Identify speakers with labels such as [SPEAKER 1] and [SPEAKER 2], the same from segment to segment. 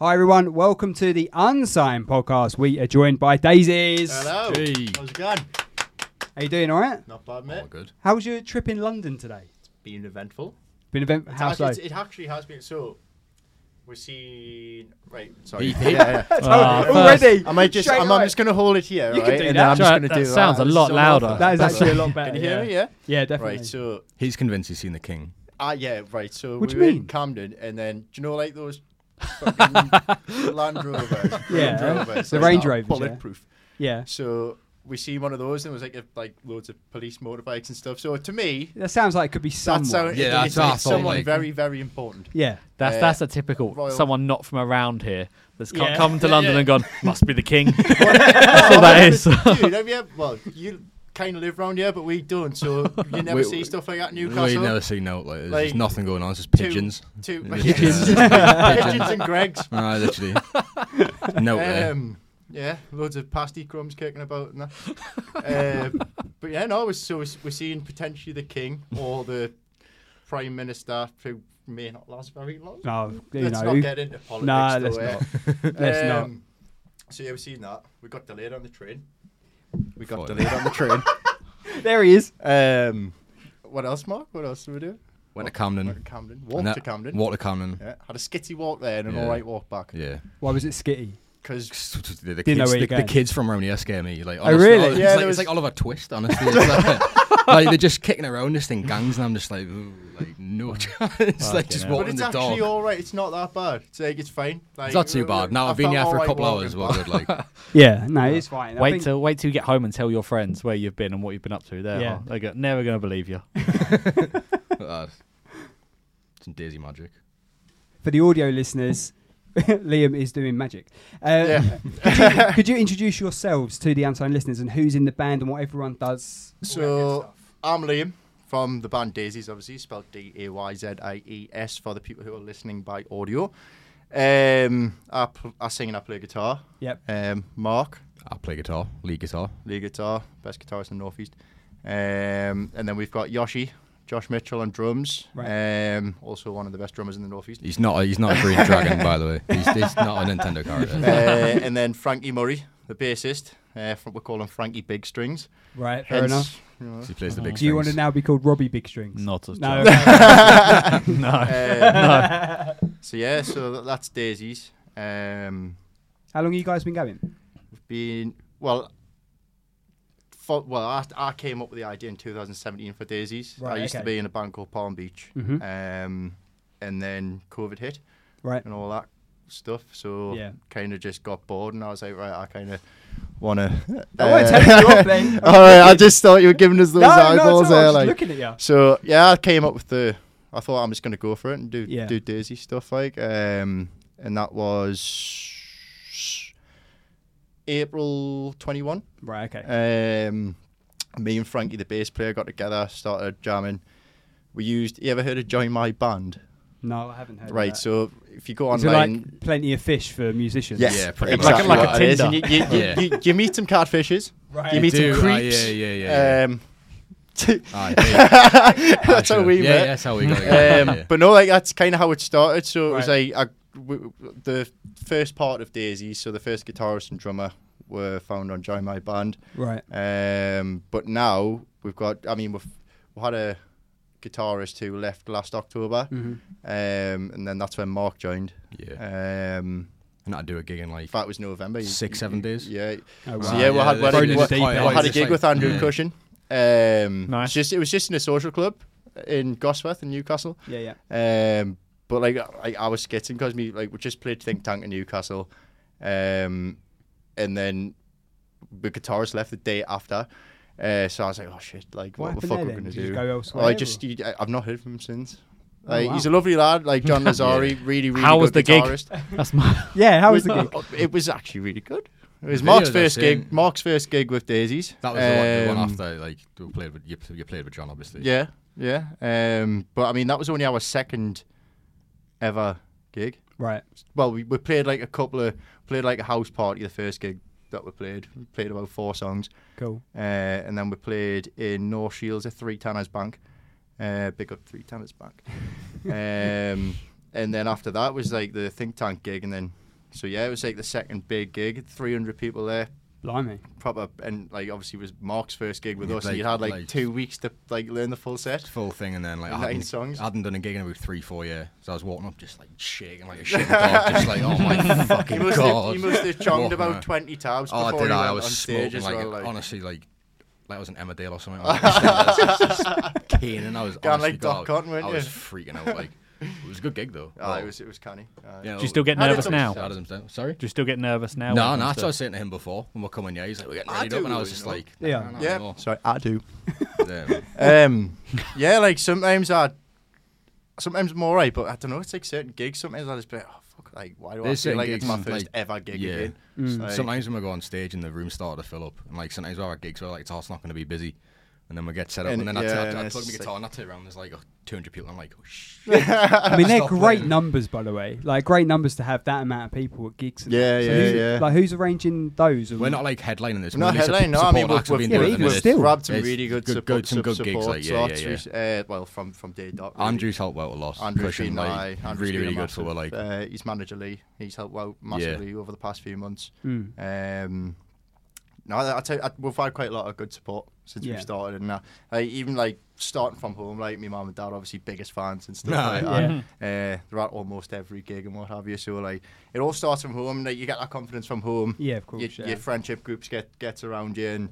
[SPEAKER 1] Hi everyone, welcome to the Unsigned podcast. We are joined by Daisies.
[SPEAKER 2] Hello.
[SPEAKER 3] Hey.
[SPEAKER 2] How's it going?
[SPEAKER 1] How you doing? All right.
[SPEAKER 2] Not bad, mate.
[SPEAKER 3] Oh, good.
[SPEAKER 1] How was your trip in London today?
[SPEAKER 2] Been eventful.
[SPEAKER 1] Been event
[SPEAKER 2] It's
[SPEAKER 1] how
[SPEAKER 2] actually,
[SPEAKER 1] so?
[SPEAKER 2] it's- it actually has been. So, we're seeing. Right, sorry.
[SPEAKER 3] Ethan.
[SPEAKER 2] Yeah, yeah.
[SPEAKER 1] Uh,
[SPEAKER 3] Ah,
[SPEAKER 1] Already.
[SPEAKER 2] I might just.
[SPEAKER 1] Straight
[SPEAKER 2] I'm, I'm
[SPEAKER 1] away.
[SPEAKER 2] just going to hold it here,
[SPEAKER 1] You
[SPEAKER 2] right?
[SPEAKER 1] can do
[SPEAKER 2] and
[SPEAKER 1] that.
[SPEAKER 2] I'm
[SPEAKER 3] Sure,
[SPEAKER 2] just going to
[SPEAKER 3] that
[SPEAKER 2] do
[SPEAKER 3] sounds a
[SPEAKER 2] This is
[SPEAKER 3] lot
[SPEAKER 2] so
[SPEAKER 3] louder.
[SPEAKER 2] awful.
[SPEAKER 1] That is actually a lot better.
[SPEAKER 2] Can you hear
[SPEAKER 1] yeah.
[SPEAKER 2] me? Yeah.
[SPEAKER 1] Yeah, definitely.
[SPEAKER 2] Right. So,
[SPEAKER 3] He's convinced he's seen the king.
[SPEAKER 2] ah, yeah. Right. So
[SPEAKER 1] What do
[SPEAKER 2] we
[SPEAKER 1] you
[SPEAKER 2] were
[SPEAKER 1] mean?
[SPEAKER 2] in Camden, and then do you know like those fucking Land Rovers?
[SPEAKER 1] Yeah.
[SPEAKER 2] Land Rovers,
[SPEAKER 1] The
[SPEAKER 2] they're
[SPEAKER 1] Range
[SPEAKER 2] now
[SPEAKER 1] Rovers, yeah.
[SPEAKER 2] Bulletproof.
[SPEAKER 1] yeah.
[SPEAKER 2] So we see one of those, and it was like a, like loads of police motorbikes and stuff. So to me,
[SPEAKER 1] That sounds like it could be
[SPEAKER 2] that
[SPEAKER 1] someone.
[SPEAKER 2] sounds
[SPEAKER 3] Yeah,
[SPEAKER 2] it's,
[SPEAKER 3] that's
[SPEAKER 2] it's
[SPEAKER 3] awful,
[SPEAKER 2] someone
[SPEAKER 3] like-
[SPEAKER 2] very very important.
[SPEAKER 1] yeah.
[SPEAKER 4] That's
[SPEAKER 2] Uh,
[SPEAKER 4] that's a typical
[SPEAKER 2] Royal-
[SPEAKER 4] someone not from around here that's co-
[SPEAKER 1] Yeah.
[SPEAKER 4] come to
[SPEAKER 2] Yeah,
[SPEAKER 4] London
[SPEAKER 2] yeah.
[SPEAKER 4] and gone must be the king.
[SPEAKER 2] That's
[SPEAKER 4] all that is.
[SPEAKER 2] Dude, have you, well, you kind of live round here, but we don't, so you never
[SPEAKER 3] We-
[SPEAKER 2] see stuff like that in
[SPEAKER 3] Well, you
[SPEAKER 2] Newcastle.
[SPEAKER 3] never see no like there's
[SPEAKER 2] Like,
[SPEAKER 3] just nothing going on. It's just
[SPEAKER 2] two-
[SPEAKER 3] pigeons.
[SPEAKER 2] Two
[SPEAKER 3] Yeah.
[SPEAKER 2] pigeons. pigeons and Greg's.
[SPEAKER 3] Ah, literally. no there.
[SPEAKER 2] Um, yeah, loads of pasty crumbs kicking about and that. Um but yeah, no, we're, so we're, we're seeing potentially the king or the prime minister who may not last very long.
[SPEAKER 1] No, Oh, you
[SPEAKER 2] let's
[SPEAKER 1] know.
[SPEAKER 2] not get into politics.
[SPEAKER 1] Nah,
[SPEAKER 2] though,
[SPEAKER 1] let's
[SPEAKER 2] eh? Um,
[SPEAKER 1] not. Let's not.
[SPEAKER 2] So yeah, we've seen that. We got delayed on the train. We got
[SPEAKER 3] Fine.
[SPEAKER 2] delayed on the train.
[SPEAKER 1] There he is.
[SPEAKER 2] Um, what else, Mark? What else did we do?
[SPEAKER 3] Went to
[SPEAKER 2] Went to
[SPEAKER 3] Camden.
[SPEAKER 2] Camden.
[SPEAKER 3] Hmm. And
[SPEAKER 2] Walked
[SPEAKER 3] that-
[SPEAKER 2] to Camden.
[SPEAKER 3] Walked to Camden.
[SPEAKER 2] Yeah, had a skitty walk there and an
[SPEAKER 3] Yeah.
[SPEAKER 2] alright walk back.
[SPEAKER 3] Yeah.
[SPEAKER 1] Why was it skitty?
[SPEAKER 2] Because
[SPEAKER 3] The, the
[SPEAKER 1] Didn't know where
[SPEAKER 3] kids, the,
[SPEAKER 1] you're
[SPEAKER 3] the
[SPEAKER 1] going.
[SPEAKER 3] kids from around here scare me. Like,
[SPEAKER 1] Oh,
[SPEAKER 3] honestly,
[SPEAKER 1] really?
[SPEAKER 3] It's,
[SPEAKER 2] Yeah,
[SPEAKER 3] like,
[SPEAKER 2] there
[SPEAKER 3] it's
[SPEAKER 2] was-
[SPEAKER 3] like Oliver Twist, honestly. It's like, like, they're just kicking around this thing, gangs, and I'm just like, ooh, like
[SPEAKER 1] Mm.
[SPEAKER 3] no chance. like, just
[SPEAKER 2] but
[SPEAKER 4] hell. But
[SPEAKER 3] walking
[SPEAKER 2] it's
[SPEAKER 3] the
[SPEAKER 2] actually
[SPEAKER 3] dog.
[SPEAKER 2] alright. It's not that bad. It's like it's fine. Like,
[SPEAKER 3] it's not too bad. Now
[SPEAKER 2] I
[SPEAKER 3] I've been
[SPEAKER 2] felt
[SPEAKER 3] here for a
[SPEAKER 2] alright
[SPEAKER 3] couple
[SPEAKER 2] walking
[SPEAKER 3] hours.
[SPEAKER 2] back.
[SPEAKER 3] Well, good. Like,
[SPEAKER 1] Yeah, no, it's fine. I
[SPEAKER 4] wait
[SPEAKER 1] think-
[SPEAKER 4] till wait till you get home and tell your friends where you've been and what you've been up to. There,
[SPEAKER 1] Yeah.
[SPEAKER 4] yeah. they go, never gonna believe you.
[SPEAKER 3] uh, some Daisy magic.
[SPEAKER 1] for the audio listeners. Liam is doing magic. Uh, could,
[SPEAKER 2] Yeah.
[SPEAKER 1] you, could you introduce yourselves to the unsigned listeners and who's in the band and what everyone does?
[SPEAKER 2] So I'm Liam from the band Daisies, obviously spelled D A Y Z I E S for the people who are listening by audio. Um, I, pl- I sing and I play guitar.
[SPEAKER 1] Yep.
[SPEAKER 2] Um, Mark,
[SPEAKER 3] I play guitar, lead guitar.
[SPEAKER 2] lead guitar, best guitarist in the northeast. Um, and then we've got Yoshi, Josh Mitchell on drums. Um, also one of the best drummers in the northeast.
[SPEAKER 3] He's not. A, he's not a green dragon, by the way. He's, he's not a Nintendo
[SPEAKER 2] uh,
[SPEAKER 3] character.
[SPEAKER 2] and then Frankie Murray, the bassist. Uh, fr- we call him Frankie Big Strings.
[SPEAKER 1] Right, fair
[SPEAKER 2] Hence,
[SPEAKER 1] enough.
[SPEAKER 2] you know,
[SPEAKER 3] he plays the big.
[SPEAKER 1] Do you want
[SPEAKER 3] strings.
[SPEAKER 1] to now be called Robbie Big Strings?
[SPEAKER 4] Not as
[SPEAKER 1] No.
[SPEAKER 4] no.
[SPEAKER 2] um,
[SPEAKER 4] no.
[SPEAKER 2] So yeah, so tha- that's Daisies. Um,
[SPEAKER 1] How long have you guys been going?
[SPEAKER 2] we've been well. For, well, I, I came up with the idea in 2017 for Daisies.
[SPEAKER 1] Right,
[SPEAKER 2] I used
[SPEAKER 1] okay.
[SPEAKER 2] to be in a band called Palm Beach,
[SPEAKER 1] Mhm.
[SPEAKER 2] um, and then COVID hit.
[SPEAKER 1] Right.
[SPEAKER 2] and all that stuff. So
[SPEAKER 1] Yeah.
[SPEAKER 2] kind of just got bored, and I was like, right, I kind of want to.
[SPEAKER 1] I won't take you off then.
[SPEAKER 2] all right, I just thought you were giving us those
[SPEAKER 1] no, no,
[SPEAKER 2] eyeballs
[SPEAKER 1] it's all right,
[SPEAKER 2] there,
[SPEAKER 1] I'm just
[SPEAKER 2] like.
[SPEAKER 1] looking at you.
[SPEAKER 2] So yeah, I came up with the. I thought I'm just gonna go for it and do
[SPEAKER 1] Yeah.
[SPEAKER 2] do Daisy stuff like, um, and that was April 21.
[SPEAKER 1] Right, okay.
[SPEAKER 2] Um, me and Frankie, the bass player, got together, started jamming. We used. You ever heard of Join My Band?
[SPEAKER 1] no, I haven't heard. of
[SPEAKER 2] Right.
[SPEAKER 1] that.
[SPEAKER 2] So if you go
[SPEAKER 1] Is it like
[SPEAKER 2] online,
[SPEAKER 1] plenty of fish for musicians?
[SPEAKER 2] Yes,
[SPEAKER 3] Yeah, pretty
[SPEAKER 2] exactly
[SPEAKER 4] much. Like a-
[SPEAKER 2] what
[SPEAKER 4] like a
[SPEAKER 2] it is. And
[SPEAKER 4] Tinder.
[SPEAKER 2] You, you,
[SPEAKER 3] Yeah.
[SPEAKER 2] you, you, you meet some catfishes.
[SPEAKER 1] Right.
[SPEAKER 2] You meet
[SPEAKER 3] do,
[SPEAKER 2] some
[SPEAKER 3] ah,
[SPEAKER 2] creeps.
[SPEAKER 3] yeah, yeah, yeah,
[SPEAKER 2] Um,
[SPEAKER 3] Aye, yeah.
[SPEAKER 2] that's how
[SPEAKER 3] Sure.
[SPEAKER 2] we
[SPEAKER 3] yeah, Yeah,
[SPEAKER 2] met.
[SPEAKER 3] that's how we got.
[SPEAKER 2] Um,
[SPEAKER 3] it, yeah.
[SPEAKER 2] But no, like that's kind of how it started. So it was
[SPEAKER 1] Right.
[SPEAKER 2] like I, w- w- the first part of Daisy. So the first guitarist and drummer were found on Join My Band.
[SPEAKER 1] Right.
[SPEAKER 2] Um, but now we've got. I mean, we've we had a guitarist who left last October,
[SPEAKER 3] Mm.
[SPEAKER 1] Mhm.
[SPEAKER 2] um, and then that's when Mark joined.
[SPEAKER 3] yeah.
[SPEAKER 2] Um,
[SPEAKER 3] And I do a gig in like
[SPEAKER 2] in fact, it was November. You-
[SPEAKER 3] six,
[SPEAKER 2] you-
[SPEAKER 3] seven days.
[SPEAKER 2] Yeah,
[SPEAKER 1] Oh,
[SPEAKER 2] So
[SPEAKER 1] right.
[SPEAKER 2] yeah, we had, we had, a-
[SPEAKER 1] Thrown in
[SPEAKER 2] we-
[SPEAKER 1] the deep
[SPEAKER 2] we
[SPEAKER 1] end.
[SPEAKER 2] had a
[SPEAKER 3] It's
[SPEAKER 2] gig
[SPEAKER 3] like-
[SPEAKER 2] with Andrew
[SPEAKER 3] yeah.
[SPEAKER 2] Cushion. Um,
[SPEAKER 4] Nice.
[SPEAKER 2] Just it was just in a social club in Gosforth in Newcastle.
[SPEAKER 1] yeah, yeah.
[SPEAKER 2] Um, but like I, I was skitting because me like we just played Think Tank in Newcastle, um, and then the guitarist left the day after. Uh, so I was like, oh shit, like
[SPEAKER 1] What
[SPEAKER 2] what,
[SPEAKER 1] happened
[SPEAKER 2] the fuck
[SPEAKER 1] there
[SPEAKER 2] we're
[SPEAKER 1] then?
[SPEAKER 2] gonna
[SPEAKER 1] Did you
[SPEAKER 2] do?
[SPEAKER 1] just go elsewhere
[SPEAKER 2] I
[SPEAKER 1] or-
[SPEAKER 2] just you, I- I've not heard from him since.
[SPEAKER 1] Oh,
[SPEAKER 2] Like he's a
[SPEAKER 1] wow.
[SPEAKER 2] lovely lad, like John Lazari, really really.
[SPEAKER 4] How
[SPEAKER 2] good
[SPEAKER 4] was the gig?
[SPEAKER 2] guitarist.
[SPEAKER 4] That's my.
[SPEAKER 1] Yeah, how was
[SPEAKER 2] It
[SPEAKER 1] the gig?
[SPEAKER 2] It was actually really good. It was
[SPEAKER 3] The
[SPEAKER 2] Mark's
[SPEAKER 3] videos I've
[SPEAKER 2] first gig.
[SPEAKER 3] seen-
[SPEAKER 2] Mark's first gig with Daisies.
[SPEAKER 3] That was the one- the one
[SPEAKER 2] Um,
[SPEAKER 3] after like we played with you, you played with John obviously.
[SPEAKER 2] Yeah, yeah. Um, but I mean, that was only our second ever gig.
[SPEAKER 1] Right.
[SPEAKER 2] Well, we, we played like a couple of played like a house party. The first gig that we played, we played about four songs,
[SPEAKER 1] Cool.
[SPEAKER 2] uh, and then we played in North Shields at Three Tanners Bank. Uh, big up Three Tanners Bank. um, and then after that was like the Think Tank gig, and then So yeah, it was like the second big gig, 300 people there,
[SPEAKER 1] Blimey.
[SPEAKER 2] proper, and like obviously it was Mark's first gig with
[SPEAKER 3] Yeah,
[SPEAKER 2] us.
[SPEAKER 3] like-
[SPEAKER 2] so you had like,
[SPEAKER 3] like-
[SPEAKER 2] two weeks to like learn the full set.
[SPEAKER 3] full thing, and then like I
[SPEAKER 2] Nine
[SPEAKER 3] hadn't,
[SPEAKER 2] songs.
[SPEAKER 3] I hadn't done a gig in about three, four years. So I was walking up just like shaking like a shit dog, just like oh my
[SPEAKER 2] He
[SPEAKER 3] fucking
[SPEAKER 2] must,
[SPEAKER 3] god.
[SPEAKER 2] have, he must have
[SPEAKER 3] Walking
[SPEAKER 2] chonged about
[SPEAKER 3] around.
[SPEAKER 2] 20 tabs
[SPEAKER 3] Oh,
[SPEAKER 2] before he
[SPEAKER 3] did I?
[SPEAKER 2] went
[SPEAKER 3] I was
[SPEAKER 2] on stage
[SPEAKER 3] smoking
[SPEAKER 2] as
[SPEAKER 3] like,
[SPEAKER 2] well. Like,
[SPEAKER 3] honestly like. Like I was an Emmerdale or something. Like, I was just, just caning. I was
[SPEAKER 2] Going
[SPEAKER 3] honestly,
[SPEAKER 2] like Doc
[SPEAKER 3] God,
[SPEAKER 2] Cotton, weren't
[SPEAKER 3] I was
[SPEAKER 2] you?
[SPEAKER 3] freaking out. Like it was a good gig though.
[SPEAKER 2] oh, it was it was canny. Aye.
[SPEAKER 3] Yeah,
[SPEAKER 4] Do you still get
[SPEAKER 2] How did
[SPEAKER 4] nervous
[SPEAKER 2] some-
[SPEAKER 4] now?
[SPEAKER 3] That
[SPEAKER 4] Do
[SPEAKER 3] doesn't sound- Sorry.
[SPEAKER 4] you still get nervous now?
[SPEAKER 3] No,
[SPEAKER 4] when
[SPEAKER 3] no,
[SPEAKER 4] it comes
[SPEAKER 3] that's what I
[SPEAKER 4] to-
[SPEAKER 3] was saying to him before when we're coming. Yeah, he's like, we're getting
[SPEAKER 2] I
[SPEAKER 3] ready up,
[SPEAKER 2] do
[SPEAKER 3] and I was
[SPEAKER 2] really
[SPEAKER 3] just
[SPEAKER 2] know.
[SPEAKER 3] like,
[SPEAKER 1] Yeah.
[SPEAKER 3] "No, no,
[SPEAKER 2] Yeah,
[SPEAKER 3] no."
[SPEAKER 2] sorry, I do.
[SPEAKER 3] Yeah.
[SPEAKER 2] Um, yeah, like sometimes I, sometimes I'm alright, but I don't know. It's like certain gigs. Sometimes I just be like, oh fuck, like why do
[SPEAKER 3] There's
[SPEAKER 2] I feel
[SPEAKER 3] certain
[SPEAKER 2] like it's my
[SPEAKER 3] gigs,
[SPEAKER 2] first
[SPEAKER 3] like-
[SPEAKER 2] ever gig
[SPEAKER 3] yeah.
[SPEAKER 2] again?
[SPEAKER 4] Mm.
[SPEAKER 2] Like,
[SPEAKER 3] sometimes when we go on stage and the room started to fill up, and like sometimes our gigs were like, it's, oh, it's not going to be busy, and then we get set up,
[SPEAKER 2] And-
[SPEAKER 3] and, then I
[SPEAKER 2] yeah,
[SPEAKER 3] turn-
[SPEAKER 2] and
[SPEAKER 3] I, I
[SPEAKER 2] it's
[SPEAKER 3] plug my
[SPEAKER 2] just
[SPEAKER 3] guitar
[SPEAKER 2] like-
[SPEAKER 3] and I turn around and there's like oh, 200 people. I'm like, oh shit.
[SPEAKER 1] I mean, they're
[SPEAKER 3] Stop
[SPEAKER 1] great
[SPEAKER 3] playing.
[SPEAKER 1] numbers, by the way. Like, great numbers to have that amount of people at gigs. and
[SPEAKER 2] Yeah,
[SPEAKER 1] that.
[SPEAKER 2] yeah,
[SPEAKER 1] who's-
[SPEAKER 2] yeah.
[SPEAKER 1] Like, who's arranging those? and-
[SPEAKER 3] We're not like headlining this.
[SPEAKER 2] We're not
[SPEAKER 3] we're only sup-
[SPEAKER 2] headlining, no, I mean,
[SPEAKER 3] support
[SPEAKER 2] we've-
[SPEAKER 3] acts have
[SPEAKER 2] we've-
[SPEAKER 3] been
[SPEAKER 1] Yeah, but
[SPEAKER 3] doing at the
[SPEAKER 1] even
[SPEAKER 3] minute.
[SPEAKER 1] still.
[SPEAKER 2] grabbed some
[SPEAKER 3] It's
[SPEAKER 2] really good,
[SPEAKER 3] good-
[SPEAKER 2] support,
[SPEAKER 3] good- some good gigs,
[SPEAKER 2] support
[SPEAKER 3] like, yeah,
[SPEAKER 2] slots,
[SPEAKER 3] yeah,
[SPEAKER 2] which, uh, well, from from day dot. really.
[SPEAKER 3] Andrew's helped out a lot.
[SPEAKER 2] Andrew's
[SPEAKER 3] pushing,
[SPEAKER 2] been
[SPEAKER 3] like,
[SPEAKER 2] aye, Andrew's
[SPEAKER 3] really,
[SPEAKER 2] been a
[SPEAKER 3] really good.
[SPEAKER 2] massive,
[SPEAKER 3] So we're like,
[SPEAKER 2] uh, he's manager Lee. He's helped out massively over the past few months.
[SPEAKER 1] Mm.
[SPEAKER 2] Um, no, I, I tell you, I, we've had quite a lot of good support since
[SPEAKER 1] Yeah.
[SPEAKER 2] we started, and uh, like, even like starting from home, like my mum and dad, obviously biggest fans and stuff.
[SPEAKER 3] Nah,
[SPEAKER 2] like
[SPEAKER 1] yeah.
[SPEAKER 2] that. Uh, they're at almost every gig and what have you. So like, it all starts from home. Like you get that confidence from home.
[SPEAKER 1] Yeah, of course.
[SPEAKER 2] your,
[SPEAKER 1] yeah.
[SPEAKER 2] your friendship groups get gets around you, and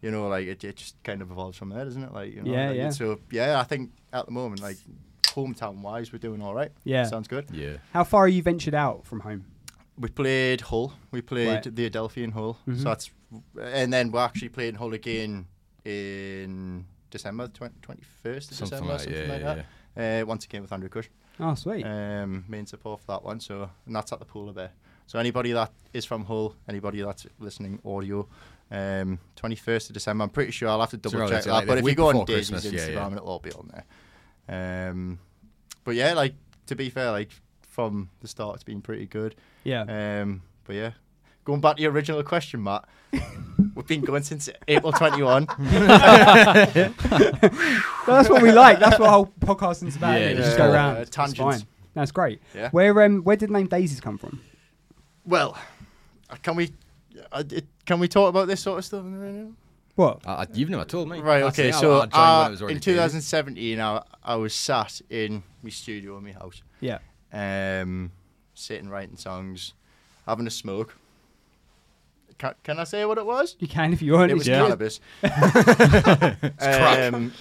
[SPEAKER 2] you know, like it, it just kind of evolves from there, doesn't it? Like, you know,
[SPEAKER 1] Yeah,
[SPEAKER 2] like,
[SPEAKER 1] yeah.
[SPEAKER 2] So yeah, I think at the moment, like hometown wise, we're doing all right.
[SPEAKER 1] Yeah.
[SPEAKER 2] sounds good.
[SPEAKER 3] yeah.
[SPEAKER 1] How far are you ventured out from home?
[SPEAKER 2] We played Hull. We played
[SPEAKER 1] Right.
[SPEAKER 2] the Adelphi in Hull.
[SPEAKER 1] Mhm.
[SPEAKER 2] So that's, and then we're actually playing Hull again in December twenty first of
[SPEAKER 3] Something
[SPEAKER 2] December,
[SPEAKER 3] like,
[SPEAKER 2] something
[SPEAKER 3] yeah,
[SPEAKER 2] like
[SPEAKER 3] yeah,
[SPEAKER 2] that. Uh, once again with Andrew Cush,
[SPEAKER 1] Oh, sweet.
[SPEAKER 2] um, main support for that one. So and that's at the Polar Bear. So anybody that is from Hull, anybody that's listening audio, um, twenty first of December. I'm pretty sure I'll have to double
[SPEAKER 3] around-
[SPEAKER 2] check
[SPEAKER 3] it's
[SPEAKER 2] that.
[SPEAKER 3] like the
[SPEAKER 2] but if you
[SPEAKER 3] week
[SPEAKER 2] go on
[SPEAKER 3] before
[SPEAKER 2] Daisy's
[SPEAKER 3] Christmas, yeah,
[SPEAKER 2] Instagram,
[SPEAKER 3] yeah.
[SPEAKER 2] it'll all be on there. Um, but yeah, like to be fair, like from the start, it's been pretty good.
[SPEAKER 1] yeah.
[SPEAKER 2] Um, but yeah, going back to your original question, Matt, we've been going since April 21.
[SPEAKER 1] No, that's what we like. That's what whole podcasting's about.
[SPEAKER 3] Yeah,
[SPEAKER 1] Yeah,
[SPEAKER 3] yeah.
[SPEAKER 1] Just go
[SPEAKER 2] Yeah.
[SPEAKER 1] around.
[SPEAKER 2] Uh,
[SPEAKER 1] It's
[SPEAKER 2] tangents.
[SPEAKER 1] fine. That's great.
[SPEAKER 2] Yeah.
[SPEAKER 1] Where um where did the name Daisies come from?
[SPEAKER 2] well, uh, can we uh, it, can we talk about this sort of stuff? in a minute?
[SPEAKER 1] What?
[SPEAKER 2] Uh,
[SPEAKER 3] I, I, you've never told me.
[SPEAKER 2] Right.
[SPEAKER 3] That's
[SPEAKER 2] Okay.
[SPEAKER 3] it, I-
[SPEAKER 2] So
[SPEAKER 3] I joined when
[SPEAKER 2] uh,
[SPEAKER 3] it was already
[SPEAKER 2] in 2017, I, I was sat in my studio in my house,
[SPEAKER 1] Yeah.
[SPEAKER 2] um, sitting writing songs, having a smoke. Can, can I say what it was?
[SPEAKER 1] You can if you want.
[SPEAKER 2] It was
[SPEAKER 4] Yeah.
[SPEAKER 2] cannabis. um,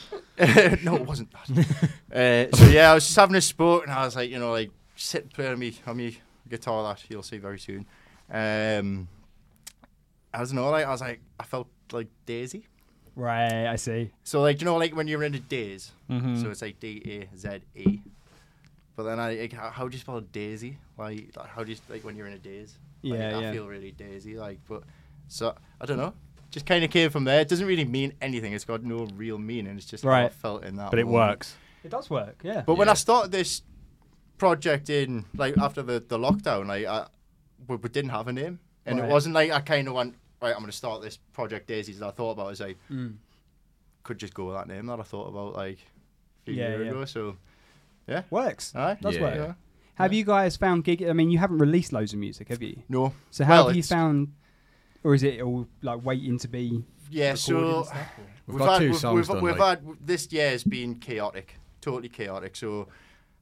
[SPEAKER 2] no, it wasn't. That. Uh, so yeah, I was just having a sport, and I was like, you know, like sit playing on me on me guitar that you'll see very soon. Um, I don't know, like I was like, I felt like Daisy.
[SPEAKER 1] Right, I see.
[SPEAKER 2] So like you know, like when you're in a daze,
[SPEAKER 4] Mhm.
[SPEAKER 2] so it's like D A Z E. But then I like, how, how do you spell Daisy? Like how do you like when you're in a daze? Like,
[SPEAKER 1] Yeah,
[SPEAKER 2] I
[SPEAKER 1] yeah.
[SPEAKER 2] feel really daisy. Like, but so I don't know. Just kind of came from there. It doesn't really mean anything. It's got no real meaning. It's just how I
[SPEAKER 1] Right.
[SPEAKER 2] felt in that.
[SPEAKER 4] But it
[SPEAKER 2] moment.
[SPEAKER 4] works.
[SPEAKER 1] It does work, yeah.
[SPEAKER 2] But when I
[SPEAKER 3] Yeah.
[SPEAKER 2] started this project in like after the, the lockdown, like I we, we didn't have a name, and
[SPEAKER 1] Right.
[SPEAKER 2] it wasn't like I kind of went right. I'm gonna start this project daisies. I thought about it. It's like
[SPEAKER 1] Mm.
[SPEAKER 2] could just go with that name that I thought about like a few
[SPEAKER 1] Yeah,
[SPEAKER 2] years
[SPEAKER 1] yeah.
[SPEAKER 2] ago. So
[SPEAKER 1] Works.
[SPEAKER 2] aye,
[SPEAKER 1] That's
[SPEAKER 3] Yeah.
[SPEAKER 1] work.
[SPEAKER 2] Uh, yeah.
[SPEAKER 1] Have you guys found gig I mean you haven't released loads of music, have you?
[SPEAKER 2] no,
[SPEAKER 1] So how
[SPEAKER 2] Well,
[SPEAKER 1] have you
[SPEAKER 2] it's-
[SPEAKER 1] found or is it all like waiting to be recorded
[SPEAKER 2] yeah.
[SPEAKER 1] and
[SPEAKER 2] So.
[SPEAKER 1] stuff?
[SPEAKER 3] We've got
[SPEAKER 2] had,
[SPEAKER 3] two
[SPEAKER 2] we've,
[SPEAKER 3] songs
[SPEAKER 2] we've,
[SPEAKER 3] done,
[SPEAKER 2] we've
[SPEAKER 3] like-
[SPEAKER 2] had this year's been chaotic, totally chaotic. So,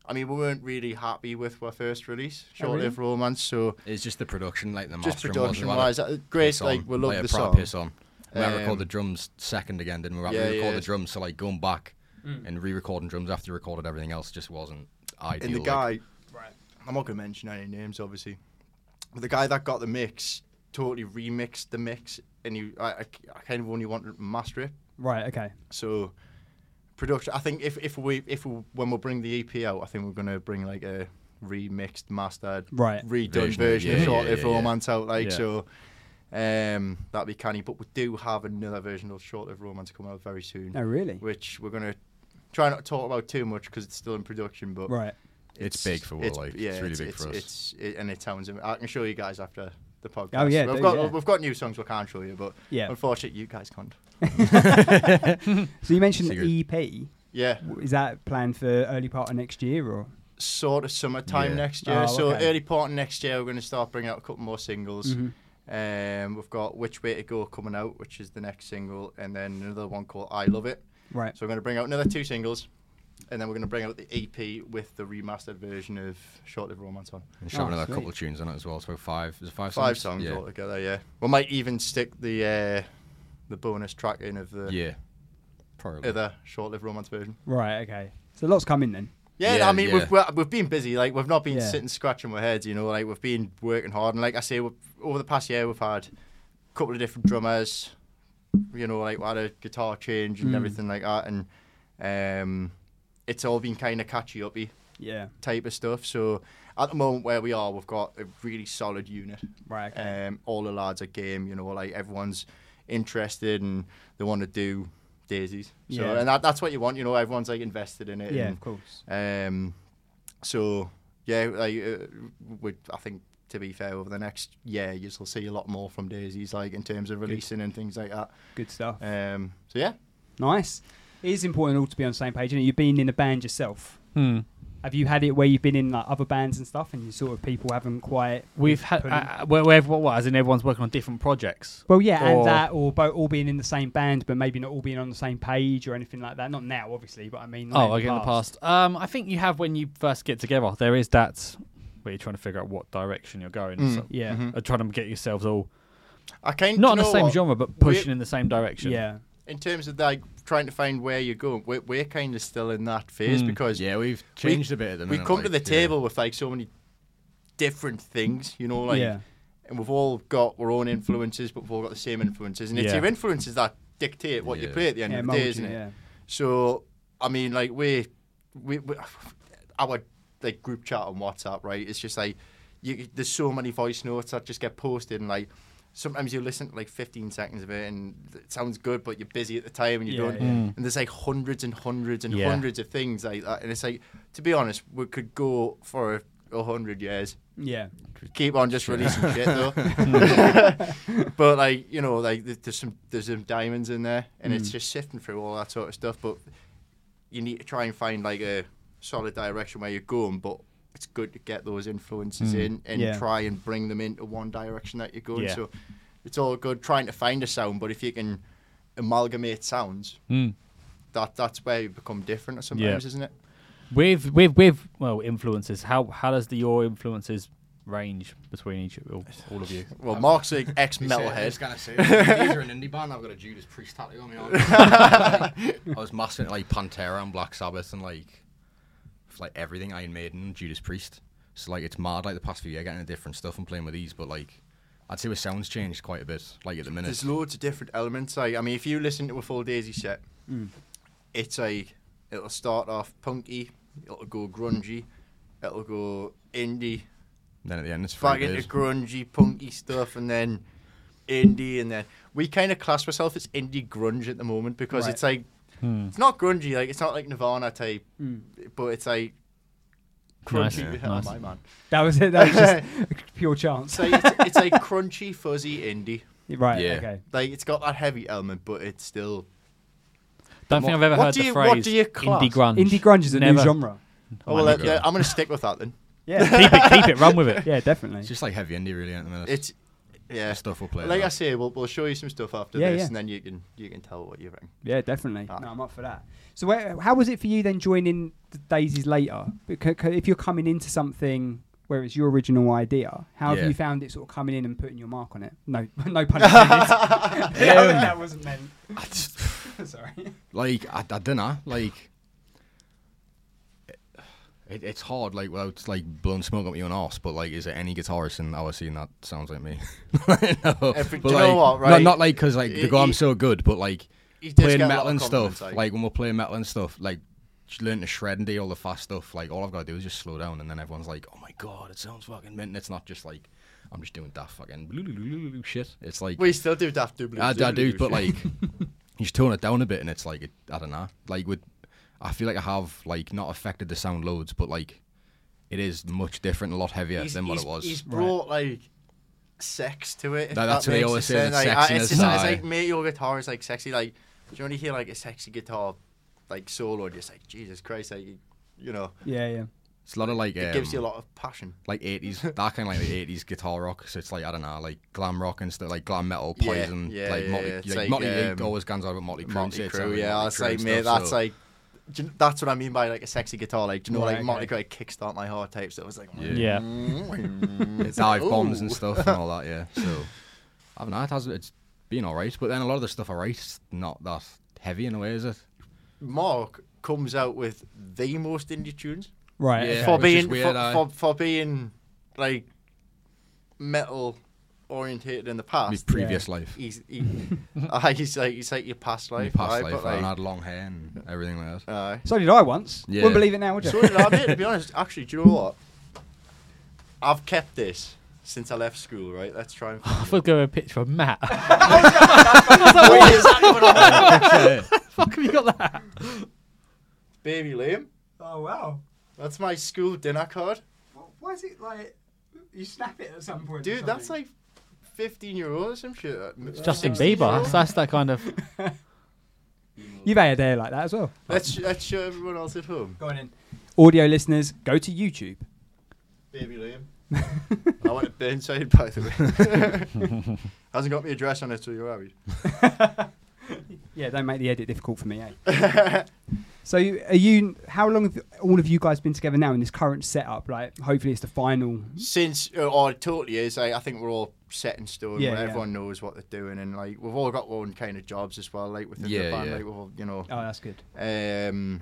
[SPEAKER 2] I mean, we weren't really happy with our first release,
[SPEAKER 1] Oh, really?
[SPEAKER 2] Short Lived Romance. So,
[SPEAKER 3] It's just the production, like the
[SPEAKER 2] just
[SPEAKER 3] mastering. wasn't
[SPEAKER 2] production
[SPEAKER 3] bad.
[SPEAKER 2] wise, uh, Grace,
[SPEAKER 3] piss on,
[SPEAKER 2] like we love
[SPEAKER 3] a
[SPEAKER 2] the
[SPEAKER 3] proper
[SPEAKER 2] song.
[SPEAKER 3] Piss on. We had to
[SPEAKER 2] Um,
[SPEAKER 3] record the drums second again, didn't we? We had
[SPEAKER 2] yeah,
[SPEAKER 3] to record
[SPEAKER 2] yeah.
[SPEAKER 3] the drums, so like going back and re-recording drums after you recorded everything else just wasn't ideal.
[SPEAKER 2] And the guy,
[SPEAKER 3] like-
[SPEAKER 2] I'm not gonna mention any names, obviously, but the guy that got the mix totally remixed the mix, and you, I, I, I kind of only wanted to master it.
[SPEAKER 1] Right, okay.
[SPEAKER 2] So production, I think if if we if we, when we bring the EP out, I think we're gonna bring like a remixed, mastered,
[SPEAKER 1] Right.
[SPEAKER 2] redone
[SPEAKER 3] Version of
[SPEAKER 2] version,
[SPEAKER 3] it,
[SPEAKER 2] of
[SPEAKER 3] yeah,
[SPEAKER 2] Short
[SPEAKER 3] yeah,
[SPEAKER 2] Lived
[SPEAKER 3] yeah, yeah.
[SPEAKER 2] Romance out. Like
[SPEAKER 4] Yeah.
[SPEAKER 2] so, um, that'd be canny. But we do have another version of Short Lived Romance coming out very soon,
[SPEAKER 1] Oh really?
[SPEAKER 2] which we're gonna try not to talk about too much because it's still in production. But
[SPEAKER 1] Right.
[SPEAKER 3] It's big for what, like, it's really big for us.
[SPEAKER 2] It's it, and it sounds. am- I can show you guys after. The podcast.
[SPEAKER 1] Oh, yeah,
[SPEAKER 2] we've
[SPEAKER 1] do,
[SPEAKER 2] got
[SPEAKER 1] yeah.
[SPEAKER 2] we've got new songs we can't show you, but
[SPEAKER 1] Yeah.
[SPEAKER 2] unfortunately you guys can't.
[SPEAKER 1] So you mentioned E
[SPEAKER 3] Secret.
[SPEAKER 1] EP.
[SPEAKER 2] Yeah,
[SPEAKER 1] W- Is that planned for early part of next year or
[SPEAKER 2] sort of summertime
[SPEAKER 3] Yeah.
[SPEAKER 2] next year.
[SPEAKER 1] Oh,
[SPEAKER 2] so
[SPEAKER 1] okay.
[SPEAKER 2] early part of next year, we're going to start bringing out a couple more singles.
[SPEAKER 3] Mm-hmm.
[SPEAKER 2] Um, we've got Which Way to Go coming out, which is the next single, and then another one called I Love It.
[SPEAKER 1] Right.
[SPEAKER 2] So we're going to bring out another two singles, and then we're going to bring out the EP with the remastered version of Short Lived Romance on.
[SPEAKER 3] And shot
[SPEAKER 1] Oh,
[SPEAKER 3] another
[SPEAKER 1] sweet.
[SPEAKER 3] couple of tunes on it as well. So five, is it five songs?
[SPEAKER 2] Five songs
[SPEAKER 3] Yeah.
[SPEAKER 2] altogether, yeah. We might even stick the uh, the bonus track in of the
[SPEAKER 3] yeah. Probably.
[SPEAKER 2] other Short Lived Romance version.
[SPEAKER 1] Right. Okay. So lots coming then.
[SPEAKER 2] Yeah,
[SPEAKER 3] Yeah,
[SPEAKER 2] I mean,
[SPEAKER 3] yeah.
[SPEAKER 2] we've we're- we've been busy. Like we've not been
[SPEAKER 1] Yeah.
[SPEAKER 2] sitting scratching our heads, you know. Like we've been working hard, and like I say, we've, over the past year, we've had a couple of different drummers. You know, like we had a guitar change and
[SPEAKER 1] Mm.
[SPEAKER 2] everything like that, and um, it's all been kind of catchy uppy
[SPEAKER 1] Yeah.
[SPEAKER 2] type of stuff. So at the moment where we are, we've got a really solid unit.
[SPEAKER 1] Right. Okay.
[SPEAKER 2] Um, all the lads are game, you know, like everyone's interested and they want to do daisies. So
[SPEAKER 1] Yeah.
[SPEAKER 2] and that, that's what you want, you know. Everyone's like invested in it.
[SPEAKER 1] yeah.
[SPEAKER 2] and
[SPEAKER 1] Of course.
[SPEAKER 2] um, so yeah, like, uh, would I think to be fair, over the next year, you'll see a lot more from Daisies, like in terms of releasing and things like that.
[SPEAKER 1] Good stuff.
[SPEAKER 2] Um, so yeah,
[SPEAKER 1] Nice. It is important all to be on the same page. And you've been in a band yourself.
[SPEAKER 4] Hmm.
[SPEAKER 1] Have you had it where you've been in like other bands and stuff, and you sort of people haven't quite?
[SPEAKER 4] We've had
[SPEAKER 1] put in-
[SPEAKER 4] uh, where, where, what, what, as in everyone's working on different projects.
[SPEAKER 1] Well, yeah,
[SPEAKER 4] or-
[SPEAKER 1] and uh, that, or both all being in the same band, but maybe not all being on the same page or anything like that. Not now, obviously, but I mean, like,
[SPEAKER 4] Oh, I get in the past. Um, I think you have when you first get together. There is that where you're trying to figure out what direction you're going.
[SPEAKER 2] Mm.
[SPEAKER 4] So,
[SPEAKER 1] Yeah,
[SPEAKER 2] Mhm.
[SPEAKER 4] uh, trying to get yourselves all
[SPEAKER 2] I kind
[SPEAKER 4] not in
[SPEAKER 2] you
[SPEAKER 4] the
[SPEAKER 2] know
[SPEAKER 4] same
[SPEAKER 2] what?
[SPEAKER 4] genre, but
[SPEAKER 2] We-
[SPEAKER 4] pushing in the same direction.
[SPEAKER 1] yeah,
[SPEAKER 2] In terms of like trying to find where you're going, we're, we're kind of still in that phase
[SPEAKER 4] Mm.
[SPEAKER 2] because
[SPEAKER 3] Yeah, we've changed a bit at the
[SPEAKER 2] we
[SPEAKER 3] minute.
[SPEAKER 2] come to the
[SPEAKER 3] like,
[SPEAKER 2] table with like so many different things, you know, like
[SPEAKER 1] yeah,
[SPEAKER 2] and we've all got our own influences, but we've all got the same influences, and it's
[SPEAKER 4] Yeah.
[SPEAKER 2] your influences that dictate what you
[SPEAKER 3] Yeah.
[SPEAKER 2] play at the end
[SPEAKER 1] yeah,
[SPEAKER 2] of the
[SPEAKER 1] mould
[SPEAKER 2] day,
[SPEAKER 1] you,
[SPEAKER 2] isn't it?
[SPEAKER 1] yeah.
[SPEAKER 2] So I mean, like we, we, we our like group chat on WhatsApp, right? It's just like you, there's so many voice notes that just get posted, and like sometimes you listen to like 15 seconds of it, and it sounds good, but you're busy at the time and you
[SPEAKER 1] Yeah,
[SPEAKER 2] don't.
[SPEAKER 1] yeah.
[SPEAKER 2] And there's like hundreds and hundreds and
[SPEAKER 4] Yeah.
[SPEAKER 2] hundreds of things like that, and it's like to be honest, we could go for a, a hundred years.
[SPEAKER 1] yeah,
[SPEAKER 2] Keep on just releasing shit though, but like you know, like th- there's some there's some diamonds in there, and it's
[SPEAKER 1] Mm.
[SPEAKER 2] just sifting through all that sort of stuff. But you need to try and find like a solid direction where you're going, but it's good to get those influences in and
[SPEAKER 1] Yeah.
[SPEAKER 2] try and bring them into one direction that you're going.
[SPEAKER 4] Yeah.
[SPEAKER 2] So it's all good trying to find a sound, but if you can amalgamate sounds,
[SPEAKER 4] Mm.
[SPEAKER 2] that that's where you become different sometimes, isn't it?
[SPEAKER 4] With with with well influences. How how does the your influences range between each all, all of you?
[SPEAKER 2] Well, Mark's like ex
[SPEAKER 3] Yeah. I
[SPEAKER 2] metalhead.
[SPEAKER 3] was gonna say, these are an indie band. I've got a Judas Priest tattoo on me. arm. I was massive into, like Pantera and Black Sabbath and like, f- like everything Iron Maiden, and Judas Priest. So like it's mad. Like the past few years, getting into different stuff and playing with these, but like, I'd say the sounds changed quite a bit. Like at the minute,
[SPEAKER 2] There's loads of different elements. Like, I mean, if you listen to a full Daisy set,
[SPEAKER 1] Mm.
[SPEAKER 2] it's like it'll start off punky, it'll go grungy, it'll go indie,
[SPEAKER 3] then at the end it's
[SPEAKER 2] back
[SPEAKER 3] fucking
[SPEAKER 2] into grungy, punky stuff, and then indie, and then we kind of class ourselves as indie grunge at the moment because
[SPEAKER 1] Right.
[SPEAKER 2] it's like
[SPEAKER 4] Hmm.
[SPEAKER 2] it's not grungy, like it's not like Nirvana type, but it's like
[SPEAKER 4] Nice,
[SPEAKER 2] crunchy.
[SPEAKER 4] yeah,
[SPEAKER 2] oh,
[SPEAKER 4] nice.
[SPEAKER 2] my man.
[SPEAKER 1] That was it. That was just pure chance.
[SPEAKER 2] It's like it's, it's like crunchy, fuzzy indie.
[SPEAKER 1] Right.
[SPEAKER 3] Yeah.
[SPEAKER 1] Okay.
[SPEAKER 2] Like it's got that heavy element, but it's still
[SPEAKER 4] Don't think
[SPEAKER 2] What-
[SPEAKER 4] I've ever
[SPEAKER 2] what
[SPEAKER 4] heard
[SPEAKER 2] do
[SPEAKER 4] the
[SPEAKER 2] you-
[SPEAKER 4] phrase
[SPEAKER 2] what do you class?
[SPEAKER 4] indie grunge.
[SPEAKER 1] Indie grunge is a new
[SPEAKER 4] Never.
[SPEAKER 1] genre.
[SPEAKER 2] Oh,
[SPEAKER 4] my
[SPEAKER 2] well, uh,
[SPEAKER 4] God.
[SPEAKER 2] yeah, I'm going to stick with that then.
[SPEAKER 1] Yeah.
[SPEAKER 4] keep it, keep it, run with it.
[SPEAKER 1] yeah. Definitely.
[SPEAKER 3] It's just like heavy indie really at the minute.
[SPEAKER 2] It's yeah.
[SPEAKER 3] The stuff we're playing.
[SPEAKER 2] Like I
[SPEAKER 3] now.
[SPEAKER 2] say, we'll, we'll show you some stuff after
[SPEAKER 1] Yeah,
[SPEAKER 2] this,
[SPEAKER 1] yeah.
[SPEAKER 2] and then you can you can tell what you think.
[SPEAKER 1] Yeah, definitely.
[SPEAKER 2] Ah.
[SPEAKER 1] No, I'm up for that. So, where, how was it for you then joining the Daisies later? Because if you're coming into something where it's your original idea, how
[SPEAKER 3] Yeah.
[SPEAKER 1] have you found it sort of coming in and putting your mark on it? No, no pun intended.
[SPEAKER 3] Yeah.
[SPEAKER 1] that wasn't meant.
[SPEAKER 3] I just-
[SPEAKER 1] Sorry.
[SPEAKER 3] like I, I don't know like it, it's hard like without like blowing smoke up your own arse but like is there any guitarist in our scene that sounds like me no,
[SPEAKER 2] Every-
[SPEAKER 3] but,
[SPEAKER 2] do you know what,
[SPEAKER 3] like, not,
[SPEAKER 2] right?
[SPEAKER 3] not like because like the
[SPEAKER 2] It-
[SPEAKER 3] go I'm
[SPEAKER 2] it-
[SPEAKER 3] so good but like
[SPEAKER 2] He does
[SPEAKER 3] playing
[SPEAKER 2] get a lot
[SPEAKER 3] metal
[SPEAKER 2] of
[SPEAKER 3] and
[SPEAKER 2] compliments,
[SPEAKER 3] stuff
[SPEAKER 2] like-
[SPEAKER 3] like, when we're playing metal and stuff like just learn to shred and do all the fast stuff like all I've got to do is just slow down and then everyone's like oh my god it sounds fucking mint and it's not just like I'm just doing daft fucking shit it's like
[SPEAKER 2] We still do Daft Dublin.
[SPEAKER 3] I, I do, but like you just tone it down a bit, and it's like it, I don't know. Like with, I feel like I have like not affected the sound loads, but like it is much different, a lot heavier
[SPEAKER 2] he's,
[SPEAKER 3] than what
[SPEAKER 2] he's-
[SPEAKER 3] it was.
[SPEAKER 2] He's brought like sex to it. if
[SPEAKER 3] No, that's
[SPEAKER 2] that
[SPEAKER 3] what they
[SPEAKER 2] makes
[SPEAKER 3] always
[SPEAKER 2] a
[SPEAKER 3] say, the
[SPEAKER 2] sense. Like, I-
[SPEAKER 3] sexiness
[SPEAKER 2] it's, just- it's
[SPEAKER 3] side.
[SPEAKER 2] like mate, your guitar is like sexy. Like, do you only hear like a sexy guitar like solo, and you're just like Jesus Christ, like you know.
[SPEAKER 1] Yeah, yeah.
[SPEAKER 3] It's a lot of like um,
[SPEAKER 2] it gives you a lot of passion.
[SPEAKER 3] like 80s, that kind of like the 80s guitar rock. So it's like, I don't know, like glam rock and stuff, like glam metal,
[SPEAKER 2] Yeah,
[SPEAKER 3] poison,
[SPEAKER 2] yeah,
[SPEAKER 3] like
[SPEAKER 2] yeah,
[SPEAKER 3] Motley,
[SPEAKER 2] yeah. It's
[SPEAKER 3] like,
[SPEAKER 2] like,
[SPEAKER 3] Motley Crue
[SPEAKER 2] um,
[SPEAKER 3] always guns out about Motley Crue. so
[SPEAKER 2] Motley
[SPEAKER 3] it's
[SPEAKER 2] Crue,
[SPEAKER 3] like
[SPEAKER 2] yeah,
[SPEAKER 3] Motley
[SPEAKER 2] that's
[SPEAKER 3] Crue and
[SPEAKER 2] like mate,
[SPEAKER 3] stuff,
[SPEAKER 2] that's
[SPEAKER 3] so-
[SPEAKER 2] like. do you kn- That's what I mean by like a sexy guitar, like do you know,
[SPEAKER 1] Right,
[SPEAKER 2] like Motley
[SPEAKER 1] okay.
[SPEAKER 2] Crue, like, kickstart my heart type stuff. It's like,
[SPEAKER 3] Yeah.
[SPEAKER 4] Yeah.
[SPEAKER 3] it's dive bombs and
[SPEAKER 2] Ooh.
[SPEAKER 3] stuff and all that. Yeah. So I don't know. It has, it's been all right, but then a lot of the stuff I write is not that heavy in a way, is it?
[SPEAKER 2] Mark comes out with the most indie tunes
[SPEAKER 1] Right.
[SPEAKER 3] Yeah.
[SPEAKER 2] for
[SPEAKER 3] which is
[SPEAKER 2] being
[SPEAKER 3] weird,
[SPEAKER 2] for,
[SPEAKER 3] I-
[SPEAKER 2] for, for being like metal orientated in the
[SPEAKER 3] My
[SPEAKER 2] past.
[SPEAKER 3] previous life,
[SPEAKER 2] He's he, uh, he's like he's like your past
[SPEAKER 3] my
[SPEAKER 2] life,
[SPEAKER 3] past
[SPEAKER 2] aye,
[SPEAKER 3] life,
[SPEAKER 2] but,
[SPEAKER 3] and I
[SPEAKER 2] like,
[SPEAKER 3] had long hair and everything like that.
[SPEAKER 2] aye.
[SPEAKER 1] So did I once.
[SPEAKER 3] Yeah.
[SPEAKER 1] Wouldn't believe it now, would you?
[SPEAKER 2] So did I, mate, to be honest. Actually, do you know what? I've kept this since I left school, right? Let's try and.
[SPEAKER 4] I thought go a picture of Matt. Fuck have you got that?
[SPEAKER 2] Baby Liam,
[SPEAKER 1] oh wow.
[SPEAKER 2] that's my school dinner card.
[SPEAKER 1] Why is it like you snap it at some point?
[SPEAKER 2] Dude, that's like 15 euros or some shit. It's
[SPEAKER 4] Justin Bieber. That's, that's that kind of.
[SPEAKER 1] You've had a day like that as well.
[SPEAKER 2] Let's, let's show everyone else at home.
[SPEAKER 1] Going in. Audio listeners, go to YouTube.
[SPEAKER 2] Baby Liam. I went to Burnside, by the way. Hasn't got my address on it, so you're worried.
[SPEAKER 1] Yeah, don't make the edit difficult for me, eh? so, you- are you? How long have all of you guys been together now in this current setup? Like, hopefully, it's the final.
[SPEAKER 2] Since, uh, or it totally is, like, I think we're all set in stone.
[SPEAKER 1] Yeah,
[SPEAKER 2] where
[SPEAKER 1] yeah.
[SPEAKER 2] Everyone knows what they're doing, and like we've all got our own kind of jobs as well, like within
[SPEAKER 3] Yeah,
[SPEAKER 2] the band,
[SPEAKER 3] yeah.
[SPEAKER 2] like we've all, you know.
[SPEAKER 1] Oh, that's good.
[SPEAKER 2] Um,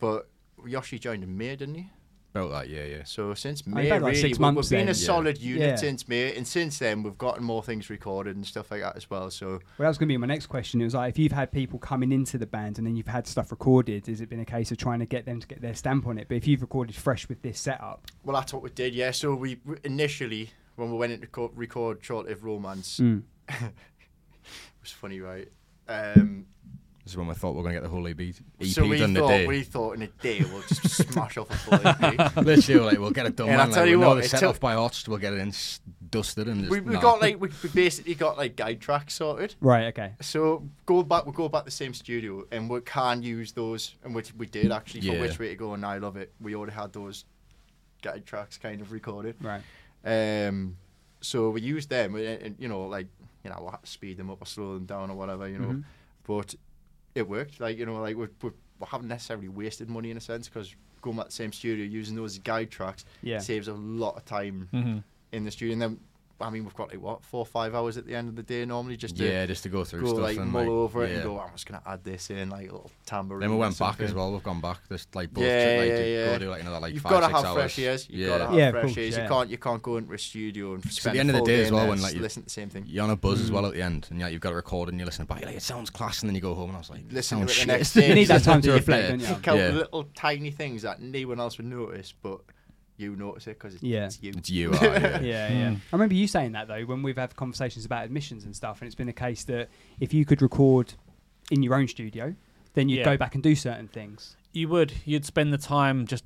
[SPEAKER 2] but Yoshi joined in May, didn't he?
[SPEAKER 3] About that, yeah, yeah.
[SPEAKER 2] So since
[SPEAKER 1] Oh, you've
[SPEAKER 2] May,
[SPEAKER 1] had, like,
[SPEAKER 2] really,
[SPEAKER 1] six
[SPEAKER 2] we- we've
[SPEAKER 1] months
[SPEAKER 2] been a
[SPEAKER 1] then.
[SPEAKER 3] Yeah.
[SPEAKER 2] solid unit
[SPEAKER 1] Yeah.
[SPEAKER 2] since May, and since then we've gotten more things recorded and stuff like that as well. So
[SPEAKER 1] Well, that was going to be my next question. It was like, if you've had people coming into the band and then you've had stuff recorded, has it been a case of trying to get them to get their stamp on it? But if you've recorded fresh with this setup,
[SPEAKER 2] Well, that's what we did, yeah. So we we- initially, when we went in to co- record Short Lived Romance,
[SPEAKER 1] Hmm.
[SPEAKER 2] it was funny, right? Um,
[SPEAKER 3] This is when we thought we were gonna get the whole EP, EP
[SPEAKER 2] so we
[SPEAKER 3] E done
[SPEAKER 2] thought,
[SPEAKER 3] today.
[SPEAKER 2] we thought in a day we'll just smash off a full E EP.
[SPEAKER 3] Literally, we're like we'll get it done.
[SPEAKER 2] And
[SPEAKER 3] man,
[SPEAKER 2] I
[SPEAKER 3] like,
[SPEAKER 2] tell
[SPEAKER 3] we
[SPEAKER 2] you
[SPEAKER 3] know
[SPEAKER 2] what,
[SPEAKER 3] the
[SPEAKER 2] it
[SPEAKER 3] set
[SPEAKER 2] took-
[SPEAKER 3] off by heart, we'll get it in s- dusted and just,
[SPEAKER 2] We, we
[SPEAKER 3] nah.
[SPEAKER 2] got like we, we basically got like guide tracks sorted.
[SPEAKER 1] right? Okay.
[SPEAKER 2] So go back, we go back to the same studio, and we can use those, and which we did actually for
[SPEAKER 3] Yeah.
[SPEAKER 2] which way to go, and I love it. We already had those guide tracks kind of recorded.
[SPEAKER 1] Right.
[SPEAKER 2] Um, so we used them, and, and, you know, like you know, we'll speed them up or slow them down or whatever, you know.
[SPEAKER 1] Mhm.
[SPEAKER 2] But it worked. Like you know, like we, we, we haven't necessarily wasted money in a sense because going back to the same studio using those guide tracks
[SPEAKER 1] Yeah.
[SPEAKER 2] saves a lot of time
[SPEAKER 4] Mm-hmm.
[SPEAKER 2] in the studio. And then I mean, we've got like what four or five hours at the end of the day normally just to
[SPEAKER 3] yeah, just to go through
[SPEAKER 2] go
[SPEAKER 3] stuff
[SPEAKER 2] like
[SPEAKER 3] and
[SPEAKER 2] mull
[SPEAKER 3] like,
[SPEAKER 2] over it
[SPEAKER 3] yeah.
[SPEAKER 2] and go. "Oh, I'm just gonna add this in like a little tambourine.
[SPEAKER 3] Then we
[SPEAKER 2] or
[SPEAKER 3] went back
[SPEAKER 2] something."
[SPEAKER 3] as well. We've gone back. Just like both,
[SPEAKER 2] Yeah,
[SPEAKER 3] like,
[SPEAKER 2] yeah,
[SPEAKER 3] did-
[SPEAKER 2] yeah.
[SPEAKER 3] Go do like another like
[SPEAKER 2] You've
[SPEAKER 3] five,
[SPEAKER 2] got to
[SPEAKER 3] six
[SPEAKER 2] have
[SPEAKER 3] hours.
[SPEAKER 2] fresh ears. You've got to have
[SPEAKER 1] Yeah, of
[SPEAKER 2] fresh
[SPEAKER 1] course,
[SPEAKER 2] ears.
[SPEAKER 1] yeah.
[SPEAKER 2] You can't you can't go into a studio and spend
[SPEAKER 3] the end of the
[SPEAKER 2] full
[SPEAKER 3] day as
[SPEAKER 2] in
[SPEAKER 3] well
[SPEAKER 2] there
[SPEAKER 3] when,
[SPEAKER 2] s-
[SPEAKER 3] like, you-
[SPEAKER 2] listen to the same thing.
[SPEAKER 3] you're on a buzz
[SPEAKER 2] Mm.
[SPEAKER 3] as well at the end, and yeah, you've got to record and you're listening back. You're like, it sounds class, and then you go home, and I was like,
[SPEAKER 2] Listen
[SPEAKER 3] sounds
[SPEAKER 2] to it
[SPEAKER 3] shit.
[SPEAKER 2] the next day.
[SPEAKER 1] You need that time to
[SPEAKER 3] Yeah.
[SPEAKER 1] reflect, don't you?
[SPEAKER 2] pick out
[SPEAKER 3] Yeah.
[SPEAKER 2] little tiny things that no one else would notice, but you notice it because it's,
[SPEAKER 1] Yeah.
[SPEAKER 2] it's you.
[SPEAKER 3] It's you. ah, yeah.
[SPEAKER 1] Yeah, yeah. I remember you saying that though when we've had conversations about admissions and stuff, and it's been a case that if you could record in your own studio, then you'd
[SPEAKER 4] Yeah.
[SPEAKER 1] go back and do certain things.
[SPEAKER 4] You would. You'd spend the time just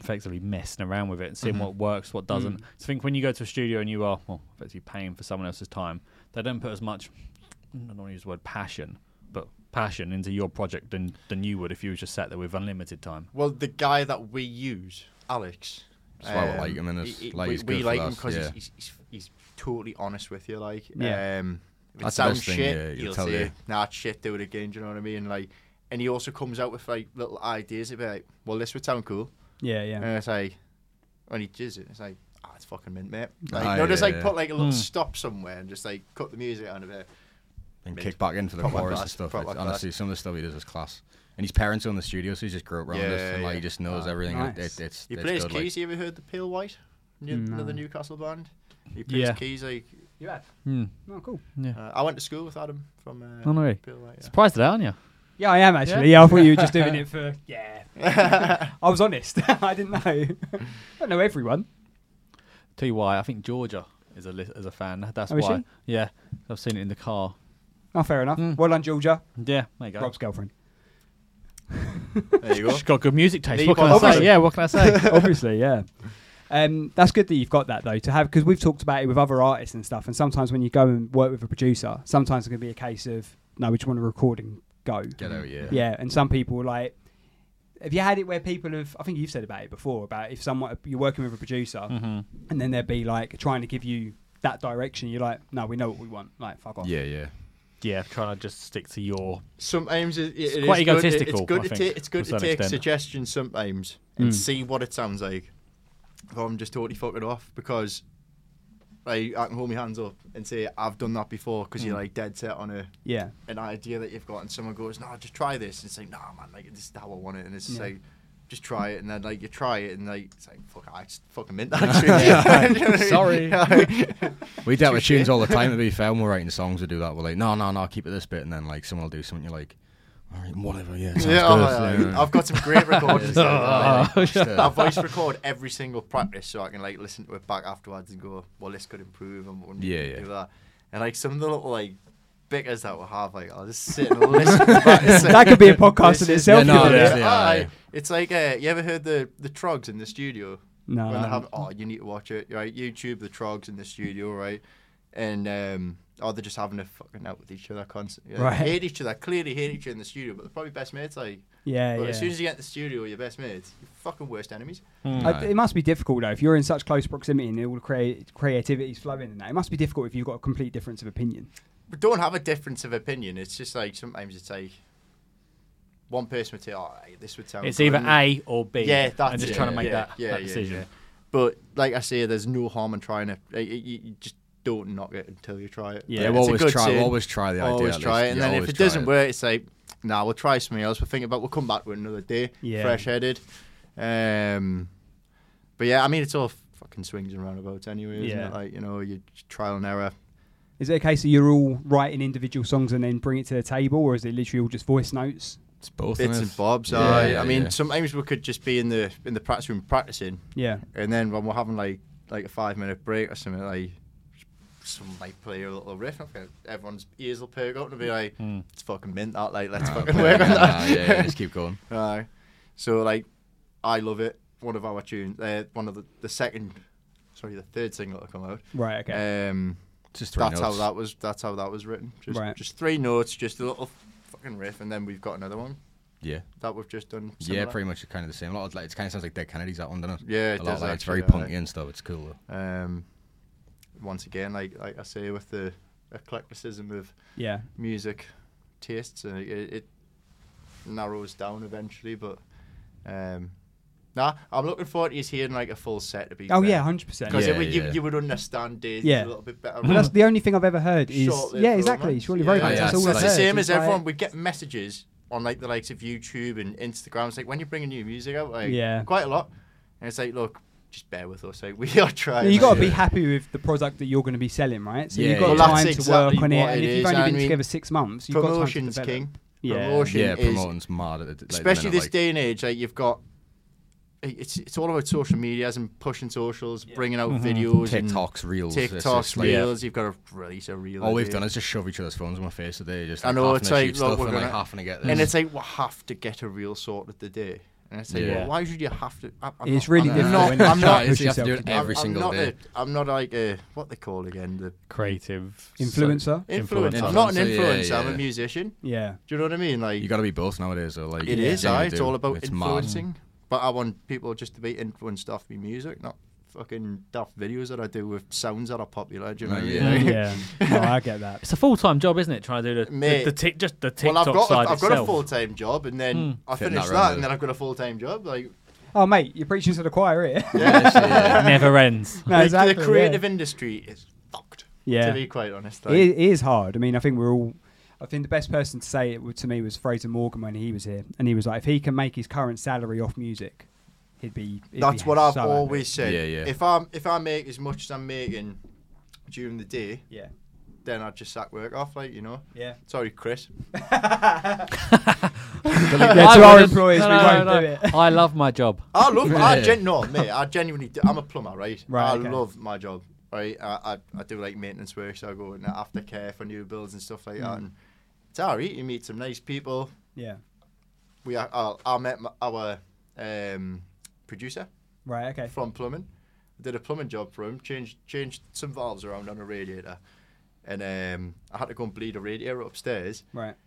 [SPEAKER 4] effectively messing around with it and seeing what works, what doesn't. I think when you go to a studio and you are, well, effectively paying for someone else's time, they don't put as much, I don't want to use the word passion, but passion into your project than, than you would if you just sat there with unlimited time.
[SPEAKER 2] Well, the guy that we use, Alex. um,
[SPEAKER 3] That's why we like him, innit?
[SPEAKER 2] he- he-
[SPEAKER 3] Like,
[SPEAKER 2] we,
[SPEAKER 3] he's
[SPEAKER 2] we
[SPEAKER 3] good for
[SPEAKER 2] like
[SPEAKER 3] that,
[SPEAKER 2] him because
[SPEAKER 3] yeah.
[SPEAKER 2] he's, he's, he's totally honest with you. Like,
[SPEAKER 1] Yeah.
[SPEAKER 2] um, if
[SPEAKER 3] That's
[SPEAKER 2] it
[SPEAKER 3] the
[SPEAKER 2] sounds
[SPEAKER 3] best thing,
[SPEAKER 2] shit,
[SPEAKER 3] yeah, he'll
[SPEAKER 2] he'll
[SPEAKER 3] tell
[SPEAKER 2] say,
[SPEAKER 3] you.
[SPEAKER 2] "Nah, it's shit, do it again." Do you know what I mean? Like, and he also comes out with like little ideas about, "Well, this would sound cool,"
[SPEAKER 1] Yeah, yeah.
[SPEAKER 2] and it's like, when he does it, it's like, "Ah, it's fucking mint, mate." Like,
[SPEAKER 3] Ah,
[SPEAKER 2] you know, just
[SPEAKER 3] yeah,
[SPEAKER 2] like
[SPEAKER 3] yeah.
[SPEAKER 2] put like a little stop somewhere and just like cut the music out of it.
[SPEAKER 3] And
[SPEAKER 2] Mid.
[SPEAKER 3] kick back in for the
[SPEAKER 2] Proper
[SPEAKER 3] chorus and
[SPEAKER 2] class,
[SPEAKER 3] stuff.
[SPEAKER 2] proper
[SPEAKER 3] It's- honestly, some of the stuff he does is class. And his parents are in the studio, so he's just grew up around
[SPEAKER 2] Yeah,
[SPEAKER 3] us, and like
[SPEAKER 2] yeah.
[SPEAKER 3] he just knows
[SPEAKER 1] Ah,
[SPEAKER 3] everything. and
[SPEAKER 1] nice.
[SPEAKER 3] It, it, it's
[SPEAKER 2] He
[SPEAKER 3] it's
[SPEAKER 2] plays
[SPEAKER 3] good, like-
[SPEAKER 2] keys. you ever heard the Pale White? New,
[SPEAKER 1] No.
[SPEAKER 2] Another Newcastle band. He plays
[SPEAKER 4] Yeah.
[SPEAKER 2] keys. Like
[SPEAKER 1] You have?
[SPEAKER 4] Hmm.
[SPEAKER 1] Oh, cool.
[SPEAKER 2] uh, I went to school with Adam from uh,
[SPEAKER 4] Oh, no way.
[SPEAKER 2] Pale White. yeah.
[SPEAKER 4] Surprised at that, aren't you?
[SPEAKER 1] Yeah, I am actually. Yeah, I thought you were just doing it for. Yeah. I was honest. I didn't know. I don't know everyone.
[SPEAKER 4] Tell you why. I think Georgia is a li- is a fan. That's
[SPEAKER 1] Oh, is
[SPEAKER 4] why. Yeah, I've seen it in the car.
[SPEAKER 1] Oh, fair enough.
[SPEAKER 4] Mm.
[SPEAKER 1] Well done, Georgia.
[SPEAKER 4] Yeah, there you go.
[SPEAKER 1] Rob's girlfriend.
[SPEAKER 2] There you go.
[SPEAKER 4] She's got good music taste.
[SPEAKER 2] Lee
[SPEAKER 4] What can I
[SPEAKER 2] Paul
[SPEAKER 4] say?
[SPEAKER 2] Robinson.
[SPEAKER 4] Yeah, what can I say?
[SPEAKER 1] Obviously, yeah. Um, that's good that you've got that though to have because we've talked about it with other artists and stuff. And sometimes when you go and work with a producer, sometimes it can be a case of no, we just want to record and go.
[SPEAKER 3] Get out, yeah.
[SPEAKER 1] Yeah, and some people like Have you had it where people have? I think you've said about it before about if someone you're working with a producer
[SPEAKER 3] Mm-hmm.
[SPEAKER 1] and then they'd be like trying to give you that direction. You're like, no, we know what we want. Like, fuck off.
[SPEAKER 3] Yeah, yeah.
[SPEAKER 4] Yeah, trying to just stick to your.
[SPEAKER 2] Sometimes it, it it's
[SPEAKER 4] quite
[SPEAKER 2] good. It- It's
[SPEAKER 4] egotistical,
[SPEAKER 2] good
[SPEAKER 4] I
[SPEAKER 2] to
[SPEAKER 4] think,
[SPEAKER 2] take. It's good
[SPEAKER 4] to
[SPEAKER 2] to
[SPEAKER 4] some
[SPEAKER 2] take
[SPEAKER 4] extent. Hmm.
[SPEAKER 2] suggestions sometimes and see what it sounds like. If I'm just totally fucking off because like, I can hold my hands up and say I've done that before because
[SPEAKER 4] Hmm.
[SPEAKER 2] you're like dead set on a
[SPEAKER 1] Yeah.
[SPEAKER 2] an idea that you've got and someone goes, no, just try this. And it's like, nah, man, like this is how I want it. And it's just
[SPEAKER 1] Yeah.
[SPEAKER 2] like, just try it. And then like you try it and like, it's like, fuck, I just fucking meant that. actually." You know what I mean?
[SPEAKER 4] Sorry.
[SPEAKER 3] We dealt with
[SPEAKER 2] Touche.
[SPEAKER 3] tunes all the time. To be fair, when we're writing songs, we do that. We're like, no, no, no, keep it this bit, and then like someone will do something. You're like, all right, whatever. Yeah, sounds
[SPEAKER 2] yeah,
[SPEAKER 3] good.
[SPEAKER 2] oh, yeah,
[SPEAKER 3] Yeah.
[SPEAKER 2] I've got some great recordings. like that.
[SPEAKER 1] Oh,
[SPEAKER 2] I
[SPEAKER 3] Yeah.
[SPEAKER 2] voice record every single practice so I can like listen to it back afterwards and go, well, this could improve and we'll need
[SPEAKER 3] Yeah,
[SPEAKER 2] to
[SPEAKER 3] yeah.
[SPEAKER 2] do that. And like some of the little like bickers that we have, like I'll just sit and listen. to that, and say,
[SPEAKER 1] That could be a podcast
[SPEAKER 2] "This
[SPEAKER 1] in
[SPEAKER 2] is-
[SPEAKER 1] itself,
[SPEAKER 3] Yeah, no, couldn't it?
[SPEAKER 2] yeah,
[SPEAKER 3] yeah, yeah,
[SPEAKER 2] aye.
[SPEAKER 3] yeah.
[SPEAKER 2] It's like uh, you ever heard the the trogs in the studio
[SPEAKER 1] No.
[SPEAKER 2] when they have oh you need to watch it right YouTube the trogs in the studio right and um oh they're just having a fucking out with each other constantly They
[SPEAKER 1] Right.
[SPEAKER 2] hate each other clearly hate each other in the studio but they're probably best mates like
[SPEAKER 1] yeah,
[SPEAKER 2] but
[SPEAKER 1] yeah.
[SPEAKER 2] as soon as you get in the studio your best mates you're fucking worst enemies
[SPEAKER 1] I-
[SPEAKER 2] Mm.
[SPEAKER 1] it must be difficult though if you're in such close proximity and all the creat- creativity's flowing and that. It must be difficult if you've got a complete difference of opinion.
[SPEAKER 2] we don't have a difference of opinion. It's just like sometimes it's like one person would say, "Oh, hey, this would sound."
[SPEAKER 4] It's
[SPEAKER 2] good,"
[SPEAKER 4] either
[SPEAKER 2] and-
[SPEAKER 4] A or B.
[SPEAKER 2] Yeah, that's
[SPEAKER 4] And just
[SPEAKER 2] it.
[SPEAKER 4] trying to make
[SPEAKER 2] Yeah,
[SPEAKER 4] that,
[SPEAKER 2] yeah,
[SPEAKER 4] that
[SPEAKER 2] yeah,
[SPEAKER 4] decision.
[SPEAKER 2] yeah. But like I say, there's no harm in trying it. Like, you, you just don't knock it until you try it. Like,
[SPEAKER 3] Yeah,
[SPEAKER 4] Yeah,
[SPEAKER 2] it's
[SPEAKER 3] we'll
[SPEAKER 2] a
[SPEAKER 3] always
[SPEAKER 2] good
[SPEAKER 3] try.
[SPEAKER 2] saying.
[SPEAKER 3] We'll always try the idea.
[SPEAKER 2] always
[SPEAKER 3] at
[SPEAKER 2] try
[SPEAKER 3] least.
[SPEAKER 2] it, and
[SPEAKER 3] Yeah,
[SPEAKER 2] then if
[SPEAKER 3] always
[SPEAKER 2] it
[SPEAKER 3] try
[SPEAKER 2] doesn't work, it's like, nah, we'll try something else. We'll think about. We'll come back to it another day,
[SPEAKER 1] Yeah.
[SPEAKER 2] fresh-headed. Um, but yeah, I mean, it's all fucking swings and roundabouts anyway. Isn't
[SPEAKER 1] Yeah.
[SPEAKER 2] it? Like you know, you trial and error.
[SPEAKER 1] Is it a case of you're all writing individual songs and then bring it to the table, or is it literally all just voice notes?
[SPEAKER 3] It's both.
[SPEAKER 2] bits and bobs.
[SPEAKER 3] Yeah,
[SPEAKER 2] aye.
[SPEAKER 3] yeah,
[SPEAKER 2] I mean,
[SPEAKER 3] yeah.
[SPEAKER 2] sometimes we could just be in the in the practice room practicing,
[SPEAKER 1] Yeah.
[SPEAKER 2] and then when we're having like like a five minute break or something, like some like play a little riff, and fucking everyone's ears will perk up and be like, "It's fucking mint that." Like, let's fucking work on that.
[SPEAKER 3] Hmm. Yeah, yeah, just keep going.
[SPEAKER 2] Aye. So like, I love it. One of our tunes, uh, one of the, the second, sorry, the third single to come out.
[SPEAKER 1] Right. Okay.
[SPEAKER 2] Um,
[SPEAKER 3] Just three
[SPEAKER 2] that's how
[SPEAKER 3] notes.
[SPEAKER 2] that was. That's how that was written. Just,
[SPEAKER 1] Right.
[SPEAKER 2] just three notes, just a little fucking riff, and then we've got another one
[SPEAKER 3] Yeah.
[SPEAKER 2] that we've just done.
[SPEAKER 3] Yeah,
[SPEAKER 2] similar.
[SPEAKER 3] pretty much kind of the same. A lot of, like, it kind of sounds like Dead Kennedys that one, doesn't it?
[SPEAKER 2] Yeah, it
[SPEAKER 3] a lot
[SPEAKER 2] does
[SPEAKER 3] like, it's very
[SPEAKER 2] actually,
[SPEAKER 3] punky
[SPEAKER 2] yeah.
[SPEAKER 3] and stuff. It's cool though.
[SPEAKER 2] um, once again, like like I say, with the eclecticism of
[SPEAKER 1] yeah.
[SPEAKER 2] music tastes, uh, it, it narrows down eventually. But um, nah, I'm looking forward to you hearing like a full set to be.
[SPEAKER 1] Oh yeah, hundred percent.
[SPEAKER 2] because
[SPEAKER 3] Yeah,
[SPEAKER 2] you,
[SPEAKER 3] yeah. Mm.
[SPEAKER 2] you would understand Daisy
[SPEAKER 1] Yeah.
[SPEAKER 2] a little bit better.
[SPEAKER 1] But that's the only thing I've ever heard is
[SPEAKER 2] Short-lived
[SPEAKER 1] yeah, exactly.
[SPEAKER 2] romance.
[SPEAKER 1] Surely
[SPEAKER 2] Yeah.
[SPEAKER 1] romance.
[SPEAKER 3] Yeah,
[SPEAKER 1] that's
[SPEAKER 3] yeah.
[SPEAKER 1] all
[SPEAKER 3] It's
[SPEAKER 1] I've
[SPEAKER 2] It's
[SPEAKER 1] heard.
[SPEAKER 2] the same
[SPEAKER 1] It's
[SPEAKER 2] as
[SPEAKER 1] like-
[SPEAKER 2] everyone. We get messages on like the likes of YouTube and Instagram. It's like when you're bringing new music out, like
[SPEAKER 1] Yeah.
[SPEAKER 2] quite a lot. And it's like, look, just bear with us. Like we are trying.
[SPEAKER 1] you
[SPEAKER 2] like,
[SPEAKER 1] got to be
[SPEAKER 2] yeah.
[SPEAKER 1] happy with the product that you're going to be selling, right? So
[SPEAKER 3] Yeah,
[SPEAKER 1] you've got
[SPEAKER 3] yeah.
[SPEAKER 1] time
[SPEAKER 2] Well,
[SPEAKER 1] to
[SPEAKER 2] that's
[SPEAKER 1] work on
[SPEAKER 2] exactly
[SPEAKER 1] it,
[SPEAKER 2] what
[SPEAKER 1] and
[SPEAKER 2] it
[SPEAKER 1] if
[SPEAKER 2] is,
[SPEAKER 1] you've only
[SPEAKER 2] I
[SPEAKER 1] been
[SPEAKER 2] mean,
[SPEAKER 1] together six months, you've got time to
[SPEAKER 2] promotion's
[SPEAKER 1] develop.
[SPEAKER 2] king.
[SPEAKER 1] Yeah.
[SPEAKER 2] Promotion
[SPEAKER 3] Yeah,
[SPEAKER 2] is
[SPEAKER 3] promotion's mad. At, at, like, the
[SPEAKER 2] especially
[SPEAKER 3] minute,
[SPEAKER 2] this
[SPEAKER 3] like,
[SPEAKER 2] day and age. Like you've got, it's it's all about social medias and pushing socials, bringing out videos, and
[SPEAKER 3] TikToks, Mm-hmm. reels, this,
[SPEAKER 2] TikToks,
[SPEAKER 3] this, like,
[SPEAKER 2] reels. You've got to release a reel.
[SPEAKER 3] All we've
[SPEAKER 2] every-
[SPEAKER 3] done is just shove each other's phones in my face today. Just
[SPEAKER 2] I
[SPEAKER 3] like,
[SPEAKER 2] know,
[SPEAKER 3] half
[SPEAKER 2] it's
[SPEAKER 3] gonna
[SPEAKER 2] like,
[SPEAKER 3] shoot
[SPEAKER 2] look,
[SPEAKER 3] stuff
[SPEAKER 2] we're
[SPEAKER 3] and like
[SPEAKER 2] gonna-
[SPEAKER 3] half gonna get this.
[SPEAKER 2] and it's like we have to get a reel sorted today. And it's like,
[SPEAKER 3] Yeah.
[SPEAKER 2] well, why should you have to? I, I'm
[SPEAKER 1] It's
[SPEAKER 2] not-
[SPEAKER 1] really
[SPEAKER 2] I'm
[SPEAKER 1] difficult
[SPEAKER 2] not-
[SPEAKER 1] when you
[SPEAKER 2] I'm
[SPEAKER 1] try
[SPEAKER 2] not.
[SPEAKER 1] to push
[SPEAKER 3] you have to do
[SPEAKER 1] yourself
[SPEAKER 3] it
[SPEAKER 1] to
[SPEAKER 3] every
[SPEAKER 2] I'm- I'm
[SPEAKER 3] single
[SPEAKER 2] not
[SPEAKER 3] day.
[SPEAKER 2] A, I'm not like a what they call again the
[SPEAKER 4] Creative.
[SPEAKER 1] Influencer.
[SPEAKER 2] influencer.
[SPEAKER 3] Influencer.
[SPEAKER 2] I'm not an
[SPEAKER 3] Influencer, yeah,
[SPEAKER 2] influencer. I'm
[SPEAKER 3] yeah.
[SPEAKER 2] a musician.
[SPEAKER 1] Yeah.
[SPEAKER 2] Do you know what I mean? Like
[SPEAKER 3] You got to be both nowadays. Though, like
[SPEAKER 2] It
[SPEAKER 3] you
[SPEAKER 2] is,
[SPEAKER 3] genuinely
[SPEAKER 2] aye. It's
[SPEAKER 3] do.
[SPEAKER 2] all about
[SPEAKER 3] It's mad.
[SPEAKER 2] influencing. But I want people just to be influenced off me music, not fucking daft videos that I do with sounds that are popular. Do you know
[SPEAKER 3] Oh,
[SPEAKER 2] what I mean?
[SPEAKER 3] yeah.
[SPEAKER 2] Like-
[SPEAKER 1] Yeah. No, I get that.
[SPEAKER 4] It's a full time job, isn't it? Trying to do the, the,
[SPEAKER 2] Mate.
[SPEAKER 4] the tick, just the TikTok
[SPEAKER 2] Well, I've got
[SPEAKER 4] side
[SPEAKER 2] a, I've got a
[SPEAKER 4] itself.
[SPEAKER 2] full time job, and then I
[SPEAKER 3] Hmm. Fitting
[SPEAKER 2] finish
[SPEAKER 3] that
[SPEAKER 2] that,
[SPEAKER 3] round
[SPEAKER 2] and
[SPEAKER 3] there.
[SPEAKER 2] then I've got a full time job. Like
[SPEAKER 1] Oh mate, you're preaching to the choir eh? here.
[SPEAKER 3] Yes, yeah.
[SPEAKER 4] It never ends.
[SPEAKER 1] No,
[SPEAKER 2] like,
[SPEAKER 1] exactly,
[SPEAKER 2] the
[SPEAKER 1] yeah.
[SPEAKER 2] creative industry is fucked.
[SPEAKER 1] Yeah.
[SPEAKER 2] to be quite honest. Like,
[SPEAKER 1] It it is hard. I mean, I think we're all. I think the best person to say it w- to me was Fraser Morgan when he was here, and he was like, if he can make his current salary off music, he'd be. he'd
[SPEAKER 2] That's
[SPEAKER 1] be
[SPEAKER 2] what I've
[SPEAKER 1] so happy.
[SPEAKER 2] always said.
[SPEAKER 3] Yeah, yeah.
[SPEAKER 2] If I'm if I make as much as I'm making during the day,
[SPEAKER 1] Yeah.
[SPEAKER 2] then I just sack work off. Like you know.
[SPEAKER 1] Yeah.
[SPEAKER 2] Sorry, Chris.
[SPEAKER 1] yeah
[SPEAKER 4] I
[SPEAKER 1] to our
[SPEAKER 4] wouldn't-
[SPEAKER 1] employers,
[SPEAKER 4] no,
[SPEAKER 1] we
[SPEAKER 4] no,
[SPEAKER 1] won't
[SPEAKER 4] no,
[SPEAKER 1] do
[SPEAKER 4] no.
[SPEAKER 1] it.
[SPEAKER 4] I love my job.
[SPEAKER 2] I love. I
[SPEAKER 3] Yeah.
[SPEAKER 2] gen- no, mate. I genuinely. Do. I'm a plumber, right?
[SPEAKER 1] Right,
[SPEAKER 2] I
[SPEAKER 1] okay.
[SPEAKER 2] love my job. Right. I, I I do like maintenance work, so I go into aftercare for new builds and stuff like
[SPEAKER 1] Hmm.
[SPEAKER 2] that. And it's alright. You meet some nice people.
[SPEAKER 1] Yeah.
[SPEAKER 2] We are. I, I met my, our um, producer
[SPEAKER 1] Right. Okay.
[SPEAKER 2] from plumbing. I did a plumbing job for him. Changed changed some valves around on a radiator, and um, I had to go and bleed a radiator upstairs.
[SPEAKER 1] Right.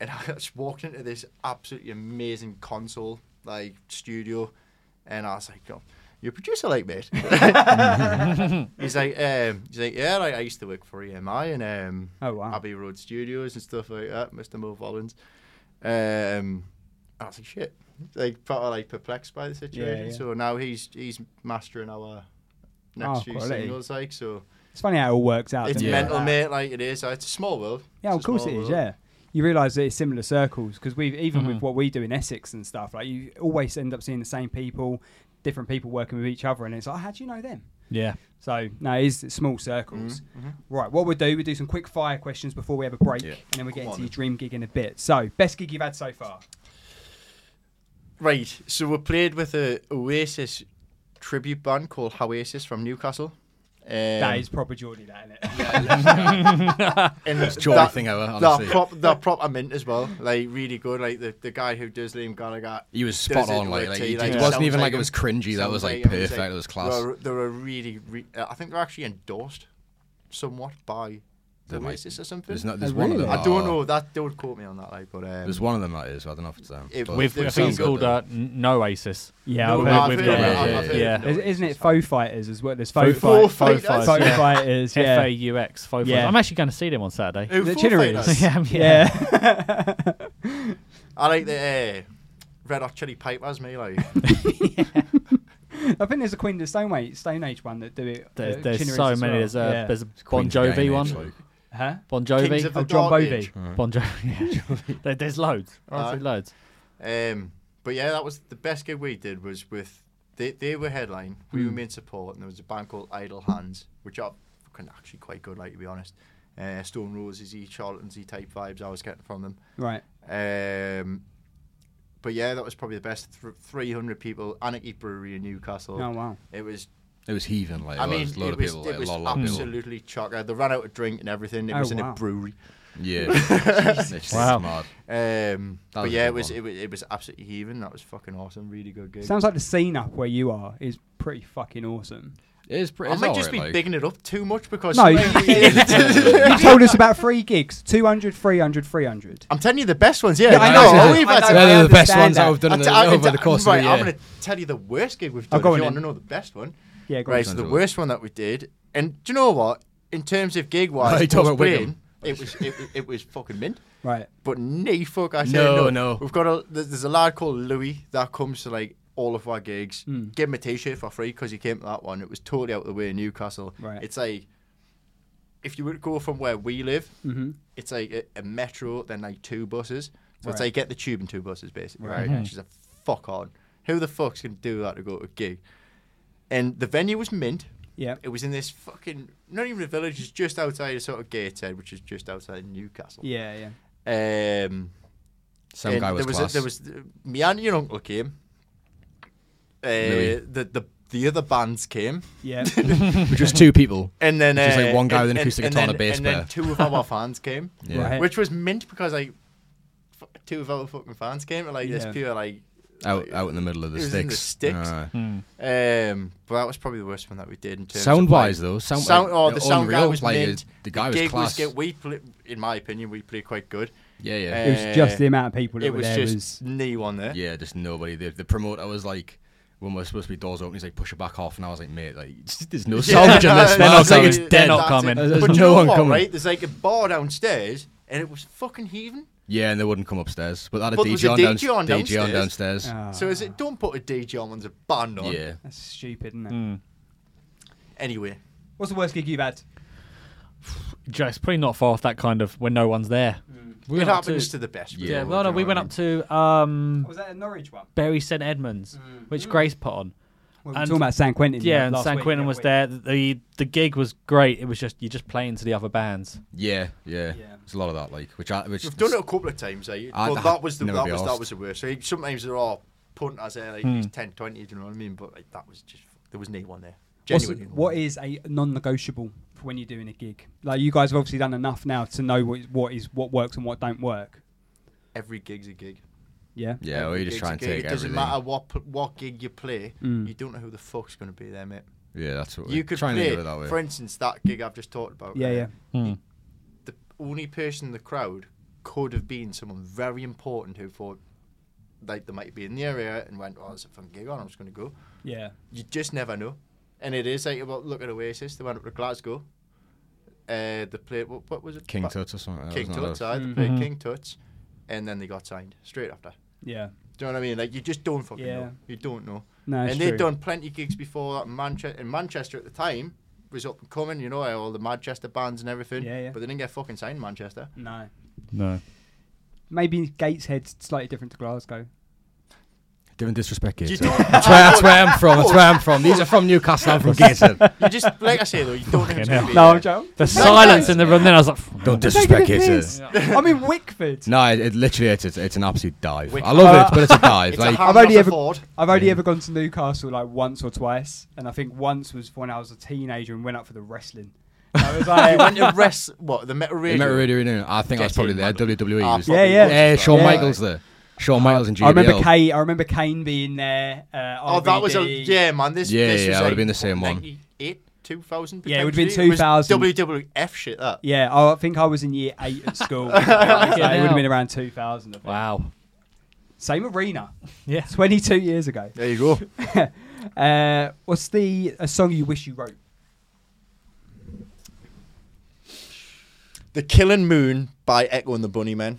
[SPEAKER 2] And I just walked into this absolutely amazing console like studio, and I was like, "God, you a producer like mate?" he's like, um, "He's like, yeah, I, I used to work for EMI and um,
[SPEAKER 1] Oh, wow.
[SPEAKER 2] Abbey Road Studios and stuff like that, Mr. Mo Rollins." Um, I was like, "Shit." Like, probably like perplexed by the situation.
[SPEAKER 1] yeah.
[SPEAKER 2] So now he's he's mastering our next
[SPEAKER 1] Oh,
[SPEAKER 2] few
[SPEAKER 1] quality.
[SPEAKER 2] singles, like so.
[SPEAKER 1] It's funny how it all works out.
[SPEAKER 2] It's
[SPEAKER 1] doesn't it?
[SPEAKER 2] mental,
[SPEAKER 1] Like that.
[SPEAKER 2] mate. Like it is. It's a small world.
[SPEAKER 1] Yeah,
[SPEAKER 2] It's a
[SPEAKER 1] of course
[SPEAKER 2] small
[SPEAKER 1] it is.
[SPEAKER 2] world.
[SPEAKER 1] Yeah, you realise that it's similar circles because we've even with what we do in Essex and stuff, like you always end up seeing the same people, different people working with each other, and it's like, how do you know them?
[SPEAKER 4] Yeah.
[SPEAKER 1] So no, it is small circles. Right, what we'll do, we do some quick fire questions before we have a break,
[SPEAKER 3] Mm-hmm, Yeah.
[SPEAKER 1] and then we
[SPEAKER 3] Come
[SPEAKER 1] get
[SPEAKER 3] on
[SPEAKER 1] into your
[SPEAKER 3] then.
[SPEAKER 1] dream gig in a bit. So, best gig you've had so far?
[SPEAKER 2] Right. So we played with a Oasis tribute band called Oasis from Newcastle. Um,
[SPEAKER 1] that is proper Geordie, that isn't it?
[SPEAKER 2] and
[SPEAKER 3] Joy
[SPEAKER 2] that-
[SPEAKER 3] thing ever,
[SPEAKER 2] They're,
[SPEAKER 3] honestly.
[SPEAKER 2] prop, they're proper mint as well. Like really good. Like the, the guy who does Liam Gallagher.
[SPEAKER 3] He was
[SPEAKER 2] does
[SPEAKER 3] spot on, like,
[SPEAKER 2] with
[SPEAKER 3] like,
[SPEAKER 2] tea,
[SPEAKER 3] he- it
[SPEAKER 2] sounds
[SPEAKER 3] wasn't even like
[SPEAKER 2] him.
[SPEAKER 3] it was cringy, that
[SPEAKER 2] Sounds
[SPEAKER 3] was, like,
[SPEAKER 2] him, it's
[SPEAKER 3] perfect, it was class.
[SPEAKER 2] They were, they were really, re- uh, I think they're actually endorsed somewhat by
[SPEAKER 3] They might-
[SPEAKER 2] Oasis or something.
[SPEAKER 3] There's, not, there's
[SPEAKER 1] Oh,
[SPEAKER 3] one
[SPEAKER 1] really?
[SPEAKER 3] of them.
[SPEAKER 2] I don't
[SPEAKER 3] that are-
[SPEAKER 2] know. That don't quote me on that. Like, but um,
[SPEAKER 3] Ah. There's one of them that is. I don't know if it's them.
[SPEAKER 2] It-
[SPEAKER 3] but
[SPEAKER 4] With,
[SPEAKER 2] They've
[SPEAKER 4] I
[SPEAKER 2] sound
[SPEAKER 4] think it's
[SPEAKER 2] good,
[SPEAKER 4] called
[SPEAKER 2] though.
[SPEAKER 4] uh, N- No Oasis.
[SPEAKER 1] Yeah,
[SPEAKER 4] No,
[SPEAKER 1] I've
[SPEAKER 4] we've-
[SPEAKER 1] heard-
[SPEAKER 4] we've
[SPEAKER 2] heard that,
[SPEAKER 4] got that,
[SPEAKER 2] I've
[SPEAKER 4] yeah,
[SPEAKER 2] heard
[SPEAKER 4] yeah.
[SPEAKER 2] that.
[SPEAKER 1] Is- Isn't it faux fighters as well? There's
[SPEAKER 4] Faux
[SPEAKER 1] faux fight,
[SPEAKER 2] fight,
[SPEAKER 1] faux
[SPEAKER 2] that's
[SPEAKER 1] fight,
[SPEAKER 2] it.
[SPEAKER 1] faux fighters.
[SPEAKER 4] F A
[SPEAKER 1] Yeah,
[SPEAKER 4] U X. Faux
[SPEAKER 1] Yeah.
[SPEAKER 4] Fighters. I'm actually going to see them on Saturday.
[SPEAKER 2] Who
[SPEAKER 1] The
[SPEAKER 2] Foo
[SPEAKER 1] Chinneries.
[SPEAKER 2] Fighters?
[SPEAKER 4] yeah, yeah.
[SPEAKER 1] yeah.
[SPEAKER 2] I like the uh, Red Hot Chili Pipers, me like.
[SPEAKER 1] I think there's a Queen of the Stone Age, Stone Age one that do it. uh,
[SPEAKER 4] There's, there's
[SPEAKER 1] Chinneries
[SPEAKER 4] so
[SPEAKER 1] as
[SPEAKER 4] many.
[SPEAKER 1] well.
[SPEAKER 4] There's a
[SPEAKER 1] Yeah.
[SPEAKER 4] there's a Bon
[SPEAKER 3] Queen's
[SPEAKER 4] Jovi
[SPEAKER 3] game,
[SPEAKER 4] one.
[SPEAKER 3] it's like-
[SPEAKER 1] huh?
[SPEAKER 4] Bon
[SPEAKER 2] Kings of
[SPEAKER 4] Jovi.
[SPEAKER 2] the
[SPEAKER 1] Oh, John
[SPEAKER 2] Dark
[SPEAKER 1] Bovey.
[SPEAKER 2] Age.
[SPEAKER 4] Bon Jovi. yeah. There- there's loads. Honestly,
[SPEAKER 2] Aye.
[SPEAKER 4] loads.
[SPEAKER 2] Um, but yeah, that was the best gig we did was with they, they were headline, we were main support, and there was a band called Idle Hands, which are fucking actually quite good, like to be honest. Uh, Stone Roses, y Charlatans, y type vibes I was getting from them.
[SPEAKER 1] Right.
[SPEAKER 2] Um, but yeah, that was probably the best. Th- 300 people, Anarchy Brewery in Newcastle.
[SPEAKER 1] Oh wow.
[SPEAKER 2] It was
[SPEAKER 3] It was heaving, like,
[SPEAKER 2] I
[SPEAKER 3] a
[SPEAKER 2] mean,
[SPEAKER 3] lot, lot
[SPEAKER 2] it
[SPEAKER 3] of
[SPEAKER 2] was,
[SPEAKER 3] people,
[SPEAKER 2] it
[SPEAKER 3] like, a
[SPEAKER 2] was
[SPEAKER 3] lot, lot of people.
[SPEAKER 2] absolutely chocker. They ran out of drink and everything. It
[SPEAKER 1] Oh,
[SPEAKER 2] was in
[SPEAKER 1] wow.
[SPEAKER 2] a brewery.
[SPEAKER 3] Yeah. it's just
[SPEAKER 4] Wow.
[SPEAKER 3] mad.
[SPEAKER 2] Um, but
[SPEAKER 3] was a
[SPEAKER 2] yeah, it
[SPEAKER 3] good
[SPEAKER 2] was,
[SPEAKER 3] one.
[SPEAKER 2] it was it was absolutely heaving. That was fucking awesome. Really good gig.
[SPEAKER 1] Sounds like the scene up where you are is pretty fucking awesome.
[SPEAKER 3] It is pretty.
[SPEAKER 2] I
[SPEAKER 3] it's
[SPEAKER 2] might
[SPEAKER 3] all
[SPEAKER 2] just
[SPEAKER 3] right,
[SPEAKER 2] be
[SPEAKER 3] like.
[SPEAKER 2] bigging it up too much because
[SPEAKER 1] No,
[SPEAKER 2] I'm
[SPEAKER 1] you told us about three gigs 200, 300, 300.
[SPEAKER 2] telling you the best ones. Yeah,
[SPEAKER 1] Yeah, I
[SPEAKER 2] I
[SPEAKER 1] know,
[SPEAKER 2] know.
[SPEAKER 1] I
[SPEAKER 2] we've
[SPEAKER 1] know,
[SPEAKER 2] had
[SPEAKER 1] I
[SPEAKER 2] some-
[SPEAKER 1] know.
[SPEAKER 5] They're the best
[SPEAKER 1] understand
[SPEAKER 5] ones
[SPEAKER 1] that.
[SPEAKER 5] I've done in
[SPEAKER 2] I'm
[SPEAKER 5] the-
[SPEAKER 2] t- I'm
[SPEAKER 5] over
[SPEAKER 2] t-
[SPEAKER 5] the course
[SPEAKER 2] right,
[SPEAKER 5] of the
[SPEAKER 2] I'm
[SPEAKER 5] year.
[SPEAKER 2] going to tell you the worst gig we've
[SPEAKER 1] Oh,
[SPEAKER 2] done.
[SPEAKER 1] go
[SPEAKER 2] if
[SPEAKER 1] on
[SPEAKER 2] you want to
[SPEAKER 1] then.
[SPEAKER 2] know the best one,
[SPEAKER 1] Yeah, go on.
[SPEAKER 2] right? So the
[SPEAKER 3] Sounds all right.
[SPEAKER 2] worst one that we did, and do you know what? In terms of gig wise,
[SPEAKER 5] Right, talk about
[SPEAKER 2] playing, it was it, was- it was fucking mint.
[SPEAKER 1] Right.
[SPEAKER 2] But nay, fuck, I said
[SPEAKER 3] No,
[SPEAKER 2] no,
[SPEAKER 3] no.
[SPEAKER 2] We've got a there's, there's a lad called Louis that comes to like all of our gigs. Give him a t-shirt for free because he came to that one. It was totally out of the way in Newcastle.
[SPEAKER 1] Right.
[SPEAKER 2] It's like if you were to go from where we live,
[SPEAKER 1] Mm-hmm.
[SPEAKER 2] it's like a, a metro, then like two buses. So it's
[SPEAKER 1] Right.
[SPEAKER 2] like get the tube and two buses basically.
[SPEAKER 1] Right.
[SPEAKER 2] Right. And she's like, fuck on. Who the fuck's gonna do that to go to a gig? And the venue was mint.
[SPEAKER 1] Yeah.
[SPEAKER 2] It was in this fucking not even a village, it's just outside of sort of Gateshead, which is just outside Newcastle.
[SPEAKER 1] Yeah, yeah.
[SPEAKER 2] Um
[SPEAKER 3] Some
[SPEAKER 2] and
[SPEAKER 3] guy was
[SPEAKER 2] there
[SPEAKER 3] class.
[SPEAKER 2] Was a, there was my auntie and uncle came. Uh,
[SPEAKER 3] Louis.
[SPEAKER 2] the the the other bands came,
[SPEAKER 1] Yeah.
[SPEAKER 3] which was two people.
[SPEAKER 2] and then
[SPEAKER 3] Which is
[SPEAKER 2] uh,
[SPEAKER 3] like one guy
[SPEAKER 2] and-
[SPEAKER 3] with an acoustic
[SPEAKER 2] and,
[SPEAKER 3] guitar and
[SPEAKER 2] and
[SPEAKER 3] a
[SPEAKER 2] then,
[SPEAKER 3] bass
[SPEAKER 2] and
[SPEAKER 3] player.
[SPEAKER 2] then two of our fans came,
[SPEAKER 3] Yeah.
[SPEAKER 1] Right.
[SPEAKER 2] which was mint because like f- two of our fucking fans came, and like this
[SPEAKER 1] Yeah.
[SPEAKER 2] pure like.
[SPEAKER 3] Out, out in the middle of the
[SPEAKER 2] It was
[SPEAKER 3] sticks.
[SPEAKER 2] in the sticks.
[SPEAKER 3] Aye.
[SPEAKER 2] Um, but that was probably the worst one that we did in terms
[SPEAKER 3] Sound
[SPEAKER 2] of, like,
[SPEAKER 3] wise though, sound,
[SPEAKER 2] sound oh, the
[SPEAKER 3] unreal.
[SPEAKER 2] sound guy was
[SPEAKER 3] like,
[SPEAKER 2] mint.
[SPEAKER 3] The guy was
[SPEAKER 2] gig
[SPEAKER 3] class.
[SPEAKER 2] good. we play, in my opinion, we played quite good.
[SPEAKER 3] yeah, yeah.
[SPEAKER 1] it was just the amount of people that
[SPEAKER 2] It
[SPEAKER 1] were
[SPEAKER 2] was
[SPEAKER 1] there
[SPEAKER 2] just
[SPEAKER 1] was.
[SPEAKER 2] knee one there.
[SPEAKER 3] Yeah, just nobody. The, the promoter was like, when we're supposed to be doors open, he's like, push it back off. And I was like, mate, like, there's no salvage in this.
[SPEAKER 4] They're
[SPEAKER 3] man.
[SPEAKER 4] not
[SPEAKER 3] Like,
[SPEAKER 4] coming.
[SPEAKER 3] it's-
[SPEAKER 4] They're not
[SPEAKER 2] that's
[SPEAKER 4] coming.
[SPEAKER 2] it.
[SPEAKER 4] There's-
[SPEAKER 2] But
[SPEAKER 3] there's
[SPEAKER 2] you
[SPEAKER 3] no
[SPEAKER 2] know
[SPEAKER 3] one
[SPEAKER 2] what,
[SPEAKER 3] coming.
[SPEAKER 2] Right? There's like a bar downstairs, and it was fucking heaving.
[SPEAKER 3] yeah, and they wouldn't come upstairs. But they had a
[SPEAKER 2] But there was
[SPEAKER 3] DJ,
[SPEAKER 2] a
[SPEAKER 3] on,
[SPEAKER 2] DJ
[SPEAKER 3] down-
[SPEAKER 2] on
[SPEAKER 3] DJ
[SPEAKER 2] downstairs.
[SPEAKER 3] on
[SPEAKER 2] Oh,
[SPEAKER 3] downstairs.
[SPEAKER 1] Ah,
[SPEAKER 2] So is it? Don't put a DJ on one's a band on.
[SPEAKER 3] yeah.
[SPEAKER 1] that's stupid, isn't it?
[SPEAKER 2] Mm. Anyway,
[SPEAKER 1] What's the worst gig you've had?
[SPEAKER 4] Joe, it's probably not far off that kind of when no one's there. Mm. We
[SPEAKER 2] it
[SPEAKER 4] went up
[SPEAKER 2] happens to,
[SPEAKER 4] to-
[SPEAKER 2] the best.
[SPEAKER 3] Yeah,
[SPEAKER 4] Yeah,
[SPEAKER 2] people,
[SPEAKER 4] well,
[SPEAKER 2] do
[SPEAKER 4] no,
[SPEAKER 2] you
[SPEAKER 4] we
[SPEAKER 2] know
[SPEAKER 4] went
[SPEAKER 2] what
[SPEAKER 4] up to um,
[SPEAKER 1] Was that a Norwich one?
[SPEAKER 4] Bury St Edmunds, which Grace put on.
[SPEAKER 1] Well, we were
[SPEAKER 4] And-
[SPEAKER 1] talking about San Quentin.
[SPEAKER 4] Yeah, and
[SPEAKER 1] last
[SPEAKER 4] San
[SPEAKER 1] week,
[SPEAKER 4] Quentin
[SPEAKER 1] yeah,
[SPEAKER 4] was
[SPEAKER 1] we-
[SPEAKER 4] there. The the gig was great. It was just you're just playing to the other bands.
[SPEAKER 3] Yeah, yeah.
[SPEAKER 1] Yeah.
[SPEAKER 3] There's a lot of that, like, which I, which
[SPEAKER 2] We've done it a couple of times, eh?
[SPEAKER 3] I-
[SPEAKER 2] but
[SPEAKER 3] I
[SPEAKER 2] that was the
[SPEAKER 3] never
[SPEAKER 2] that
[SPEAKER 3] be
[SPEAKER 2] was that
[SPEAKER 3] arsed.
[SPEAKER 2] was the worst. So sometimes they're all punt as eh, like it's 10, 20, do you know what I mean? But like that was just there was no one there.
[SPEAKER 1] What's-
[SPEAKER 2] Genuinely. no
[SPEAKER 1] What
[SPEAKER 2] one.
[SPEAKER 1] is a non-negotiable for when you're doing a gig? Like you guys have obviously done enough now to know what is what, is, what works and what don't work.
[SPEAKER 2] every gig's a gig.
[SPEAKER 1] Yeah.
[SPEAKER 3] Yeah, well,
[SPEAKER 2] Every
[SPEAKER 3] you just
[SPEAKER 2] gig's
[SPEAKER 3] try
[SPEAKER 2] a
[SPEAKER 3] and
[SPEAKER 2] gig.
[SPEAKER 3] take
[SPEAKER 2] It doesn't
[SPEAKER 3] everything.
[SPEAKER 2] matter what p- what gig you play.
[SPEAKER 1] Mm.
[SPEAKER 2] You don't know who the fuck's going to be there, mate.
[SPEAKER 3] Yeah, that's what
[SPEAKER 2] You
[SPEAKER 3] we're
[SPEAKER 2] could
[SPEAKER 3] trying to
[SPEAKER 2] play,
[SPEAKER 3] do it that way. Hmm.
[SPEAKER 2] for instance, that gig I've just talked about.
[SPEAKER 1] Yeah,
[SPEAKER 2] eh,
[SPEAKER 1] yeah.
[SPEAKER 2] the only person in the crowd could have been someone very important who thought like they might be in the area and went, "Oh, there's a fun gig on. I'm just going to go."
[SPEAKER 1] Yeah.
[SPEAKER 2] You just never know, and it is like about look at Oasis. They went up to Glasgow. Uh, they played what, what was it?
[SPEAKER 3] King
[SPEAKER 2] Ba-
[SPEAKER 3] Tut or something. that
[SPEAKER 2] King
[SPEAKER 3] was not
[SPEAKER 2] Tut's.
[SPEAKER 3] a-
[SPEAKER 2] aye, They
[SPEAKER 1] Mm.
[SPEAKER 2] played
[SPEAKER 4] Mhm.
[SPEAKER 2] King Tut's, and then they got signed straight after.
[SPEAKER 1] Yeah.
[SPEAKER 2] Do you know what I mean? Like you just don't fucking
[SPEAKER 1] Yeah.
[SPEAKER 2] know. You don't know.
[SPEAKER 1] No, it's
[SPEAKER 2] and they'd
[SPEAKER 1] true.
[SPEAKER 2] done plenty of gigs before that in Manchester. In Manchester at the time was up and coming. You know all the Manchester bands and everything.
[SPEAKER 1] Yeah, yeah.
[SPEAKER 2] But they didn't get fucking signed in Manchester.
[SPEAKER 1] No.
[SPEAKER 4] No.
[SPEAKER 1] Maybe Gateshead's slightly different to Glasgow.
[SPEAKER 3] Different disrespect,
[SPEAKER 2] You
[SPEAKER 3] Gates.
[SPEAKER 2] don't-
[SPEAKER 3] That's where, that's where I'm from. That's where I'm from. These are from Newcastle. I'm from Gated.
[SPEAKER 2] You just like I say though, you don't. know who's
[SPEAKER 4] Fucking
[SPEAKER 2] gonna
[SPEAKER 1] No,
[SPEAKER 2] be there.
[SPEAKER 1] I'm joking.
[SPEAKER 4] The silence in the room. Then I was like,
[SPEAKER 1] Taking
[SPEAKER 3] Don't disrespect
[SPEAKER 1] the
[SPEAKER 3] Gated.
[SPEAKER 1] piss. I'm in Wickford.
[SPEAKER 3] No, it, it literally it's, it's it's an absolute dive.
[SPEAKER 2] Wicked.
[SPEAKER 3] I love
[SPEAKER 1] Uh,
[SPEAKER 3] it, but it's a dive.
[SPEAKER 2] It's
[SPEAKER 3] like
[SPEAKER 2] a hard
[SPEAKER 1] I've only
[SPEAKER 2] nut to
[SPEAKER 1] ever-
[SPEAKER 2] ford.
[SPEAKER 1] I've only
[SPEAKER 3] Yeah.
[SPEAKER 1] ever gone to Newcastle like once or twice, and I think once was when I was a teenager and went up for the wrestling. I was
[SPEAKER 2] You
[SPEAKER 1] like,
[SPEAKER 2] went to rest. What the Metal
[SPEAKER 3] you
[SPEAKER 2] Radio?
[SPEAKER 3] met Radio Union. I think I was
[SPEAKER 2] Gated,
[SPEAKER 3] probably there.
[SPEAKER 2] man.
[SPEAKER 3] WWE.
[SPEAKER 2] Ah,
[SPEAKER 3] was-
[SPEAKER 2] fucking
[SPEAKER 1] Yeah,
[SPEAKER 2] Monster.
[SPEAKER 1] yeah.
[SPEAKER 3] E. yeah, Shawn
[SPEAKER 1] Yeah.
[SPEAKER 3] Michaels there. Shawn Michaels and GBL.
[SPEAKER 1] I remember Kane. I remember Kane being there. Uh,
[SPEAKER 2] Oh, that was a
[SPEAKER 1] RVD.
[SPEAKER 2] yeah, man. This
[SPEAKER 3] Yeah,
[SPEAKER 2] this
[SPEAKER 3] yeah,
[SPEAKER 2] was
[SPEAKER 3] it would've
[SPEAKER 2] like,
[SPEAKER 3] been the same
[SPEAKER 2] what,
[SPEAKER 3] one.
[SPEAKER 2] 98, 2000.
[SPEAKER 1] Yeah, it would've been
[SPEAKER 2] potentially? It was
[SPEAKER 1] 2000.
[SPEAKER 2] WWF shit. That
[SPEAKER 1] Yeah, I think I was in year eight at school. Like, so it would have been around 2000. I think.
[SPEAKER 4] wow.
[SPEAKER 1] Same arena,
[SPEAKER 4] Yeah.
[SPEAKER 1] 22 years ago.
[SPEAKER 2] there you go.
[SPEAKER 1] Uh, what's the a song you wish you wrote?
[SPEAKER 2] The Killing Moon by Echo and the Bunnymen.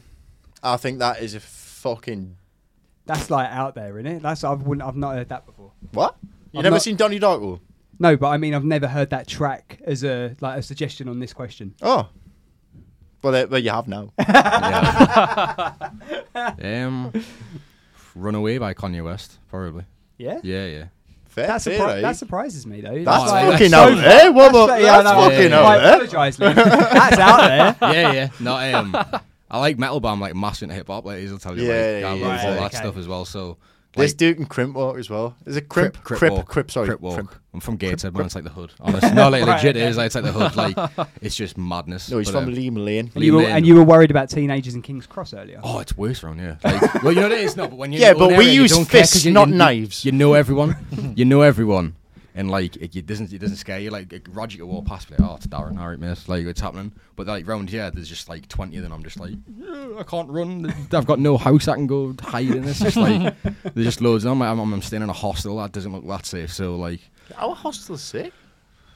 [SPEAKER 2] I think that is a fucking
[SPEAKER 1] That's like out there, isn't it? That's I wouldn't. I've not heard that before.
[SPEAKER 2] what? You
[SPEAKER 1] I've
[SPEAKER 2] never
[SPEAKER 1] not-
[SPEAKER 2] seen Donnie Darko?
[SPEAKER 1] No, but I mean, I've never heard that track as a like a suggestion on this question.
[SPEAKER 2] Oh, well, there, well, you have now.
[SPEAKER 3] Yeah. um, Runaway by Kanye West, probably.
[SPEAKER 1] Yeah,
[SPEAKER 3] Yeah, yeah.
[SPEAKER 2] Fair
[SPEAKER 1] that,
[SPEAKER 2] play,
[SPEAKER 1] surpri-
[SPEAKER 2] eh?
[SPEAKER 1] that surprises me though.
[SPEAKER 2] That's
[SPEAKER 1] like-
[SPEAKER 2] fucking
[SPEAKER 3] that's
[SPEAKER 2] out there. What
[SPEAKER 1] That's,
[SPEAKER 2] about-
[SPEAKER 1] yeah, I
[SPEAKER 2] that's
[SPEAKER 1] know.
[SPEAKER 2] fucking
[SPEAKER 3] Yeah,
[SPEAKER 2] out
[SPEAKER 1] I
[SPEAKER 2] there.
[SPEAKER 1] apologise, Lee. That's out there.
[SPEAKER 3] yeah, yeah. No, um, I like metal, but I'm like massive into hip hop. Like, he'll tell you,
[SPEAKER 2] Yeah,
[SPEAKER 3] like, I
[SPEAKER 2] yeah,
[SPEAKER 3] love
[SPEAKER 1] yeah.
[SPEAKER 3] all
[SPEAKER 1] Right,
[SPEAKER 3] that
[SPEAKER 1] okay.
[SPEAKER 3] stuff as well. So,
[SPEAKER 2] There's
[SPEAKER 3] like,
[SPEAKER 2] Duke and Crimp Walk as well. Is it Crimp?
[SPEAKER 3] Crip,
[SPEAKER 2] Crip,
[SPEAKER 3] walk.
[SPEAKER 2] Crip, sorry.
[SPEAKER 3] Crip walk. I'm from Gateshead, man.
[SPEAKER 2] Crip.
[SPEAKER 3] It's like the hood. Honestly, no, like
[SPEAKER 1] Right,
[SPEAKER 3] legit,
[SPEAKER 1] okay.
[SPEAKER 3] it is. Like, it's like the hood. Like, it's just madness.
[SPEAKER 2] No, he's
[SPEAKER 3] But,
[SPEAKER 2] from
[SPEAKER 3] um,
[SPEAKER 2] Liam Lane.
[SPEAKER 1] And you, were,
[SPEAKER 3] Lean in.
[SPEAKER 1] and you were worried about teenagers in King's Cross earlier.
[SPEAKER 3] Oh, it's worse around here. Like, well, you know what it is, no. But when you
[SPEAKER 2] Yeah, but we use
[SPEAKER 3] don't care 'cause
[SPEAKER 2] fists,
[SPEAKER 3] you-
[SPEAKER 2] not
[SPEAKER 3] you-
[SPEAKER 2] knives.
[SPEAKER 3] You know everyone. you know everyone, and like it, it doesn't it doesn't scare you. Like it- Roger could walk past, be like, oh, it's Darren, all right, mate. Like it's happening. But like round here, there's just like twenty of them. I'm just like, "Yeah, I can't run. I've got no house I can go hide in. It's just like there's just loads. And I'm, like, I'm I'm staying in a hostel. That doesn't look that safe. So like,
[SPEAKER 2] Our hostel's sick.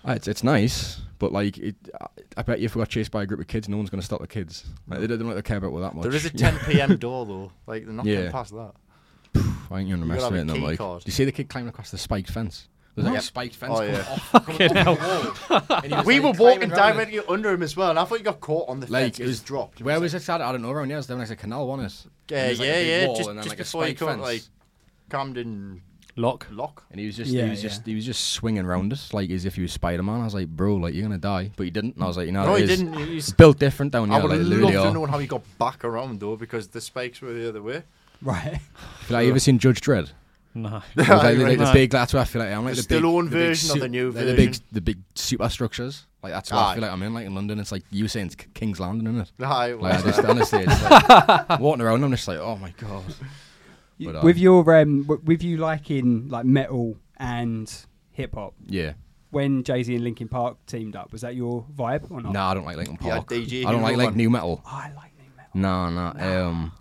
[SPEAKER 3] uh, it's it's nice. But like, it, I- I bet you if we got chased by a group of kids, no one's gonna stop the kids. Like, they don't they don't really care about what that much.
[SPEAKER 2] There is a 10 p.m. door though. Like they're not
[SPEAKER 3] Yeah.
[SPEAKER 2] getting past that.
[SPEAKER 3] I think you're
[SPEAKER 2] gotta have a
[SPEAKER 3] underestimating them.
[SPEAKER 2] key
[SPEAKER 3] Like,
[SPEAKER 2] card.
[SPEAKER 3] do you see the kid climbing across the spiked fence? There's like
[SPEAKER 2] What?
[SPEAKER 3] a spiked fence
[SPEAKER 2] Oh,
[SPEAKER 3] coming
[SPEAKER 2] yeah.
[SPEAKER 3] off, coming off the wall. and he was,
[SPEAKER 2] We
[SPEAKER 3] like,
[SPEAKER 2] were
[SPEAKER 3] climbing
[SPEAKER 2] walking
[SPEAKER 3] around
[SPEAKER 2] directly under him as well, and I thought you got caught on the
[SPEAKER 3] Like,
[SPEAKER 2] fence.
[SPEAKER 3] it
[SPEAKER 2] It was
[SPEAKER 3] was-
[SPEAKER 2] dropped.
[SPEAKER 3] it. Where was this at? I don't know. Around here, there was a canal, wasn't it?
[SPEAKER 2] Yeah,
[SPEAKER 3] And there's, like, a
[SPEAKER 2] yeah,
[SPEAKER 3] big
[SPEAKER 2] yeah,
[SPEAKER 3] wall
[SPEAKER 2] just-
[SPEAKER 3] and then,
[SPEAKER 2] just
[SPEAKER 3] like, a
[SPEAKER 2] before you
[SPEAKER 3] spiked
[SPEAKER 2] come,
[SPEAKER 3] fence.
[SPEAKER 2] like- Camden
[SPEAKER 4] Lock.
[SPEAKER 2] Lock?
[SPEAKER 3] And he was just,
[SPEAKER 1] Yeah,
[SPEAKER 3] he was just,
[SPEAKER 1] yeah.
[SPEAKER 3] he was just swinging around us like as if he was Spider Man. I was like, bro, like you're gonna die, but he didn't. And I was like, you know,
[SPEAKER 2] No,
[SPEAKER 3] it
[SPEAKER 2] he
[SPEAKER 3] is.
[SPEAKER 2] didn't. He was-
[SPEAKER 3] It's built different down
[SPEAKER 2] I
[SPEAKER 3] here.
[SPEAKER 2] would
[SPEAKER 3] Like,
[SPEAKER 2] have
[SPEAKER 3] it
[SPEAKER 2] loved
[SPEAKER 3] literally
[SPEAKER 2] to
[SPEAKER 3] are.
[SPEAKER 2] know how he got back around though, because the spikes were the other way.
[SPEAKER 1] Right.
[SPEAKER 3] Have you ever seen Judge Dredd?
[SPEAKER 4] No.
[SPEAKER 3] It was like, like,
[SPEAKER 4] Right.
[SPEAKER 3] the big, that's what I feel like I'm like
[SPEAKER 2] The
[SPEAKER 3] the, big,
[SPEAKER 2] Stallone
[SPEAKER 3] the big
[SPEAKER 2] version of the new
[SPEAKER 3] like, The big,
[SPEAKER 2] version.
[SPEAKER 3] the big superstructures. Like that's what
[SPEAKER 2] Aye.
[SPEAKER 3] I feel like I'm in. Like in London, it's like you were saying it's K- King's Landing, isn't it?
[SPEAKER 2] Aye, it
[SPEAKER 3] Like I
[SPEAKER 2] was,
[SPEAKER 3] just honestly, it's like, walking around, I'm just like, oh my god.
[SPEAKER 1] You-
[SPEAKER 3] But, um,
[SPEAKER 1] with your um, w- with you liking like metal and hip hop,
[SPEAKER 3] Yeah.
[SPEAKER 1] when Jay Z and Linkin Park teamed up, was that your vibe or
[SPEAKER 3] No,
[SPEAKER 1] not?
[SPEAKER 3] I don't like Linkin
[SPEAKER 2] Yeah,
[SPEAKER 3] Park.
[SPEAKER 2] DJ
[SPEAKER 3] I don't like
[SPEAKER 2] Hero
[SPEAKER 3] like
[SPEAKER 2] one.
[SPEAKER 3] new metal.
[SPEAKER 1] Oh, I like new metal.
[SPEAKER 3] No, no. Um,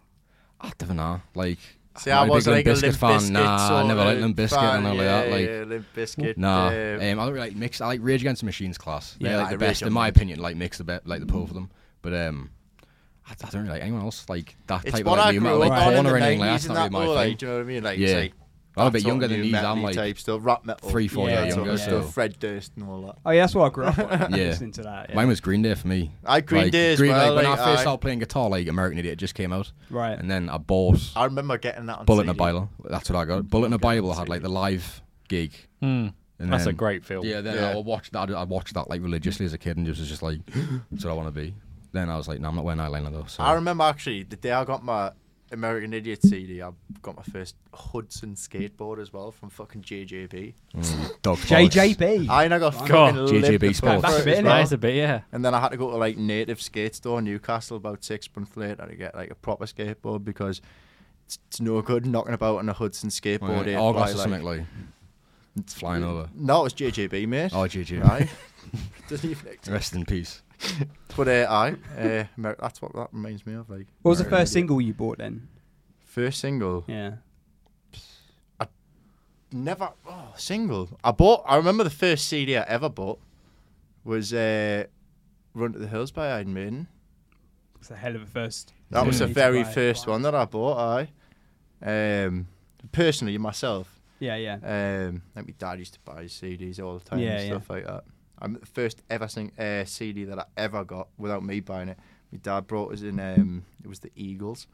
[SPEAKER 3] I don't know. Like,
[SPEAKER 2] See,
[SPEAKER 3] I'm
[SPEAKER 2] I
[SPEAKER 3] not a big
[SPEAKER 2] was
[SPEAKER 3] Limp
[SPEAKER 2] like a Limp
[SPEAKER 3] Bizkit fan.
[SPEAKER 2] Bizkit
[SPEAKER 3] Nah, I never
[SPEAKER 2] sorta
[SPEAKER 3] liked Limp Bizkit
[SPEAKER 2] fan,
[SPEAKER 3] and all
[SPEAKER 2] yeah,
[SPEAKER 3] like that. Like,
[SPEAKER 2] yeah, Limp Bizkit. uh,
[SPEAKER 3] nah. um, I don't really like mix. I like Rage Against the Machines class.
[SPEAKER 2] Yeah,
[SPEAKER 3] They're like
[SPEAKER 2] I
[SPEAKER 3] the
[SPEAKER 2] really
[SPEAKER 3] best,
[SPEAKER 2] don't
[SPEAKER 3] in my
[SPEAKER 2] mind.
[SPEAKER 3] opinion. Like mix the bet, like the both of them. But um, I, I don't really like anyone else like that
[SPEAKER 2] It's
[SPEAKER 3] type
[SPEAKER 2] what I
[SPEAKER 3] of like, new
[SPEAKER 2] grew
[SPEAKER 3] metal, like
[SPEAKER 2] up on in
[SPEAKER 3] porn
[SPEAKER 2] the
[SPEAKER 3] or anything like
[SPEAKER 2] 90s
[SPEAKER 3] that's
[SPEAKER 2] and
[SPEAKER 3] not really
[SPEAKER 2] that.
[SPEAKER 3] my
[SPEAKER 2] though,
[SPEAKER 3] thing.
[SPEAKER 2] like, Do you know what I mean? Like, it's
[SPEAKER 3] Yeah.
[SPEAKER 2] like
[SPEAKER 3] I'm a
[SPEAKER 2] that
[SPEAKER 3] bit
[SPEAKER 2] sort
[SPEAKER 3] younger
[SPEAKER 2] of
[SPEAKER 3] than
[SPEAKER 2] new
[SPEAKER 3] these. I'm
[SPEAKER 2] metal
[SPEAKER 3] like
[SPEAKER 2] type stuff, rap metal,
[SPEAKER 3] three, four
[SPEAKER 1] Yeah,
[SPEAKER 2] that
[SPEAKER 3] years
[SPEAKER 2] sort
[SPEAKER 3] younger.
[SPEAKER 2] of
[SPEAKER 1] yeah.
[SPEAKER 3] So
[SPEAKER 2] stuff, Fred Durst and all that.
[SPEAKER 1] Oh yeah, that's what I grew up on.
[SPEAKER 3] Yeah.
[SPEAKER 1] Listening to that. yeah.
[SPEAKER 3] Mine was Green Day for me.
[SPEAKER 2] Aye, Green
[SPEAKER 3] like,
[SPEAKER 2] Day as
[SPEAKER 3] Green,
[SPEAKER 2] well,
[SPEAKER 3] Like, when
[SPEAKER 2] like,
[SPEAKER 3] I first
[SPEAKER 2] aye.
[SPEAKER 3] started playing guitar, like American Idiot just came out,
[SPEAKER 1] right.
[SPEAKER 3] and then I bought
[SPEAKER 2] Ah, I remember getting that on
[SPEAKER 3] Bullet in a
[SPEAKER 2] CD.
[SPEAKER 3] Bible. That's what I got. Bullet in a Bible had like the live gig.
[SPEAKER 4] Mm.
[SPEAKER 3] And
[SPEAKER 4] That's a
[SPEAKER 3] then-
[SPEAKER 4] great film.
[SPEAKER 3] Yeah, then
[SPEAKER 2] Yeah.
[SPEAKER 3] I watched that. I watched that like religiously as a kid, and just was just like, that's what I want to be. Then I was like, no, I'm not wearing eyeliner though. So
[SPEAKER 2] I remember actually the day I got my American Idiot CD, I got my first Hudson skateboard as well from fucking JJB.
[SPEAKER 3] Mm, dog bollocks.
[SPEAKER 1] JJB.
[SPEAKER 2] I and I got
[SPEAKER 1] Wow.
[SPEAKER 2] fucking
[SPEAKER 3] God, JJB
[SPEAKER 2] limped the fuck
[SPEAKER 3] Sports.
[SPEAKER 1] That's
[SPEAKER 2] out
[SPEAKER 1] a bit,
[SPEAKER 2] as
[SPEAKER 1] innit?
[SPEAKER 2] well.
[SPEAKER 4] Nice a bit, yeah.
[SPEAKER 2] And then I had to go to like native skate store in Newcastle about six months later to get like a proper skateboard because it's, it's no good knocking about on a Hudson
[SPEAKER 3] Oh,
[SPEAKER 2] skateboard.
[SPEAKER 3] yeah,
[SPEAKER 2] eh,
[SPEAKER 3] August
[SPEAKER 2] by,
[SPEAKER 3] or
[SPEAKER 2] like-
[SPEAKER 3] something like. It's flying over.
[SPEAKER 2] No, it was JJB, mate.
[SPEAKER 3] Oh, GG.
[SPEAKER 2] Aye. Doesn't even exist.
[SPEAKER 3] Rest in peace.
[SPEAKER 2] But uh, aye, uh, Amer- that's what that reminds me of. Like,
[SPEAKER 1] what was the
[SPEAKER 2] American
[SPEAKER 1] first
[SPEAKER 2] Idiot.
[SPEAKER 1] single you bought then?
[SPEAKER 2] First single.
[SPEAKER 1] Yeah.
[SPEAKER 2] Never oh, single. I bought. I remember the first CD I ever bought was uh, "Run to the Hills" by Iron Maiden.
[SPEAKER 1] It's a hell of a first.
[SPEAKER 2] That was the
[SPEAKER 1] Yeah.
[SPEAKER 2] very
[SPEAKER 1] Buy-
[SPEAKER 2] first
[SPEAKER 1] buy.
[SPEAKER 2] one that I bought. I, um, personally myself,
[SPEAKER 1] Yeah, yeah.
[SPEAKER 2] um, like my dad used to buy his CDs all the time
[SPEAKER 1] Yeah,
[SPEAKER 2] and
[SPEAKER 1] yeah.
[SPEAKER 2] stuff like that. I'm the first ever sing, uh, CD that I ever got without me buying it. My dad brought us in. Um, it was the Eagles,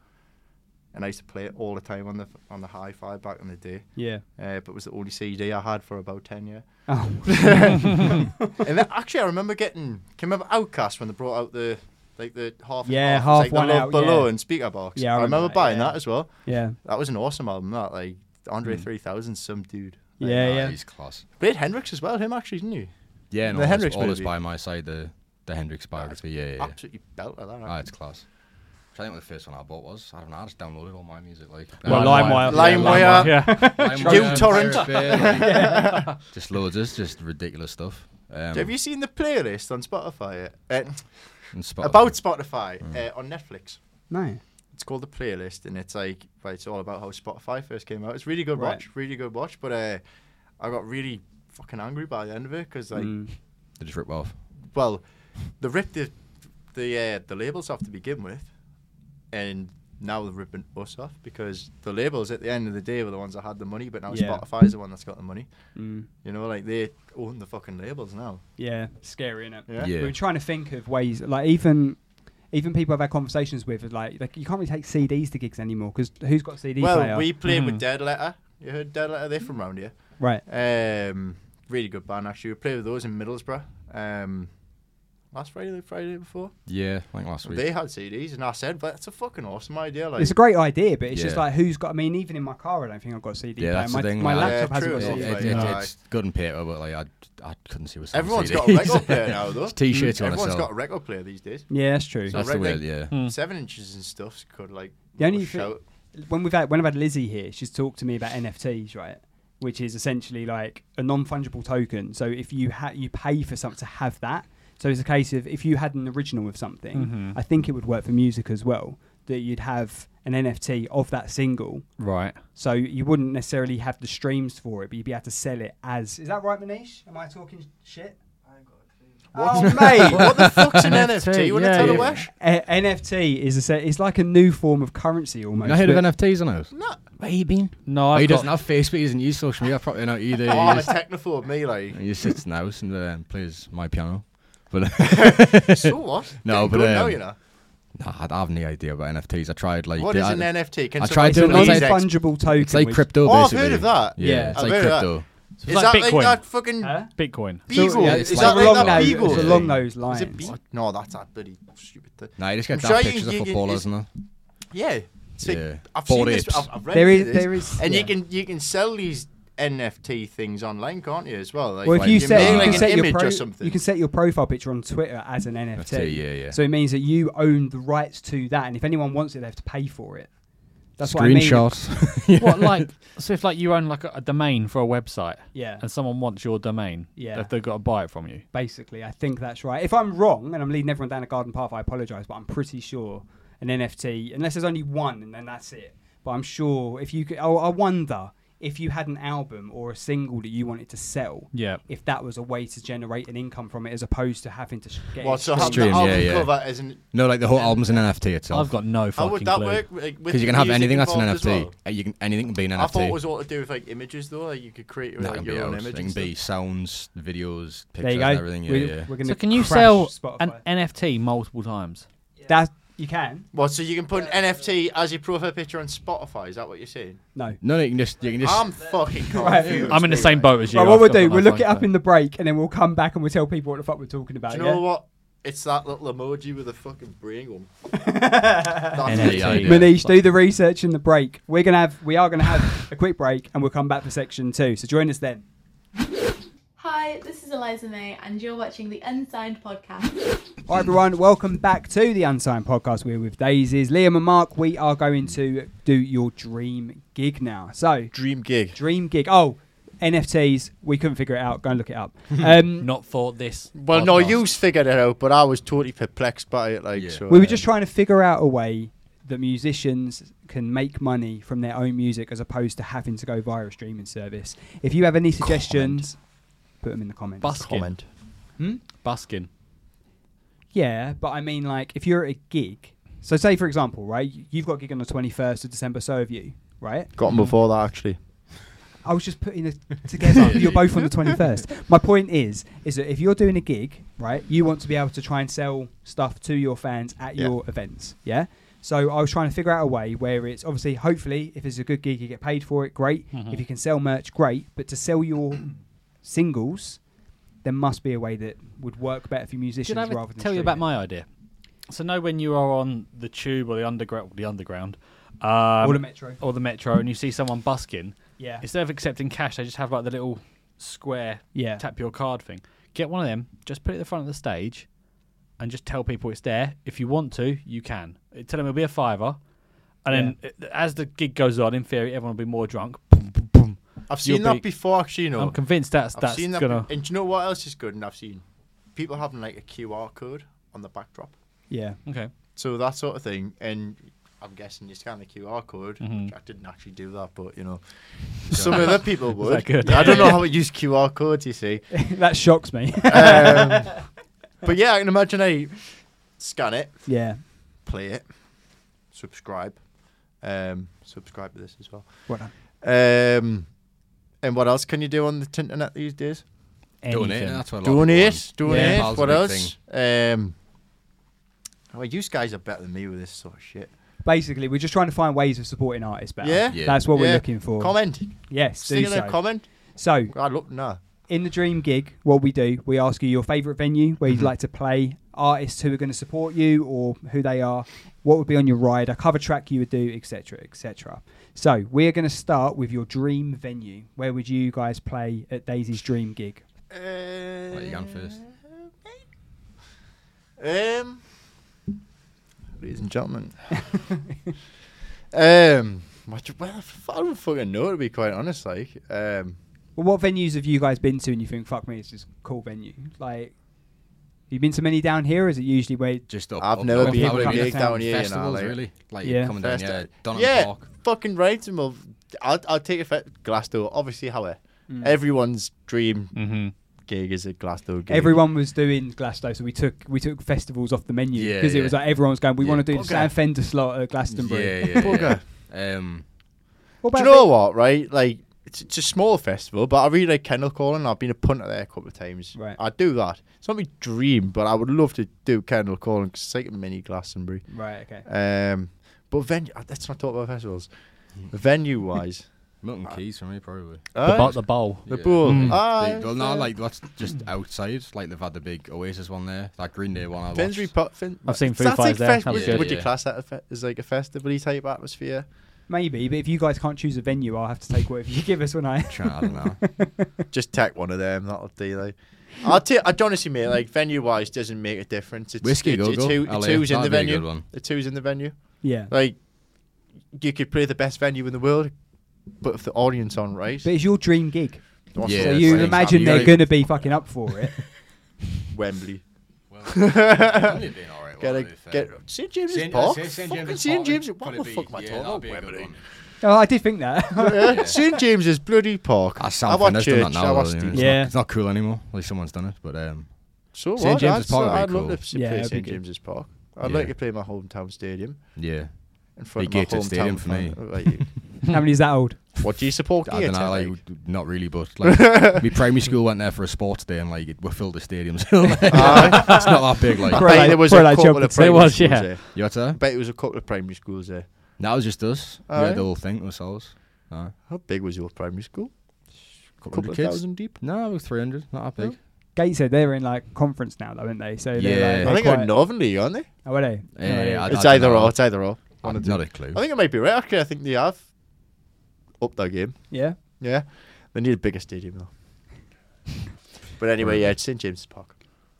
[SPEAKER 2] and I used to play it all the time on the on the hi-fi back in the day.
[SPEAKER 1] Yeah.
[SPEAKER 2] Uh, but it was the only CD I had for about ten years.
[SPEAKER 1] Oh.
[SPEAKER 2] And then, actually, I remember getting. Can you remember Outcast when they brought out the like the half? and
[SPEAKER 1] Yeah,
[SPEAKER 2] half,
[SPEAKER 1] half
[SPEAKER 2] it's like
[SPEAKER 1] one
[SPEAKER 2] the Love
[SPEAKER 1] out,
[SPEAKER 2] below
[SPEAKER 1] yeah.
[SPEAKER 2] and speaker box.
[SPEAKER 1] Yeah, I
[SPEAKER 2] I remember,
[SPEAKER 1] remember that,
[SPEAKER 2] buying
[SPEAKER 1] yeah.
[SPEAKER 2] that as well.
[SPEAKER 1] yeah.
[SPEAKER 2] That was an awesome album. That like Andre 3000, some dude. Like,
[SPEAKER 1] Yeah,
[SPEAKER 3] Nah,
[SPEAKER 1] yeah.
[SPEAKER 3] Ah, He's class.
[SPEAKER 2] Played Hendrix as well. Him actually, didn't you?
[SPEAKER 3] Yeah, and
[SPEAKER 2] The
[SPEAKER 3] all,
[SPEAKER 2] Hendrix
[SPEAKER 3] is, all is
[SPEAKER 2] movie.
[SPEAKER 3] by my side. The the Hendrix biography. Yeah, yeah. yeah.
[SPEAKER 2] Absolutely belt that.
[SPEAKER 3] Ah,
[SPEAKER 2] actually.
[SPEAKER 3] it's class. Which I think the first one I bought was. I don't know. I just downloaded all my music like.
[SPEAKER 4] Well,
[SPEAKER 2] LimeWire.
[SPEAKER 4] LimeWire.
[SPEAKER 2] LimeWire.
[SPEAKER 4] Yeah.
[SPEAKER 3] LimeWire,
[SPEAKER 2] Dude, Torrent.
[SPEAKER 3] Pirate Bay, like, just loads of just ridiculous stuff. Um,
[SPEAKER 2] Have you seen the playlist on Spotify? Uh,
[SPEAKER 3] and Spotify. Hmm.
[SPEAKER 2] about Spotify uh, on Netflix.
[SPEAKER 1] No.
[SPEAKER 2] It's called the playlist, and it's like well, it's all about how Spotify first came out. It's really good
[SPEAKER 1] Right.
[SPEAKER 2] watch, really good watch. But uh, I got really fucking angry by the end of it because like
[SPEAKER 1] Mm.
[SPEAKER 3] They just rip off.
[SPEAKER 2] well, they ripped the the uh, the labels off to begin with, and now they're ripping us off because the labels at the end of the day were the ones that had the money, but now
[SPEAKER 1] Yeah.
[SPEAKER 2] Spotify's the one that's got the money.
[SPEAKER 1] Mm.
[SPEAKER 2] You know, like they own the fucking labels now.
[SPEAKER 1] Yeah. Scary, innit?
[SPEAKER 2] Yeah.
[SPEAKER 3] Yeah.
[SPEAKER 1] We were trying to think of ways, like even even people I've had conversations with, like, like you can't really take CDs to gigs anymore because who's got a CD
[SPEAKER 2] well,
[SPEAKER 1] player?
[SPEAKER 2] we played with
[SPEAKER 1] Mm-hmm.
[SPEAKER 4] Mhm.
[SPEAKER 2] Dead Letter. You heard Dead Letter? They're from round here.
[SPEAKER 1] right.
[SPEAKER 2] Um, really good band actually. We played with those in Middlesbrough. Um, last Friday, the Friday before.
[SPEAKER 3] Yeah, I think last week.
[SPEAKER 2] They had CDs, and I said, "But that's a fucking awesome idea." Like,
[SPEAKER 1] it's a great idea, but it's just
[SPEAKER 3] Yeah.
[SPEAKER 1] like who's got. I mean, even in my car, I don't think I've got a CD
[SPEAKER 3] Yeah,
[SPEAKER 1] player.
[SPEAKER 3] that's the
[SPEAKER 1] my
[SPEAKER 3] thing,
[SPEAKER 1] my
[SPEAKER 3] like-
[SPEAKER 1] laptop
[SPEAKER 2] Yeah,
[SPEAKER 1] hasn't
[SPEAKER 2] true,
[SPEAKER 1] got a
[SPEAKER 3] It-
[SPEAKER 1] CD
[SPEAKER 2] it's
[SPEAKER 3] it-
[SPEAKER 2] all
[SPEAKER 1] player.
[SPEAKER 2] like-
[SPEAKER 3] it- it's good and paper, but like I, I couldn't see what's.
[SPEAKER 2] everyone's
[SPEAKER 3] Everyone's
[SPEAKER 2] got a record player now, though.
[SPEAKER 3] T-shirts you want to
[SPEAKER 2] Everyone's
[SPEAKER 3] sell.
[SPEAKER 2] got a record player these days.
[SPEAKER 1] Yeah, that's true.
[SPEAKER 2] So-
[SPEAKER 3] That's the
[SPEAKER 2] record-
[SPEAKER 3] weird, yeah.
[SPEAKER 2] Seven inches and stuff's could like.
[SPEAKER 1] The only
[SPEAKER 2] push
[SPEAKER 1] thing-
[SPEAKER 2] out.
[SPEAKER 1] when we've had when I've had Lizzie here, she's talked to me about NFTs, right? Which is essentially like a non fungible token. So if you ha- you pay for something to have that, so it's a case of if you had an original of something,
[SPEAKER 4] Mhm.
[SPEAKER 1] I think it would work for music as well. That you'd have an NFT of that single,
[SPEAKER 4] Right.
[SPEAKER 1] so you wouldn't necessarily have the streams for it, but you'd be able to sell it as. Is that right, Manish? Am I talking shit? Oh, mate!
[SPEAKER 2] what the fuck's an NFT?
[SPEAKER 4] NFT,
[SPEAKER 2] You want to
[SPEAKER 4] yeah,
[SPEAKER 2] tell a
[SPEAKER 4] yeah.
[SPEAKER 2] Wesh?
[SPEAKER 1] A- NFT is a se- it's like a new form of currency almost.
[SPEAKER 3] I heard of
[SPEAKER 1] but-
[SPEAKER 3] NFTs on those?
[SPEAKER 2] No.
[SPEAKER 3] Where you been?
[SPEAKER 4] No,
[SPEAKER 3] Oh,
[SPEAKER 4] I've
[SPEAKER 3] he
[SPEAKER 4] got-
[SPEAKER 3] doesn't have Facebook. He doesn't use social media. Probably not either.
[SPEAKER 2] Oh, I'm
[SPEAKER 3] He
[SPEAKER 2] a
[SPEAKER 3] just,
[SPEAKER 2] technophobe, me, like.
[SPEAKER 3] he just sits in the house and um, plays my piano. But
[SPEAKER 2] so what?
[SPEAKER 3] No,
[SPEAKER 2] Getting
[SPEAKER 3] but,
[SPEAKER 2] good now,
[SPEAKER 3] um,
[SPEAKER 2] you know.
[SPEAKER 3] nah, I I have no idea about NFTs. I tried like
[SPEAKER 2] What
[SPEAKER 3] the-
[SPEAKER 2] is
[SPEAKER 3] I-
[SPEAKER 2] an NFT? Can
[SPEAKER 3] I
[SPEAKER 2] somebody
[SPEAKER 3] tried doing
[SPEAKER 2] tell
[SPEAKER 3] those
[SPEAKER 2] me?
[SPEAKER 1] non
[SPEAKER 3] It's like-
[SPEAKER 1] fungible token.
[SPEAKER 3] It's like
[SPEAKER 1] which-
[SPEAKER 3] crypto.
[SPEAKER 2] Oh, I've
[SPEAKER 3] basically.
[SPEAKER 2] heard of that.
[SPEAKER 3] Yeah,
[SPEAKER 1] Yeah.
[SPEAKER 3] it's
[SPEAKER 2] I've
[SPEAKER 3] like
[SPEAKER 2] heard of that.
[SPEAKER 3] crypto.
[SPEAKER 4] It's
[SPEAKER 2] Is
[SPEAKER 4] like
[SPEAKER 2] that
[SPEAKER 4] Bitcoin.
[SPEAKER 2] like that fucking
[SPEAKER 1] Huh?
[SPEAKER 4] Bitcoin.
[SPEAKER 2] beagle?
[SPEAKER 3] yeah,
[SPEAKER 2] is
[SPEAKER 3] it's
[SPEAKER 2] that like
[SPEAKER 3] like-
[SPEAKER 1] along
[SPEAKER 2] that
[SPEAKER 1] those,
[SPEAKER 2] beagle?
[SPEAKER 1] it's
[SPEAKER 2] thing?
[SPEAKER 1] along those
[SPEAKER 2] Is
[SPEAKER 1] lines.
[SPEAKER 2] it be- No, that's that bloody stupid thing.
[SPEAKER 3] Nah, you just
[SPEAKER 2] I'm
[SPEAKER 3] get
[SPEAKER 2] sure
[SPEAKER 3] that
[SPEAKER 2] you-
[SPEAKER 3] pictures of
[SPEAKER 2] you- you-
[SPEAKER 3] footballers and that.
[SPEAKER 2] Yeah. It's like-
[SPEAKER 3] Yeah.
[SPEAKER 2] I've
[SPEAKER 3] Bored
[SPEAKER 2] seen this.
[SPEAKER 3] apes.
[SPEAKER 2] I've, I've read
[SPEAKER 1] There
[SPEAKER 2] through
[SPEAKER 1] is,
[SPEAKER 2] this.
[SPEAKER 1] there is,
[SPEAKER 2] and
[SPEAKER 1] yeah.
[SPEAKER 2] you can you can sell these NFT things online, can't you? As well. Like,
[SPEAKER 1] Well, if
[SPEAKER 2] like,
[SPEAKER 1] you
[SPEAKER 2] can
[SPEAKER 1] set,
[SPEAKER 2] make,
[SPEAKER 1] you
[SPEAKER 2] like
[SPEAKER 1] can
[SPEAKER 2] an
[SPEAKER 1] set your
[SPEAKER 2] image
[SPEAKER 1] pro-
[SPEAKER 2] or something.
[SPEAKER 1] you can set your profile picture on Twitter as an NFT.
[SPEAKER 3] NFT, yeah, yeah.
[SPEAKER 1] So it means that you own the rights to that, and if anyone wants it, they have to pay for it. That's what I mean.
[SPEAKER 3] Screenshots.
[SPEAKER 4] what like so if like you own like a, a domain for a website
[SPEAKER 1] Yeah,
[SPEAKER 4] and someone wants your domain,
[SPEAKER 1] Yeah.
[SPEAKER 4] they've, they've got to buy it from you.
[SPEAKER 1] basically, I think that's right. If I'm wrong and I'm leading everyone down a garden path, I apologise, but I'm pretty sure an NFT, unless there's only one, and then that's it. But I'm sure if you, could, oh, I wonder if you had an album or a single that you wanted to sell.
[SPEAKER 4] Yeah.
[SPEAKER 1] If that was a way to generate an income from it, as opposed to having to sh- get
[SPEAKER 2] Well,
[SPEAKER 1] it
[SPEAKER 2] so
[SPEAKER 1] streamed.
[SPEAKER 2] have the
[SPEAKER 3] Stream, yeah,
[SPEAKER 2] album
[SPEAKER 3] yeah.
[SPEAKER 2] cover as an.
[SPEAKER 3] no, like the whole album's an NFT itself.
[SPEAKER 4] I've got no fucking
[SPEAKER 2] How would that
[SPEAKER 4] clue.
[SPEAKER 2] work? Because
[SPEAKER 3] Because you can have anything that's an NFT. Uh, You can anything can be an
[SPEAKER 2] I thought
[SPEAKER 3] NFT.
[SPEAKER 2] it was all to do with like images though. Like you could create
[SPEAKER 3] that
[SPEAKER 2] like,
[SPEAKER 3] can be
[SPEAKER 2] your own
[SPEAKER 3] ours.
[SPEAKER 2] image.
[SPEAKER 3] It
[SPEAKER 2] and
[SPEAKER 3] can
[SPEAKER 2] stuff.
[SPEAKER 3] be sounds, videos, pictures,
[SPEAKER 1] There you
[SPEAKER 3] and
[SPEAKER 1] go.
[SPEAKER 3] everything. Yeah,
[SPEAKER 1] We're-
[SPEAKER 3] yeah.
[SPEAKER 1] we're gonna
[SPEAKER 4] So can you
[SPEAKER 1] crash
[SPEAKER 4] sell
[SPEAKER 1] Spotify.
[SPEAKER 4] an NFT multiple times?
[SPEAKER 1] That you can.
[SPEAKER 2] Well, so you can put an NFT as your profile picture on Spotify. Is that what you're saying?
[SPEAKER 1] No.
[SPEAKER 3] No, no, you can just you can just.
[SPEAKER 2] I'm fucking
[SPEAKER 1] Right.
[SPEAKER 2] confused.
[SPEAKER 4] I'm in the same boat as you.
[SPEAKER 1] Right, what
[SPEAKER 4] I've
[SPEAKER 1] we'll
[SPEAKER 4] got
[SPEAKER 1] do,
[SPEAKER 4] no
[SPEAKER 1] we'll look it
[SPEAKER 4] fucking
[SPEAKER 1] up
[SPEAKER 4] clue.
[SPEAKER 1] in the break and then we'll come back and we'll tell people what the fuck we're talking about.
[SPEAKER 2] Do you know what? It's that little emoji with a fucking brain going. That's
[SPEAKER 4] E
[SPEAKER 3] NFT.
[SPEAKER 2] it.
[SPEAKER 1] yeah? Manish, do the research in the break. We're gonna have we are gonna have a quick break and we'll come back for section two. So join us then.
[SPEAKER 5] Hi, this is Eliza May, and you're watching the Unsigned Podcast.
[SPEAKER 1] Hi everyone, welcome back to the Unsigned Podcast. We're with Daisies, Liam and Mark. We are going to do your dream gig now. So
[SPEAKER 2] Dream gig.
[SPEAKER 1] dream gig. Oh, NFTs, we couldn't figure it out. Go and look it up. Um
[SPEAKER 4] Not for this.
[SPEAKER 2] Well, no,
[SPEAKER 4] podcast.
[SPEAKER 2] you figured it out, but I was totally perplexed by it. Like,
[SPEAKER 3] Yeah.
[SPEAKER 4] uh,
[SPEAKER 2] so,
[SPEAKER 1] We were
[SPEAKER 2] um,
[SPEAKER 1] just trying to figure out a way that musicians can make money from their own music as opposed to having to go via a streaming service. If you have any suggestions, put them in the comments.
[SPEAKER 4] Busking.
[SPEAKER 2] Comment.
[SPEAKER 1] Hmm?
[SPEAKER 4] Busking.
[SPEAKER 1] Yeah, but I mean, like, if you're at a gig, so say for example, right, y- you've got a gig on the 21st of December, so have you, right?
[SPEAKER 2] Got them before that actually.
[SPEAKER 1] I was just putting it together. you're both on the 21st. My point is, is that if you're doing a gig, right, you want to be able to try and sell stuff to your fans at
[SPEAKER 2] Yeah.
[SPEAKER 1] your events, yeah. So I was trying to figure out a way where it's obviously, hopefully, if it's a good gig, you get paid for it, great.
[SPEAKER 2] Mm-hmm.
[SPEAKER 1] If you can sell merch, great. But to sell your singles, there must be a way that would work better for musicians
[SPEAKER 4] Should I ever
[SPEAKER 1] rather than
[SPEAKER 4] tell you about
[SPEAKER 1] streaming.
[SPEAKER 4] my idea? So know when you are on the tube or the underground, the underground, um,
[SPEAKER 1] Or the metro.
[SPEAKER 4] or the metro, and you see someone busking,
[SPEAKER 1] Yeah.
[SPEAKER 4] instead of accepting cash, they just have like the little square
[SPEAKER 1] Yeah.
[SPEAKER 4] tap your card thing. Get one of them, just put it at the front of the stage, and just tell people it's there. If you want to, you can. Uh, Tell them it'll be a fiver, and then uh, as the gig goes on, in theory, everyone will be more drunk. Boom, boom, boom.
[SPEAKER 2] I've
[SPEAKER 4] You'll
[SPEAKER 2] seen that
[SPEAKER 4] be-
[SPEAKER 2] before actually. You know,
[SPEAKER 4] I'm convinced that's
[SPEAKER 2] I've
[SPEAKER 4] that's
[SPEAKER 2] seen that. be-
[SPEAKER 4] gonna.
[SPEAKER 2] And do you know what else is good? And I've seen people having like a QR code on the backdrop.
[SPEAKER 1] Yeah.
[SPEAKER 4] okay.
[SPEAKER 2] So that sort of thing. And I'm guessing you scan the QR code.
[SPEAKER 4] Mhm.
[SPEAKER 2] which I didn't actually do that, but you know, some other people would.
[SPEAKER 4] that good?
[SPEAKER 2] I don't know how to use QR codes, you see.
[SPEAKER 1] that shocks me.
[SPEAKER 2] Um, but yeah, I can imagine I scan it,
[SPEAKER 1] yeah.
[SPEAKER 2] play it, subscribe. Um, subscribe to this as well.
[SPEAKER 1] Well done.
[SPEAKER 2] Um, and what else can you do on the internet these days?
[SPEAKER 3] Donate.
[SPEAKER 4] Anything.
[SPEAKER 3] That's what a lot of people want.
[SPEAKER 2] Donate, donate.
[SPEAKER 1] Yeah.
[SPEAKER 3] Pals
[SPEAKER 2] What
[SPEAKER 3] are a big
[SPEAKER 2] else? Um, well, you guys are better than me with this sort of shit.
[SPEAKER 1] Basically, we're just trying to find ways of supporting artists better.
[SPEAKER 2] Yeah?
[SPEAKER 3] Yeah.
[SPEAKER 1] That's what we're
[SPEAKER 2] Yeah.
[SPEAKER 1] looking for.
[SPEAKER 2] Comment.
[SPEAKER 1] Yes, do
[SPEAKER 2] Stick in
[SPEAKER 1] so.
[SPEAKER 2] a comment.
[SPEAKER 1] so,
[SPEAKER 2] I look no.
[SPEAKER 1] in the dream gig, what we do, we ask you your favourite venue where you'd like to play, artists who are going to support you or who they are, what would be on your ride, a cover track you would do, etc., etc. So, we're going to start with your dream venue. Where would you guys play at Daisy's dream gig?
[SPEAKER 2] Uh,
[SPEAKER 3] you going first?
[SPEAKER 2] Um, ladies and gentlemen. um, what, well, I f- I don't fucking know to be quite honest. Like, um,
[SPEAKER 1] Well, what venues have you guys been to and you think, fuck me, this is a cool venue? Like, you been to many down here? or Is it usually where
[SPEAKER 3] Just up.
[SPEAKER 2] I've
[SPEAKER 3] up
[SPEAKER 2] never
[SPEAKER 3] north,
[SPEAKER 2] been
[SPEAKER 3] that
[SPEAKER 1] to
[SPEAKER 3] would
[SPEAKER 1] a
[SPEAKER 3] be
[SPEAKER 1] gig
[SPEAKER 3] the
[SPEAKER 2] down here, you know,
[SPEAKER 3] Festivals,
[SPEAKER 2] like-
[SPEAKER 3] really. Like
[SPEAKER 1] Yeah.
[SPEAKER 3] coming down
[SPEAKER 2] Festi-
[SPEAKER 3] here, Donham
[SPEAKER 2] uh, yeah,
[SPEAKER 3] Park.
[SPEAKER 2] fucking right. Well, I'll, I'll take it for Glasgow. Obviously, however,
[SPEAKER 1] Mm.
[SPEAKER 2] everyone's dream
[SPEAKER 4] Mm-hmm.
[SPEAKER 2] gig is a Glasgow gig.
[SPEAKER 1] Everyone was doing Glasgow, so we took we took festivals off the menu
[SPEAKER 3] Yeah,
[SPEAKER 1] because it
[SPEAKER 3] yeah.
[SPEAKER 1] was like everyone was going. We
[SPEAKER 3] Yeah.
[SPEAKER 1] want to do the
[SPEAKER 2] Bugger.
[SPEAKER 1] Sam Fender slot at Glastonbury.
[SPEAKER 3] Yeah, yeah,
[SPEAKER 2] Bugger.
[SPEAKER 3] yeah. Um,
[SPEAKER 1] What
[SPEAKER 2] Do
[SPEAKER 1] about
[SPEAKER 2] you know what? Right, like it's, it's a small festival, but I really like Kendall Calling. I've been a punter there a couple of times.
[SPEAKER 1] Right.
[SPEAKER 2] I do that. It's not my dream, but I would love to do Kendall Calling because it's like a mini Glastonbury.
[SPEAKER 1] the- Right. Okay.
[SPEAKER 2] Um, but venue. Let's not talk about festivals.
[SPEAKER 3] Hmm.
[SPEAKER 2] Venue wise,
[SPEAKER 3] Milton
[SPEAKER 2] Uh,
[SPEAKER 3] Keys for me, probably.
[SPEAKER 4] The, bu- the bowl.
[SPEAKER 2] the
[SPEAKER 3] Yeah.
[SPEAKER 2] bull.
[SPEAKER 4] Mm.
[SPEAKER 2] Ah,
[SPEAKER 3] They, well, no,
[SPEAKER 2] fair.
[SPEAKER 3] like that's just outside. Like they've had the big Oasis one there, that Green Day one. I
[SPEAKER 2] Finsbury
[SPEAKER 3] watched.
[SPEAKER 2] Park. Fin-
[SPEAKER 4] I've seen Foo
[SPEAKER 2] that's like
[SPEAKER 4] Fighters there.
[SPEAKER 2] fest-
[SPEAKER 4] That was
[SPEAKER 2] would,
[SPEAKER 3] good.
[SPEAKER 2] would you
[SPEAKER 3] Yeah.
[SPEAKER 2] class that as fe- as like a festival type atmosphere?
[SPEAKER 1] Maybe, but if you guys can't choose a venue, I'll have to take whatever you give us when I.
[SPEAKER 3] Try- I don't know.
[SPEAKER 2] Just take one of them. That'll do. Like, I'll tell. I honestly, mate. Like venue wise, doesn't make a difference. It's,
[SPEAKER 3] Whiskey
[SPEAKER 2] it's,
[SPEAKER 3] Go
[SPEAKER 2] it's
[SPEAKER 3] Go.
[SPEAKER 2] who- it's who's in the
[SPEAKER 3] that'd be a
[SPEAKER 2] venue.
[SPEAKER 3] good one.
[SPEAKER 2] The two's in the venue.
[SPEAKER 1] yeah.
[SPEAKER 2] Like, you could play the best venue in the world, but if the audience aren't right,
[SPEAKER 1] But it's your dream gig,
[SPEAKER 2] what's
[SPEAKER 1] so
[SPEAKER 3] Yeah,
[SPEAKER 2] the-
[SPEAKER 3] that's
[SPEAKER 1] you
[SPEAKER 3] right.
[SPEAKER 1] imagine
[SPEAKER 3] You
[SPEAKER 1] they're
[SPEAKER 3] gotta-
[SPEAKER 1] gonna be fucking up for it.
[SPEAKER 2] Wembley.
[SPEAKER 3] Well, they've been all right,
[SPEAKER 2] Get a
[SPEAKER 3] well, to be fair.
[SPEAKER 2] get St James's
[SPEAKER 3] Saint- uh,
[SPEAKER 2] Park.
[SPEAKER 3] Saint- Saint
[SPEAKER 2] Fucking
[SPEAKER 3] James's
[SPEAKER 2] St
[SPEAKER 3] Park
[SPEAKER 2] James's.
[SPEAKER 3] would
[SPEAKER 2] What the
[SPEAKER 3] probably
[SPEAKER 2] fuck
[SPEAKER 3] be-
[SPEAKER 2] am I talking
[SPEAKER 3] yeah, that'd
[SPEAKER 2] about?
[SPEAKER 3] be a good
[SPEAKER 2] Wembley.
[SPEAKER 3] one.
[SPEAKER 1] oh, I did think that.
[SPEAKER 2] Yeah, St James's bloody park.
[SPEAKER 3] That's
[SPEAKER 2] I
[SPEAKER 3] Sam
[SPEAKER 2] watch
[SPEAKER 3] Fender's done that
[SPEAKER 2] church,
[SPEAKER 3] now,
[SPEAKER 2] I watch
[SPEAKER 3] though, you know,
[SPEAKER 2] Steve-
[SPEAKER 3] it's
[SPEAKER 1] Yeah.
[SPEAKER 3] not- It's not cool anymore. At least someone's done it, but um,
[SPEAKER 2] So
[SPEAKER 3] St
[SPEAKER 2] what? I'd-
[SPEAKER 3] James's Park would be
[SPEAKER 2] I'd love
[SPEAKER 3] cool.
[SPEAKER 2] to see
[SPEAKER 1] Yeah,
[SPEAKER 2] play
[SPEAKER 1] it'd be
[SPEAKER 2] St
[SPEAKER 1] good.
[SPEAKER 2] James's Park. I'd
[SPEAKER 3] Yeah.
[SPEAKER 2] like to play my hometown stadium
[SPEAKER 3] yeah.
[SPEAKER 2] in front
[SPEAKER 3] Big
[SPEAKER 2] of my
[SPEAKER 3] gated
[SPEAKER 2] hometown
[SPEAKER 3] stadium for me.
[SPEAKER 2] fan. Like, you-
[SPEAKER 1] How many is that old?
[SPEAKER 2] what do you support?
[SPEAKER 3] I
[SPEAKER 2] here,
[SPEAKER 3] don't know,
[SPEAKER 2] Ted?
[SPEAKER 3] like, not really, but like, we primary school went there for a sports day and like it, we filled the stadium. So like, it's not that big.
[SPEAKER 2] I
[SPEAKER 3] Like
[SPEAKER 1] Correct.
[SPEAKER 2] bet
[SPEAKER 1] like-
[SPEAKER 2] there was
[SPEAKER 1] for
[SPEAKER 2] a
[SPEAKER 1] like
[SPEAKER 2] couple
[SPEAKER 1] Champions
[SPEAKER 2] of
[SPEAKER 4] League. There
[SPEAKER 2] primary
[SPEAKER 4] was,
[SPEAKER 2] schools
[SPEAKER 4] yeah.
[SPEAKER 2] there.
[SPEAKER 3] you had
[SPEAKER 2] I
[SPEAKER 3] to.
[SPEAKER 2] bet there was a couple of primary schools there.
[SPEAKER 3] That was just us.
[SPEAKER 2] Aye.
[SPEAKER 3] we had the whole thing to ourselves. Uh,
[SPEAKER 2] How big was your primary school? couple
[SPEAKER 3] couple, hundred
[SPEAKER 2] of
[SPEAKER 3] kids.
[SPEAKER 2] thousand deep.
[SPEAKER 3] No, it was three hundred. Not that big.
[SPEAKER 1] Gateshead, they're in like conference now, though, aren't they? So they're,
[SPEAKER 3] Yeah.
[SPEAKER 1] like,
[SPEAKER 2] I
[SPEAKER 1] they're
[SPEAKER 2] think they're
[SPEAKER 1] quite-
[SPEAKER 2] Northern League, aren't they?
[SPEAKER 1] Oh, are they?
[SPEAKER 3] Yeah, yeah, yeah, I-
[SPEAKER 2] It's
[SPEAKER 3] don't
[SPEAKER 2] either
[SPEAKER 3] know.
[SPEAKER 2] or. It's either or. One or
[SPEAKER 3] I've
[SPEAKER 2] two.
[SPEAKER 3] Not a clue.
[SPEAKER 2] I think it might be right. Actually, I think they have upped their game.
[SPEAKER 1] yeah.
[SPEAKER 2] Yeah, they need a bigger stadium though. but anyway, yeah, it's St James's Park.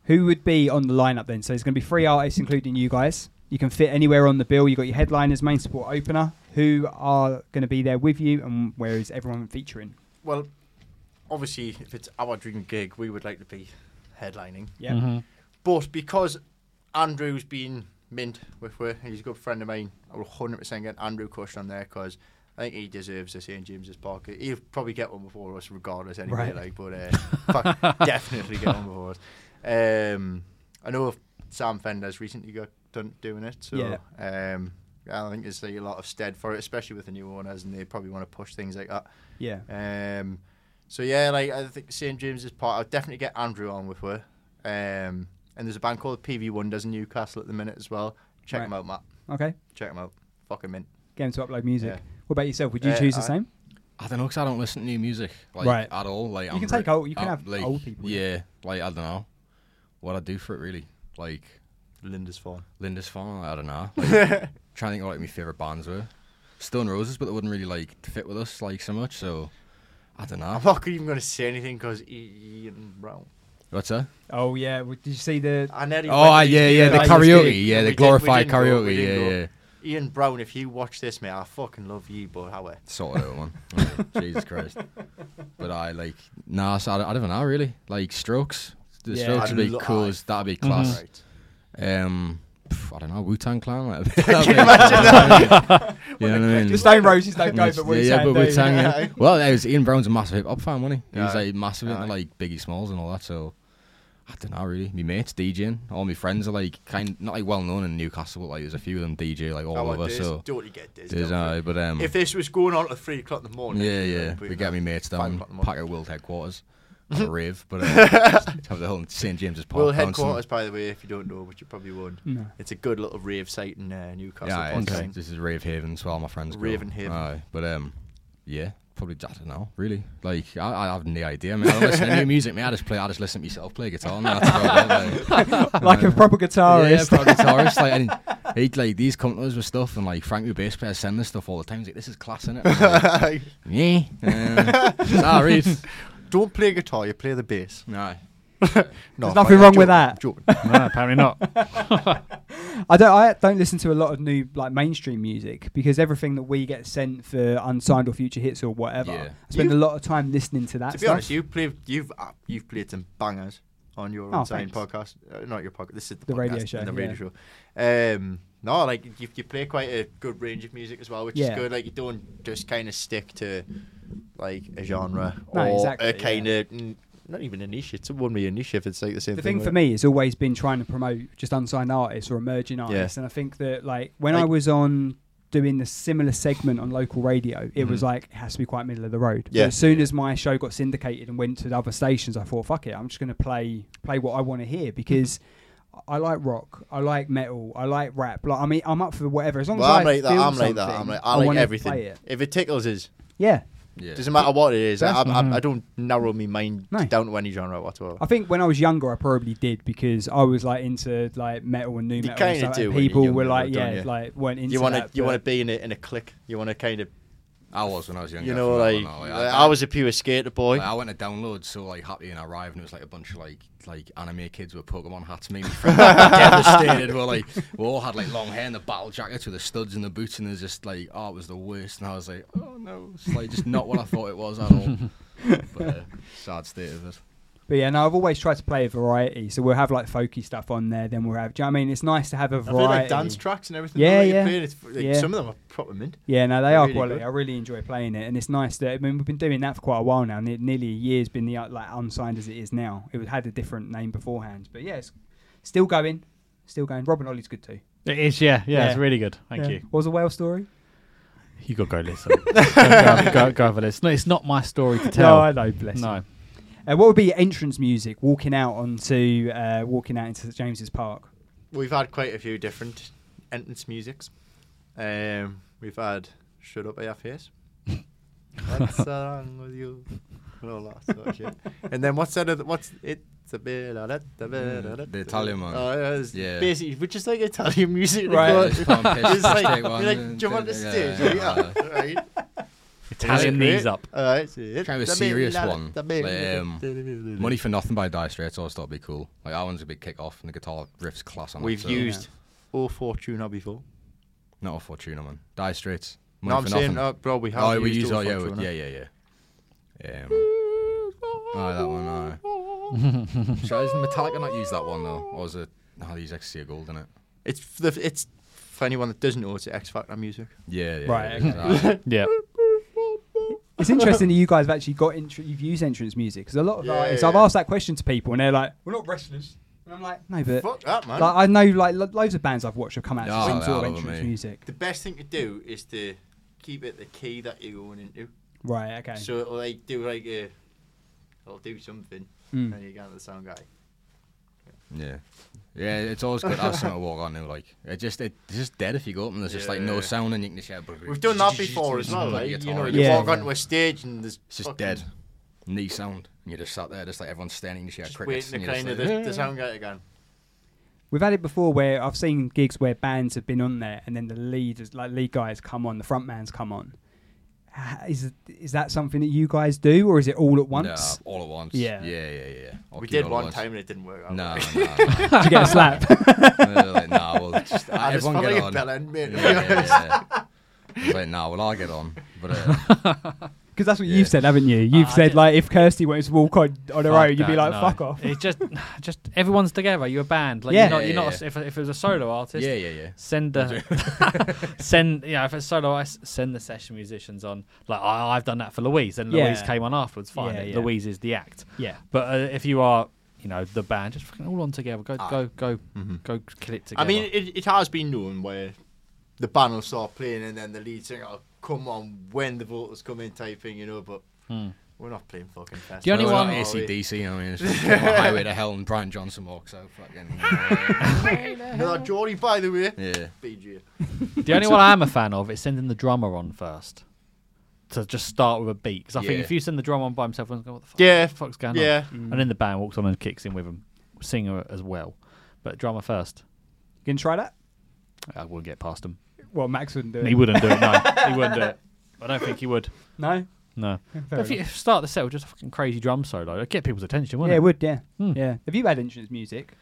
[SPEAKER 1] Who would be on the lineup then? So it's going to be three artists, including you guys. You can fit anywhere on the bill. You've got your headliners, main support, opener. Who are going to be there with you, and where is everyone featuring?
[SPEAKER 2] Well, obviously, if it's our dream gig,
[SPEAKER 1] Mm-hmm.
[SPEAKER 2] we would like to be headlining.
[SPEAKER 1] Yeah.
[SPEAKER 4] Mhm.
[SPEAKER 2] But because Andrew's been mint with where he's a good friend of mine. I will 100% get Andrew Cush on there because I think he deserves a St James's Park. He'll probably get one before us, regardless, anyway.
[SPEAKER 1] Right.
[SPEAKER 2] Like, but uh, fuck, definitely get one before us. Um, I know Sam Fender's recently got done doing it, so
[SPEAKER 1] Yeah.
[SPEAKER 2] um, I think there's like, a lot of stead for it, especially with the new owners, and they probably want to push things like that.
[SPEAKER 1] Yeah.
[SPEAKER 2] Um, so yeah, like I think St James's Park. I'll definitely get Andrew on with her. Um, and there's a band called PV Wonders in Newcastle at the minute as well. Check
[SPEAKER 1] Right.
[SPEAKER 2] them out, Matt.
[SPEAKER 1] Okay.
[SPEAKER 2] Check them out. Fucking mint.
[SPEAKER 1] Game to upload music.
[SPEAKER 2] Yeah.
[SPEAKER 1] What about yourself? Would you
[SPEAKER 2] Uh,
[SPEAKER 1] choose the
[SPEAKER 2] I-
[SPEAKER 1] same?
[SPEAKER 3] I don't know because I don't listen to new music like
[SPEAKER 1] Right.
[SPEAKER 3] at all. Like
[SPEAKER 1] You
[SPEAKER 3] I'm
[SPEAKER 1] can take
[SPEAKER 3] re-
[SPEAKER 1] old- you can
[SPEAKER 3] I'm,
[SPEAKER 1] have
[SPEAKER 3] like,
[SPEAKER 1] old people, yeah.
[SPEAKER 3] Yeah, like I don't know what I do for it really. Like
[SPEAKER 2] Linda's Fawn.
[SPEAKER 3] Lindisfarne, I don't know. Like, trying to think of like my favorite bands were Stone Roses, but they wouldn't really like fit with us like so much. So I don't know.
[SPEAKER 2] I'm not even going to say anything because Ian Brown.
[SPEAKER 3] What's that?
[SPEAKER 1] Oh yeah. Well, did you see the?
[SPEAKER 2] I nearly
[SPEAKER 3] Oh
[SPEAKER 2] went
[SPEAKER 3] ah,
[SPEAKER 2] to
[SPEAKER 3] yeah,
[SPEAKER 2] these
[SPEAKER 3] yeah, the
[SPEAKER 2] guys this
[SPEAKER 3] karaoke,
[SPEAKER 2] gig, and we
[SPEAKER 3] yeah, the
[SPEAKER 2] did- we
[SPEAKER 3] glorified
[SPEAKER 2] didn't go, we
[SPEAKER 3] karaoke,
[SPEAKER 2] didn't
[SPEAKER 3] yeah,
[SPEAKER 2] go.
[SPEAKER 3] yeah.
[SPEAKER 2] Ian Brown, if you watch this, mate, I fucking love you, but how it?
[SPEAKER 3] Sort it out, man. Like, Jesus Christ. But I like nah. So I, don't- I don't know really. Like Strokes, the
[SPEAKER 1] Yeah.
[SPEAKER 3] Strokes
[SPEAKER 2] I'd
[SPEAKER 3] would be
[SPEAKER 2] lo-
[SPEAKER 3] cool.
[SPEAKER 2] I-
[SPEAKER 3] as- That'd be class.
[SPEAKER 2] Right. Mm-hmm.
[SPEAKER 3] Um, pff, I don't know Wu Tang Clan. Like, that'd be- You know what I mean?
[SPEAKER 1] Your Stone Roses don't go,
[SPEAKER 3] Yeah,
[SPEAKER 1] but we
[SPEAKER 3] yeah,
[SPEAKER 1] we
[SPEAKER 3] but Wu-Tang, yeah.
[SPEAKER 2] Yeah.
[SPEAKER 3] Well, that was Ian Brown's a massive hip hop fan, wasn't he? He was
[SPEAKER 2] Aye.
[SPEAKER 3] like massive into
[SPEAKER 2] Aye.
[SPEAKER 3] like Biggie Smalls and all that. So I don't know really. My mates DJing, all my friends are like kind not like well known in Newcastle, but like there's a few of them DJ like all
[SPEAKER 2] How it
[SPEAKER 3] over.
[SPEAKER 2] is.
[SPEAKER 3] So
[SPEAKER 2] totally get this.
[SPEAKER 3] there's
[SPEAKER 2] don't
[SPEAKER 3] uh, but um,
[SPEAKER 2] we? if this was going on at three o'clock in the morning,
[SPEAKER 3] yeah,
[SPEAKER 2] you know,
[SPEAKER 3] yeah,
[SPEAKER 2] but
[SPEAKER 3] we get me mates
[SPEAKER 2] five
[SPEAKER 3] down,
[SPEAKER 2] o'clock in the
[SPEAKER 3] pack
[SPEAKER 2] morning.
[SPEAKER 3] our world headquarters, have a rave, but uh, just have the whole St James's Park.
[SPEAKER 2] World
[SPEAKER 3] bouncing.
[SPEAKER 2] headquarters, by the way, if you don't know, which you probably would.
[SPEAKER 1] No.
[SPEAKER 2] It's a good little rave site in uh, Newcastle.
[SPEAKER 3] Yeah,
[SPEAKER 2] upon
[SPEAKER 3] it's-
[SPEAKER 2] Tyne.
[SPEAKER 3] this is Rave Haven, so all my friends go.
[SPEAKER 2] Raven Haven.
[SPEAKER 3] Aye, but um, yeah, probably I don't know, really. Like I, I have no idea. I mean, I don't listen to new music. Man, I just play. I just listen to myself play guitar. And that's about it, like,
[SPEAKER 1] like a proper
[SPEAKER 3] yeah,
[SPEAKER 1] guitarist.
[SPEAKER 3] probably guitarist. Like, and he like these come to us with stuff, and like Frank, the bass player, send us stuff all the time. He's like, "This is class, innit?" I'm Like, yeah. Um, sorry.
[SPEAKER 2] don't play guitar, you play the bass.
[SPEAKER 3] No.
[SPEAKER 2] No,
[SPEAKER 1] There's
[SPEAKER 2] fuck,
[SPEAKER 1] nothing
[SPEAKER 2] I'm
[SPEAKER 1] wrong with
[SPEAKER 2] joking,
[SPEAKER 1] that.
[SPEAKER 2] I'm joking.
[SPEAKER 4] no, apparently not.
[SPEAKER 1] I don't. I don't listen to a lot of new like mainstream music because everything that we get sent for unsigned or future hits or whatever,
[SPEAKER 3] Yeah.
[SPEAKER 1] I spend
[SPEAKER 2] You-
[SPEAKER 1] a lot of time listening to that.
[SPEAKER 2] to be
[SPEAKER 1] stuff.
[SPEAKER 2] honest, you played, you've uh, you've played some bangers on your
[SPEAKER 1] Oh,
[SPEAKER 2] own sign
[SPEAKER 1] thanks.
[SPEAKER 2] podcast. Uh, not your podcast. This is the,
[SPEAKER 1] The
[SPEAKER 2] podcast,
[SPEAKER 1] radio show,
[SPEAKER 2] The
[SPEAKER 1] yeah.
[SPEAKER 2] radio show. Um, no, like you, you play quite a good range of music as well, which
[SPEAKER 1] Yeah.
[SPEAKER 2] is good. Like you don't just kind of stick to like a genre
[SPEAKER 1] No,
[SPEAKER 2] or
[SPEAKER 1] exactly,
[SPEAKER 2] a
[SPEAKER 1] yeah.
[SPEAKER 2] kind of not even a niche. It's it wouldn't be a niche if it's like the same
[SPEAKER 1] the
[SPEAKER 2] thing.
[SPEAKER 1] thing for
[SPEAKER 2] right?
[SPEAKER 1] me has always been trying to promote just unsigned artists or emerging artists, and I think that like when I
[SPEAKER 2] Like-
[SPEAKER 1] was on doing the similar segment on local radio, it was like it has to be quite middle of the road. But
[SPEAKER 2] Mm-hmm. Yeah.
[SPEAKER 1] as soon as my show got syndicated and went to the other stations, I thought, fuck it, I'm just going to play play what I want to
[SPEAKER 2] Mm-hmm.
[SPEAKER 1] hear because. I like rock. I like metal. I like rap. Like I mean, I'm up for whatever as long
[SPEAKER 2] Well,
[SPEAKER 1] as
[SPEAKER 2] I'm
[SPEAKER 1] I
[SPEAKER 2] like that.
[SPEAKER 1] feel
[SPEAKER 2] I'm like that. I'm
[SPEAKER 1] something,
[SPEAKER 2] like
[SPEAKER 1] I
[SPEAKER 2] I like
[SPEAKER 1] wanna
[SPEAKER 2] everything.
[SPEAKER 1] play it.
[SPEAKER 2] If it tickles us,
[SPEAKER 1] Yeah,
[SPEAKER 3] Yeah.
[SPEAKER 2] doesn't matter what it is. I,
[SPEAKER 1] That's-
[SPEAKER 2] I, I don't narrow my mind
[SPEAKER 1] No.
[SPEAKER 2] down to any genre whatsoever.
[SPEAKER 1] I think when I was younger, I probably did because I was like into like metal and new metal. and
[SPEAKER 2] kinda
[SPEAKER 1] stuff, and
[SPEAKER 2] do when you're
[SPEAKER 1] people were
[SPEAKER 2] younger,
[SPEAKER 1] like,
[SPEAKER 2] don't
[SPEAKER 1] yeah,
[SPEAKER 2] you?
[SPEAKER 1] like weren't into
[SPEAKER 2] you want to
[SPEAKER 1] that,
[SPEAKER 2] you
[SPEAKER 1] but-
[SPEAKER 2] want to be in a in a clique. You want to kind of
[SPEAKER 3] I was when I was younger.
[SPEAKER 2] you know
[SPEAKER 3] for that
[SPEAKER 2] like,
[SPEAKER 3] one,
[SPEAKER 2] like, I was a pure skater boy.
[SPEAKER 3] Like, I went to download so like happy and I arrived and it was like a bunch of like like anime kids with Pokemon hats. Me and my friend devastated. We're like we all had like long hair and the battle jackets with the studs and the boots and it was just like oh it was the worst and I was like oh no it's like just not what I thought it was at all. But uh, sad state of it.
[SPEAKER 1] But yeah, no, I've always tried to play a variety. So we'll have like folky stuff on there. Then we'll have. Do you know what I mean? It's nice to have a
[SPEAKER 2] I feel
[SPEAKER 1] variety.
[SPEAKER 2] like dance tracks and everything.
[SPEAKER 1] Yeah,
[SPEAKER 2] though, you
[SPEAKER 1] yeah.
[SPEAKER 2] play, it's, like,
[SPEAKER 1] Yeah.
[SPEAKER 2] Some of them are proper mint.
[SPEAKER 1] yeah, no, they
[SPEAKER 2] They're
[SPEAKER 1] are
[SPEAKER 2] really
[SPEAKER 1] quality.
[SPEAKER 2] good.
[SPEAKER 1] I really enjoy playing it, and it's nice that I mean we've been doing that for quite a while now. Ne- nearly a year's been the uh, like unsigned as it is now. It had a different name beforehand, but yeah, it's still going, still going. Robin Ollie's good too.
[SPEAKER 4] It is, yeah, yeah, It's
[SPEAKER 1] Yeah.
[SPEAKER 4] really good. Thank
[SPEAKER 1] Yeah.
[SPEAKER 4] you.
[SPEAKER 1] What was the whale story?
[SPEAKER 4] You got to go listen. go, have- go, go have a listen. No, it's not my story to tell.
[SPEAKER 1] No, I know. Bless. you.
[SPEAKER 4] no.
[SPEAKER 1] Uh, what would be your entrance music walking out onto uh, walking out into St James's Park?
[SPEAKER 2] We've had quite a few different entrance musics. Um, we've had "Shut Up Your Face," "What's Wrong with You," and all that sort of shit. And then what's that? Other, what's it? The
[SPEAKER 3] Mm, the Italian one.
[SPEAKER 2] Oh, yeah, it's
[SPEAKER 3] Yeah.
[SPEAKER 2] Basically, which is like Italian music.
[SPEAKER 1] Right.
[SPEAKER 2] Like,
[SPEAKER 3] Just palm piss,
[SPEAKER 2] it's
[SPEAKER 3] just
[SPEAKER 2] like,
[SPEAKER 3] take
[SPEAKER 2] you're
[SPEAKER 3] one,
[SPEAKER 2] like,
[SPEAKER 3] and
[SPEAKER 2] jump on the
[SPEAKER 3] take- yeah,
[SPEAKER 2] stage.
[SPEAKER 3] yeah,
[SPEAKER 2] Yeah,
[SPEAKER 3] yeah.
[SPEAKER 2] right.
[SPEAKER 4] Italian
[SPEAKER 2] Right.
[SPEAKER 4] knees up.
[SPEAKER 2] All right, so it's
[SPEAKER 3] Kind of a
[SPEAKER 2] the
[SPEAKER 3] serious
[SPEAKER 2] Bella,
[SPEAKER 3] one.
[SPEAKER 2] the Bella,
[SPEAKER 3] Um,
[SPEAKER 2] the-
[SPEAKER 3] Money for Nothing by Dire Straits always thought it'd be cool. Like that one's a big kick off and the guitar riffs class on it.
[SPEAKER 2] We've
[SPEAKER 3] so-
[SPEAKER 2] used all four tuna before.
[SPEAKER 3] not a Fortuna man. Dire Straits.
[SPEAKER 2] No, I'm
[SPEAKER 3] for
[SPEAKER 2] saying,
[SPEAKER 3] Nothing.
[SPEAKER 2] uh, bro, we have
[SPEAKER 3] Oh, we use
[SPEAKER 2] used
[SPEAKER 3] oh
[SPEAKER 2] all
[SPEAKER 3] yeah,
[SPEAKER 2] four
[SPEAKER 3] we-
[SPEAKER 2] tuna.
[SPEAKER 3] yeah, yeah, yeah. Um, oh, that one. aye. so isn't Metallica not use that one though? Or is it? No, they use oh, Ecstasy of Gold in it.
[SPEAKER 2] It's f- the it's for anyone that doesn't know, it's X Factor music.
[SPEAKER 3] Yeah, yeah.
[SPEAKER 1] Right,
[SPEAKER 3] yeah,
[SPEAKER 1] okay.
[SPEAKER 3] exactly.
[SPEAKER 4] Yeah.
[SPEAKER 1] It's interesting that you guys have actually got intr- you've used entrance music because a lot of
[SPEAKER 2] Yeah,
[SPEAKER 1] artists.
[SPEAKER 2] yeah.
[SPEAKER 1] I've asked that question to people and they're like, "We're not wrestlers," and I'm like, "No, but
[SPEAKER 2] Fuck that, man.
[SPEAKER 1] like, I know like lo- loads of bands I've watched have come out
[SPEAKER 3] Yeah,
[SPEAKER 1] to some
[SPEAKER 3] they
[SPEAKER 1] sort
[SPEAKER 3] are,
[SPEAKER 1] of
[SPEAKER 3] love 'em,
[SPEAKER 1] entrance
[SPEAKER 3] mate.
[SPEAKER 1] music."
[SPEAKER 2] the best thing to do is to keep it the key that you're going into.
[SPEAKER 1] Right. Okay.
[SPEAKER 2] So it'll like do like a, it'll do something,
[SPEAKER 1] Mm.
[SPEAKER 2] and you get the sound guy.
[SPEAKER 3] Yeah. Yeah, it's always good having someone to walk on who like it just it, it's just dead if you go up and there's just like no
[SPEAKER 2] Yeah.
[SPEAKER 3] sound and you can just hear-
[SPEAKER 2] We've done that before as well. Like, you know, you
[SPEAKER 1] Yeah,
[SPEAKER 2] walk
[SPEAKER 1] yeah.
[SPEAKER 2] onto a stage and there's
[SPEAKER 3] It's just
[SPEAKER 2] fucking-
[SPEAKER 3] dead. Knee sound. And you just sat there, just like everyone's standing, you just hear
[SPEAKER 2] Just waiting
[SPEAKER 3] crickets.
[SPEAKER 2] to
[SPEAKER 3] and
[SPEAKER 2] kind
[SPEAKER 3] you're
[SPEAKER 2] of
[SPEAKER 3] just
[SPEAKER 2] the,
[SPEAKER 3] like,
[SPEAKER 2] the sound guy again.
[SPEAKER 1] We've had it before where I've seen gigs where bands have been on there and then the lead is like lead guy has come on, the front man's come on. Ha- Is is that something that you guys do or is it all at once?
[SPEAKER 3] Nah, all at once.
[SPEAKER 1] Yeah.
[SPEAKER 3] Yeah, yeah, yeah. I'll
[SPEAKER 2] we
[SPEAKER 3] keep it
[SPEAKER 2] did
[SPEAKER 3] all at
[SPEAKER 2] one
[SPEAKER 3] once.
[SPEAKER 2] time and it didn't work out.
[SPEAKER 3] No,
[SPEAKER 2] right?
[SPEAKER 3] no, no.
[SPEAKER 1] No. you get a slap?
[SPEAKER 3] And they're like, nah, well, just, uh,
[SPEAKER 2] I just felt
[SPEAKER 3] everyone get
[SPEAKER 2] like a
[SPEAKER 3] on.
[SPEAKER 2] bell end, mate.
[SPEAKER 3] Yeah, yeah, yeah. I was like, nah, well, I'll get on. But uh,
[SPEAKER 1] Because that's what
[SPEAKER 3] Yeah.
[SPEAKER 1] you've said, haven't you? You've
[SPEAKER 4] Ah, I
[SPEAKER 1] said
[SPEAKER 4] did-
[SPEAKER 1] like if Kirsty wanted to walk on on her
[SPEAKER 4] Fuck
[SPEAKER 1] own, you'd be
[SPEAKER 4] that,
[SPEAKER 1] like,
[SPEAKER 4] no.
[SPEAKER 1] fuck off.
[SPEAKER 4] It's just, just everyone's together. You're a band. Like
[SPEAKER 1] Yeah.
[SPEAKER 4] you're not.
[SPEAKER 3] Yeah,
[SPEAKER 4] You're
[SPEAKER 3] yeah,
[SPEAKER 4] not.
[SPEAKER 3] yeah.
[SPEAKER 4] If, if it was a solo artist,
[SPEAKER 3] yeah, yeah, yeah.
[SPEAKER 4] send the send yeah if it's solo I s- send the session musicians on like I, I've done that for Louise and Louise
[SPEAKER 1] Yeah.
[SPEAKER 4] came on afterwards fine
[SPEAKER 1] Yeah,
[SPEAKER 4] it-
[SPEAKER 1] yeah.
[SPEAKER 4] Louise is the act
[SPEAKER 1] Yeah.
[SPEAKER 4] but uh, if you are you know the band just fucking all on together
[SPEAKER 1] Ah.
[SPEAKER 4] go go go
[SPEAKER 1] Mm-hmm.
[SPEAKER 4] go kill it together
[SPEAKER 2] I mean, it, it has been known where the band will start playing and then the lead singer will come on when the vocals come in, type thing, you know, but we're not playing fucking fest.
[SPEAKER 4] Hmm. The only
[SPEAKER 3] Well,
[SPEAKER 4] one-
[SPEAKER 3] we're not
[SPEAKER 2] are we?
[SPEAKER 3] ACDC, you know, I mean, it's just the highway to hell and Brian Johnson walks out. Fucking,
[SPEAKER 2] No, that Geordie, by the way.
[SPEAKER 3] yeah.
[SPEAKER 2] BG.
[SPEAKER 4] the only one I'm a fan of is sending the drummer on first to just start with a beat because I think
[SPEAKER 3] Yeah.
[SPEAKER 4] if you send the drummer on by himself everyone's going what the fuck
[SPEAKER 2] Yeah.
[SPEAKER 4] what the fuck's going
[SPEAKER 2] Yeah.
[SPEAKER 4] on
[SPEAKER 1] Mm.
[SPEAKER 4] and then the band walks on and kicks in with him singer as well but drummer first
[SPEAKER 1] You can try that?
[SPEAKER 4] I will get past him
[SPEAKER 1] Well, Max wouldn't do it.
[SPEAKER 4] He wouldn't do it. No, he wouldn't do it. I don't think he would.
[SPEAKER 1] No?
[SPEAKER 4] No.
[SPEAKER 1] Fair
[SPEAKER 4] if you
[SPEAKER 1] enough.
[SPEAKER 4] if you start the set with just a fucking crazy drum solo, it'd get people's attention,
[SPEAKER 1] yeah,
[SPEAKER 4] wouldn't
[SPEAKER 1] it
[SPEAKER 4] it?
[SPEAKER 1] would, yeah.
[SPEAKER 4] Hmm.
[SPEAKER 1] Yeah. Have you had entrance music?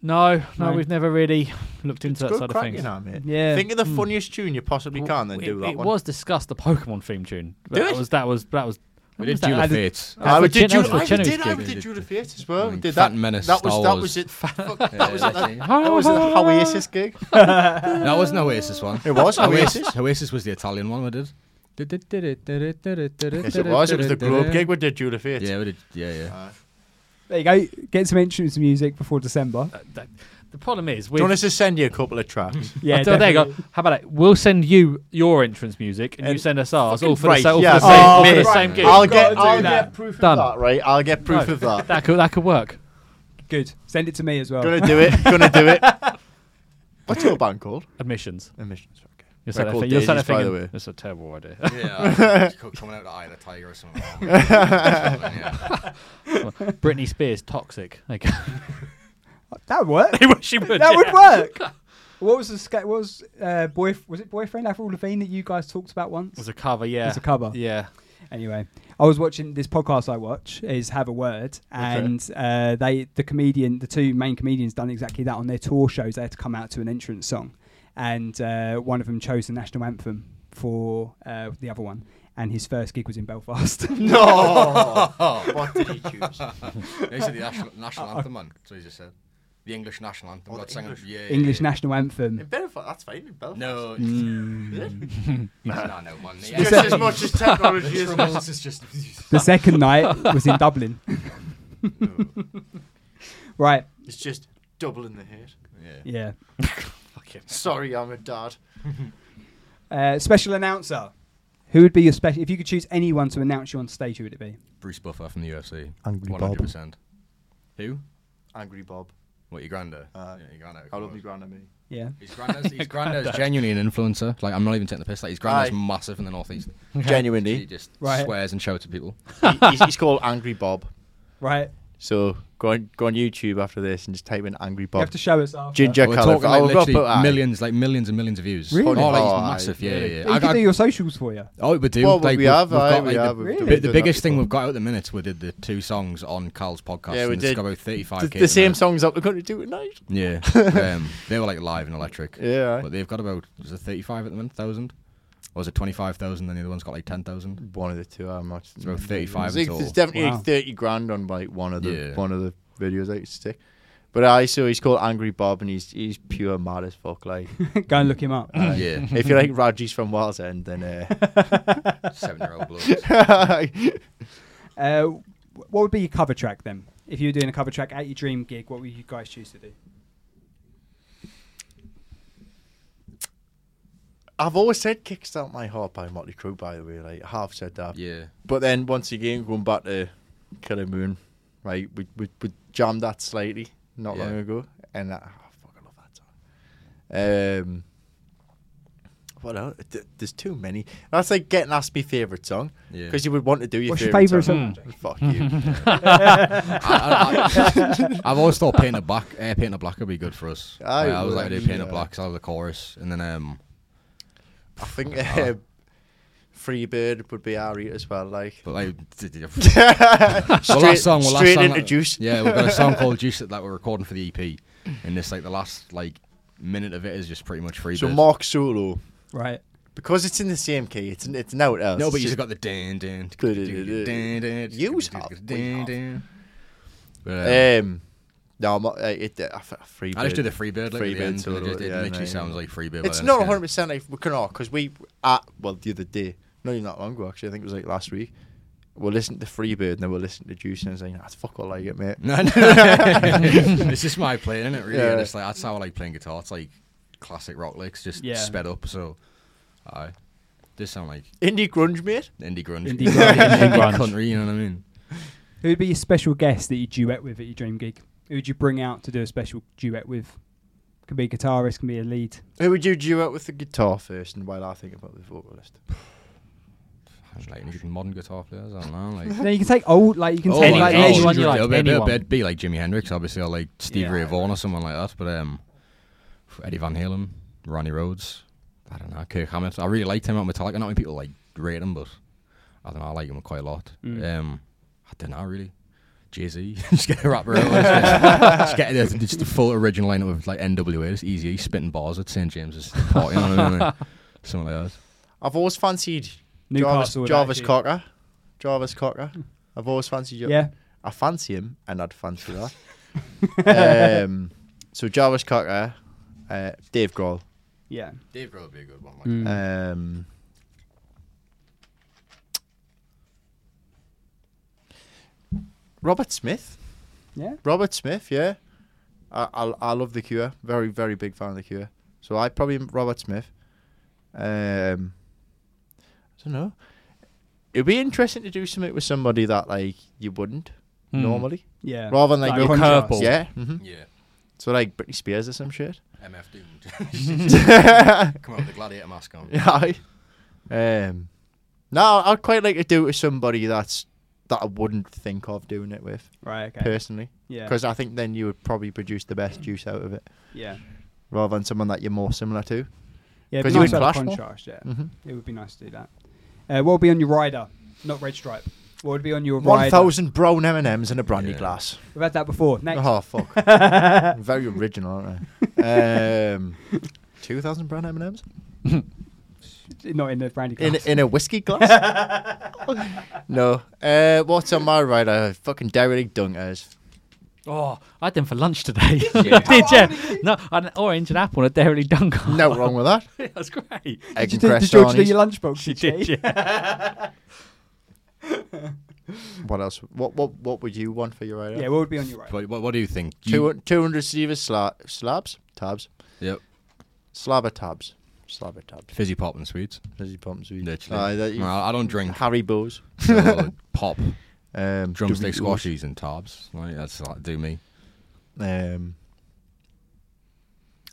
[SPEAKER 4] No, no,
[SPEAKER 1] No.
[SPEAKER 4] we've never really looked into that side of things.
[SPEAKER 2] mate.
[SPEAKER 1] Yeah.
[SPEAKER 2] Think of the funniest tune you possibly can, then
[SPEAKER 4] it,
[SPEAKER 2] do that
[SPEAKER 4] it
[SPEAKER 2] one.
[SPEAKER 4] was discussed the Pokemon theme tune. But
[SPEAKER 2] Did
[SPEAKER 4] that
[SPEAKER 2] it?
[SPEAKER 4] was that was that was.
[SPEAKER 3] We
[SPEAKER 4] when was
[SPEAKER 3] did
[SPEAKER 4] that?
[SPEAKER 3] Duel
[SPEAKER 1] I
[SPEAKER 3] of
[SPEAKER 1] did-
[SPEAKER 3] Fates.
[SPEAKER 4] That
[SPEAKER 2] I
[SPEAKER 4] was
[SPEAKER 2] would
[SPEAKER 4] Jen-
[SPEAKER 2] did you.
[SPEAKER 4] that was
[SPEAKER 2] I
[SPEAKER 4] the Hmm.
[SPEAKER 2] did.
[SPEAKER 4] Jenner's
[SPEAKER 2] I
[SPEAKER 4] gig.
[SPEAKER 2] did you the Fate as well.
[SPEAKER 3] I mean,
[SPEAKER 2] Did
[SPEAKER 3] Phantom
[SPEAKER 2] that?
[SPEAKER 3] Menace,
[SPEAKER 2] That was
[SPEAKER 3] Star
[SPEAKER 2] that
[SPEAKER 3] Wars.
[SPEAKER 2] was it. Fuck,
[SPEAKER 3] Yeah,
[SPEAKER 2] That was it.
[SPEAKER 3] that's it.
[SPEAKER 2] That was an Oasis gig.
[SPEAKER 3] That was an Oasis one.
[SPEAKER 2] It was
[SPEAKER 3] Oasis. Oasis was the Italian one we did.
[SPEAKER 2] Yes, it was. It was the Globe gig. We did Duel of Fate.
[SPEAKER 3] Yeah, we did. Yeah, yeah.
[SPEAKER 1] There you go. Get some entrance music before December.
[SPEAKER 4] That- The problem is, we.
[SPEAKER 2] Do you want us to send you a couple of tracks?
[SPEAKER 1] Yeah.
[SPEAKER 4] so there you go.
[SPEAKER 1] definitely.
[SPEAKER 4] How about it? We'll send you your entrance music, and, you
[SPEAKER 2] And-
[SPEAKER 4] send us ours, all for
[SPEAKER 2] right,
[SPEAKER 4] the, sa- all
[SPEAKER 2] yeah, Oh,
[SPEAKER 4] for the same, all
[SPEAKER 2] mate,
[SPEAKER 4] for the
[SPEAKER 2] mate,
[SPEAKER 4] same gig.
[SPEAKER 2] I'll
[SPEAKER 1] You've
[SPEAKER 2] get,
[SPEAKER 1] gotta do
[SPEAKER 2] I'll
[SPEAKER 1] that.
[SPEAKER 2] get proof
[SPEAKER 4] Done.
[SPEAKER 2] of that, right? I'll get proof
[SPEAKER 4] No.
[SPEAKER 2] of that.
[SPEAKER 4] That could that could work.
[SPEAKER 1] Good. Send it to me as well.
[SPEAKER 2] Gonna do it. Gonna do it. What's your band called?
[SPEAKER 4] Admissions.
[SPEAKER 2] Emissions. Okay. They're
[SPEAKER 4] You're saying
[SPEAKER 2] called
[SPEAKER 4] that thing. You're saying
[SPEAKER 2] daisies,
[SPEAKER 4] that thing.
[SPEAKER 2] by the
[SPEAKER 4] and-
[SPEAKER 2] way.
[SPEAKER 4] That's a terrible idea.
[SPEAKER 3] Yeah, coming out of Eye of the Tiger or something. yeah.
[SPEAKER 4] Britney Spears toxic. Like
[SPEAKER 1] That would work.
[SPEAKER 4] she would.
[SPEAKER 1] that would work. What was the sca- what was uh, boy was it boyfriend Avril Lavigne that you guys talked about once?
[SPEAKER 4] It was a cover. Yeah.
[SPEAKER 1] It's a cover.
[SPEAKER 4] Yeah.
[SPEAKER 1] Anyway, I was watching this podcast I watch is Have a Word, and uh, they the comedian, the two main comedians, done exactly that on their tour shows. They had to come out to an entrance song, and uh, one of them chose the national anthem for uh, the other one. And his first gig was in Belfast.
[SPEAKER 2] No.
[SPEAKER 3] Oh,
[SPEAKER 2] what did he choose?
[SPEAKER 3] They said the national, national anthem, man. So he just said the English national anthem.
[SPEAKER 2] Oh,
[SPEAKER 3] got
[SPEAKER 2] the
[SPEAKER 3] sung-
[SPEAKER 2] English-
[SPEAKER 3] Yeah, yeah,
[SPEAKER 1] English Mm.
[SPEAKER 3] yeah.
[SPEAKER 1] national anthem.
[SPEAKER 2] In Belfast, that's fine. In Belfast.
[SPEAKER 3] No, it's not no one. Yeah.
[SPEAKER 2] Just as much as technology is.
[SPEAKER 3] This is just.
[SPEAKER 1] The second night was in Dublin. right.
[SPEAKER 2] It's just doubling the hit.
[SPEAKER 3] Yeah.
[SPEAKER 1] Yeah.
[SPEAKER 2] Sorry, I'm a dad.
[SPEAKER 1] Uh, special announcer. Who would be your special? If you could choose anyone to announce you on stage, who would it be?
[SPEAKER 3] Bruce Buffer from the UFC.
[SPEAKER 2] Angry
[SPEAKER 3] One
[SPEAKER 2] Bob.
[SPEAKER 3] hundred percent. Who?
[SPEAKER 2] Angry Bob.
[SPEAKER 3] What your granddad?
[SPEAKER 2] Uh,
[SPEAKER 3] yeah, your granddad. of
[SPEAKER 2] I love
[SPEAKER 3] course.
[SPEAKER 2] me grandma me.
[SPEAKER 1] Yeah.
[SPEAKER 3] His granddad's, his granddad's genuinely an influencer. Like I'm not even taking the piss. Like his granddad's
[SPEAKER 2] Aye.
[SPEAKER 3] massive in the northeast. He
[SPEAKER 2] Genuinely,
[SPEAKER 3] just
[SPEAKER 1] Mm. Right.
[SPEAKER 3] swears and shouts at people.
[SPEAKER 2] he, he's, he's called Angry Bob.
[SPEAKER 1] Right.
[SPEAKER 2] So go on, go on YouTube after this and just type in Angry
[SPEAKER 1] You
[SPEAKER 2] Bob.
[SPEAKER 1] have to show us after.
[SPEAKER 2] Ginger Oh,
[SPEAKER 3] We're
[SPEAKER 2] colour.
[SPEAKER 3] talking like literally millions, like millions and millions of views.
[SPEAKER 1] Really?
[SPEAKER 3] Oh, like
[SPEAKER 2] Oh,
[SPEAKER 3] he's
[SPEAKER 2] aye.
[SPEAKER 3] massive. Yeah, yeah. yeah.
[SPEAKER 1] You
[SPEAKER 3] I-
[SPEAKER 1] can
[SPEAKER 3] I-
[SPEAKER 1] do your socials for you.
[SPEAKER 3] Oh, we do.
[SPEAKER 2] Well,
[SPEAKER 3] like,
[SPEAKER 2] we
[SPEAKER 3] we've-
[SPEAKER 2] have,
[SPEAKER 3] we've
[SPEAKER 2] aye,
[SPEAKER 3] got,
[SPEAKER 2] we
[SPEAKER 3] like,
[SPEAKER 2] have.
[SPEAKER 3] The,
[SPEAKER 2] We've
[SPEAKER 1] Really?
[SPEAKER 2] done-
[SPEAKER 3] bi-
[SPEAKER 2] we've
[SPEAKER 3] the
[SPEAKER 2] done
[SPEAKER 3] biggest
[SPEAKER 2] that
[SPEAKER 3] thing
[SPEAKER 2] before.
[SPEAKER 3] we've got out at the minutes. We did the two songs on Carl's podcast.
[SPEAKER 2] Yeah, we
[SPEAKER 3] and it's
[SPEAKER 2] did.
[SPEAKER 3] got about thirty-five.
[SPEAKER 2] The, the same songs that we're going to do tonight.
[SPEAKER 3] Yeah, um, they were like live and electric.
[SPEAKER 2] Yeah, aye.
[SPEAKER 3] but they've got about was it thirty-five at the minute thousand, or is it twenty-five thousand? And the other one's got like ten thousand.
[SPEAKER 2] One of the two. How much? It's
[SPEAKER 3] about 35 in
[SPEAKER 2] There's,
[SPEAKER 3] total.
[SPEAKER 2] definitely
[SPEAKER 1] Wow.
[SPEAKER 2] thirty grand on like one of the
[SPEAKER 3] Yeah.
[SPEAKER 2] one of the videos that you stick. But I so he's called Angry Bob and he's he's pure mad as fuck. Like
[SPEAKER 1] Go and look him up.
[SPEAKER 2] uh,
[SPEAKER 3] Yeah.
[SPEAKER 2] if you like Raji's from Wild's End, then uh,
[SPEAKER 3] Seven-year-old blood.
[SPEAKER 1] Uh, what would be your cover track then? If you were doing a cover track at your dream gig, what would you guys choose to do?
[SPEAKER 2] I've always said "Kickstart My Heart" by Motley Crue. By the way, like I have said that.
[SPEAKER 3] Yeah.
[SPEAKER 2] But then once again, going back to Killer Moon, right? We we, we jammed that slightly not
[SPEAKER 3] Yeah.
[SPEAKER 2] long ago, and that, oh, fuck, I love that song. Um, what else? Th- There's too many. That's like getting asked my favorite song
[SPEAKER 3] Yeah.
[SPEAKER 2] because you would want to do your
[SPEAKER 1] What's your
[SPEAKER 2] favorite
[SPEAKER 1] favourite
[SPEAKER 2] song. Fuck you.
[SPEAKER 3] I, have always thought painting a black, uh, painting a black would be good for us.
[SPEAKER 2] I
[SPEAKER 3] Like, I was like,
[SPEAKER 2] would,
[SPEAKER 3] do painting a
[SPEAKER 2] yeah.
[SPEAKER 3] black, 'cause I was the chorus, and then um,
[SPEAKER 2] I think
[SPEAKER 3] Ah.
[SPEAKER 2] uh, Freebird would be our eat as well. Like
[SPEAKER 3] but like, d- d-
[SPEAKER 2] straight,
[SPEAKER 3] well, last song, well, last
[SPEAKER 2] straight
[SPEAKER 3] song,
[SPEAKER 2] into
[SPEAKER 3] that-
[SPEAKER 2] juice.
[SPEAKER 3] Yeah, we've got a song called Juice that, that we're recording for the EP, and this like the last like minute of it is just pretty much free.
[SPEAKER 2] So
[SPEAKER 3] bird.
[SPEAKER 2] Mark Solo,
[SPEAKER 1] Right.
[SPEAKER 2] because it's in the same key, it's it's now else.
[SPEAKER 3] no, but
[SPEAKER 2] It's
[SPEAKER 3] you've
[SPEAKER 2] just-
[SPEAKER 3] got the dan dan
[SPEAKER 2] Du-du-du-du.
[SPEAKER 3] dan dan.
[SPEAKER 2] Yous have, we have.
[SPEAKER 3] dan. But, uh,
[SPEAKER 2] Um, no, I'm not, uh, it, uh, f- free
[SPEAKER 3] I just do the Freebird like
[SPEAKER 2] Free
[SPEAKER 3] at
[SPEAKER 2] Bird
[SPEAKER 3] the end.
[SPEAKER 2] solo,
[SPEAKER 3] and It, just- it
[SPEAKER 2] yeah,
[SPEAKER 3] literally
[SPEAKER 2] no, yeah.
[SPEAKER 3] sounds like Freebird.
[SPEAKER 2] It's
[SPEAKER 3] but then
[SPEAKER 2] not
[SPEAKER 3] kinda-
[SPEAKER 2] 100 percent like we can all because we at well the other day, no, not long ago actually. I think it was like last week. We'll listen to Freebird and then we'll listen to Juice and I was like, that's fuck all like it, mate.
[SPEAKER 3] No, no. it's just my playing, isn't it? Really,
[SPEAKER 2] Yeah.
[SPEAKER 3] and it's like that's how I like playing guitar. It's like classic rock licks, just
[SPEAKER 1] Yeah.
[SPEAKER 3] sped up. So, I this sound like
[SPEAKER 2] Indie grunge, mate.
[SPEAKER 3] indie grunge,
[SPEAKER 1] Indie grunge.
[SPEAKER 4] Indie grunge.
[SPEAKER 3] country. You know what I mean?
[SPEAKER 1] Who would be your special guest that you duet with at your dream gig? Who would you bring out to do a special duet with? Can be a guitarist, can be a lead.
[SPEAKER 2] Who would you duet with the guitar first, and while I think about the vocalist?
[SPEAKER 3] I was Like any modern guitar players, I don't know. Like
[SPEAKER 1] No, you can take old, like you can
[SPEAKER 4] Oh,
[SPEAKER 1] take
[SPEAKER 4] my
[SPEAKER 1] like
[SPEAKER 4] God.
[SPEAKER 1] anyone.
[SPEAKER 4] Anyone you like,
[SPEAKER 3] It'd be- it'd be-
[SPEAKER 4] anyone.
[SPEAKER 3] it'd be like Jimi Hendrix, obviously, or like Stevie
[SPEAKER 1] Yeah,
[SPEAKER 3] Ray
[SPEAKER 1] I
[SPEAKER 3] Vaughan or someone like that. But um, Eddie Van Halen, Ronnie Rhodes, I don't know, Kirk Hammett. I really liked him at Metallica. Not many people like rate him, but I don't know, I like him quite a lot.
[SPEAKER 1] Mm.
[SPEAKER 3] Um, I don't know really. Jay Z, just get a rapper out. Just get just get the, just the full original lineup of like NWA. It's easy. He's spitting bars at St James's party. you know what I mean? Something like that.
[SPEAKER 2] I've always fancied Jarvis,
[SPEAKER 1] Newcastle. with
[SPEAKER 2] Jarvis
[SPEAKER 1] attitude.
[SPEAKER 2] Cocker. Jarvis Cocker. I've always fancied. Jar-
[SPEAKER 1] Yeah.
[SPEAKER 2] I fancy him, and I'd fancy that. um, so Jarvis Cocker, uh, Dave Grohl.
[SPEAKER 1] Yeah.
[SPEAKER 3] Dave Grohl would be a good one. Like.
[SPEAKER 1] Mm.
[SPEAKER 2] Um, Robert Smith.
[SPEAKER 1] Yeah.
[SPEAKER 2] Robert Smith, yeah. I, I I love the Cure. Very very big fan of the Cure. So I probably am Robert Smith. Um, I don't know. It'd be interesting to do something with somebody that like you wouldn't
[SPEAKER 4] Hmm.
[SPEAKER 2] normally,
[SPEAKER 1] Yeah.
[SPEAKER 2] rather than like,
[SPEAKER 1] Like
[SPEAKER 2] go-
[SPEAKER 1] contrast.
[SPEAKER 4] curveball.
[SPEAKER 2] yeah. hmm
[SPEAKER 1] Mm-hmm.
[SPEAKER 3] Yeah.
[SPEAKER 2] So like Britney Spears or some shit.
[SPEAKER 3] MF Doom. Come out with the gladiator mask on.
[SPEAKER 2] Yeah. Um, no, I'd quite like to do it with somebody that's that I wouldn't think of doing it with
[SPEAKER 1] Right. Okay.
[SPEAKER 2] personally. 'Cause personally,
[SPEAKER 1] Yeah.
[SPEAKER 2] because I think then you would probably produce the best juice out of it,
[SPEAKER 1] Yeah.
[SPEAKER 2] rather than someone that you're more similar to.
[SPEAKER 1] Yeah.
[SPEAKER 2] 'Cause
[SPEAKER 1] Because
[SPEAKER 2] you
[SPEAKER 1] you
[SPEAKER 2] would clash more.
[SPEAKER 1] contrast. Yeah.
[SPEAKER 2] Mm-hmm.
[SPEAKER 1] It would be nice to do that. Uh, what would be on your rider? Not red stripe. What would be on your
[SPEAKER 2] One
[SPEAKER 1] rider?
[SPEAKER 2] thousand brown M and M's in a brandy
[SPEAKER 3] Yeah.
[SPEAKER 2] glass.
[SPEAKER 1] We've had that before. Next.
[SPEAKER 2] Oh fuck! Very original, aren't they? Um, two thousand brown M and M's
[SPEAKER 1] Not in the brandy
[SPEAKER 2] in
[SPEAKER 1] glass.
[SPEAKER 2] in a whiskey glass. no. Uh, what's on my radar? Fucking derelict uh, dunkers.
[SPEAKER 4] Oh, I had them for lunch today. Did
[SPEAKER 1] Oh,
[SPEAKER 4] you? No, an orange, an apple, and a dairy dunker.
[SPEAKER 2] No wrong with that.
[SPEAKER 4] That's great.
[SPEAKER 1] did you
[SPEAKER 2] Egg and
[SPEAKER 1] do, did
[SPEAKER 2] cress
[SPEAKER 1] George do
[SPEAKER 2] sarnies.
[SPEAKER 1] your lunchbox?
[SPEAKER 4] She did, yeah.
[SPEAKER 2] What else? What what what would you want for your radar?
[SPEAKER 1] Yeah. What would be on your rider?
[SPEAKER 3] But what, what do you think? You-
[SPEAKER 2] Two two hundred receiver sla- slabs tabs
[SPEAKER 3] Yep.
[SPEAKER 2] slabber tabs slabber tabs.
[SPEAKER 3] Fizzy pop and sweets.
[SPEAKER 2] Fizzy pumps. we-
[SPEAKER 3] Literally.
[SPEAKER 2] Aye, that-
[SPEAKER 3] no, I don't drink
[SPEAKER 2] Harry Bows.
[SPEAKER 3] so pop,
[SPEAKER 2] Um,
[SPEAKER 3] drumstick
[SPEAKER 2] W-
[SPEAKER 3] squashies, and tarbs. Like, that's like, do me.
[SPEAKER 2] Um,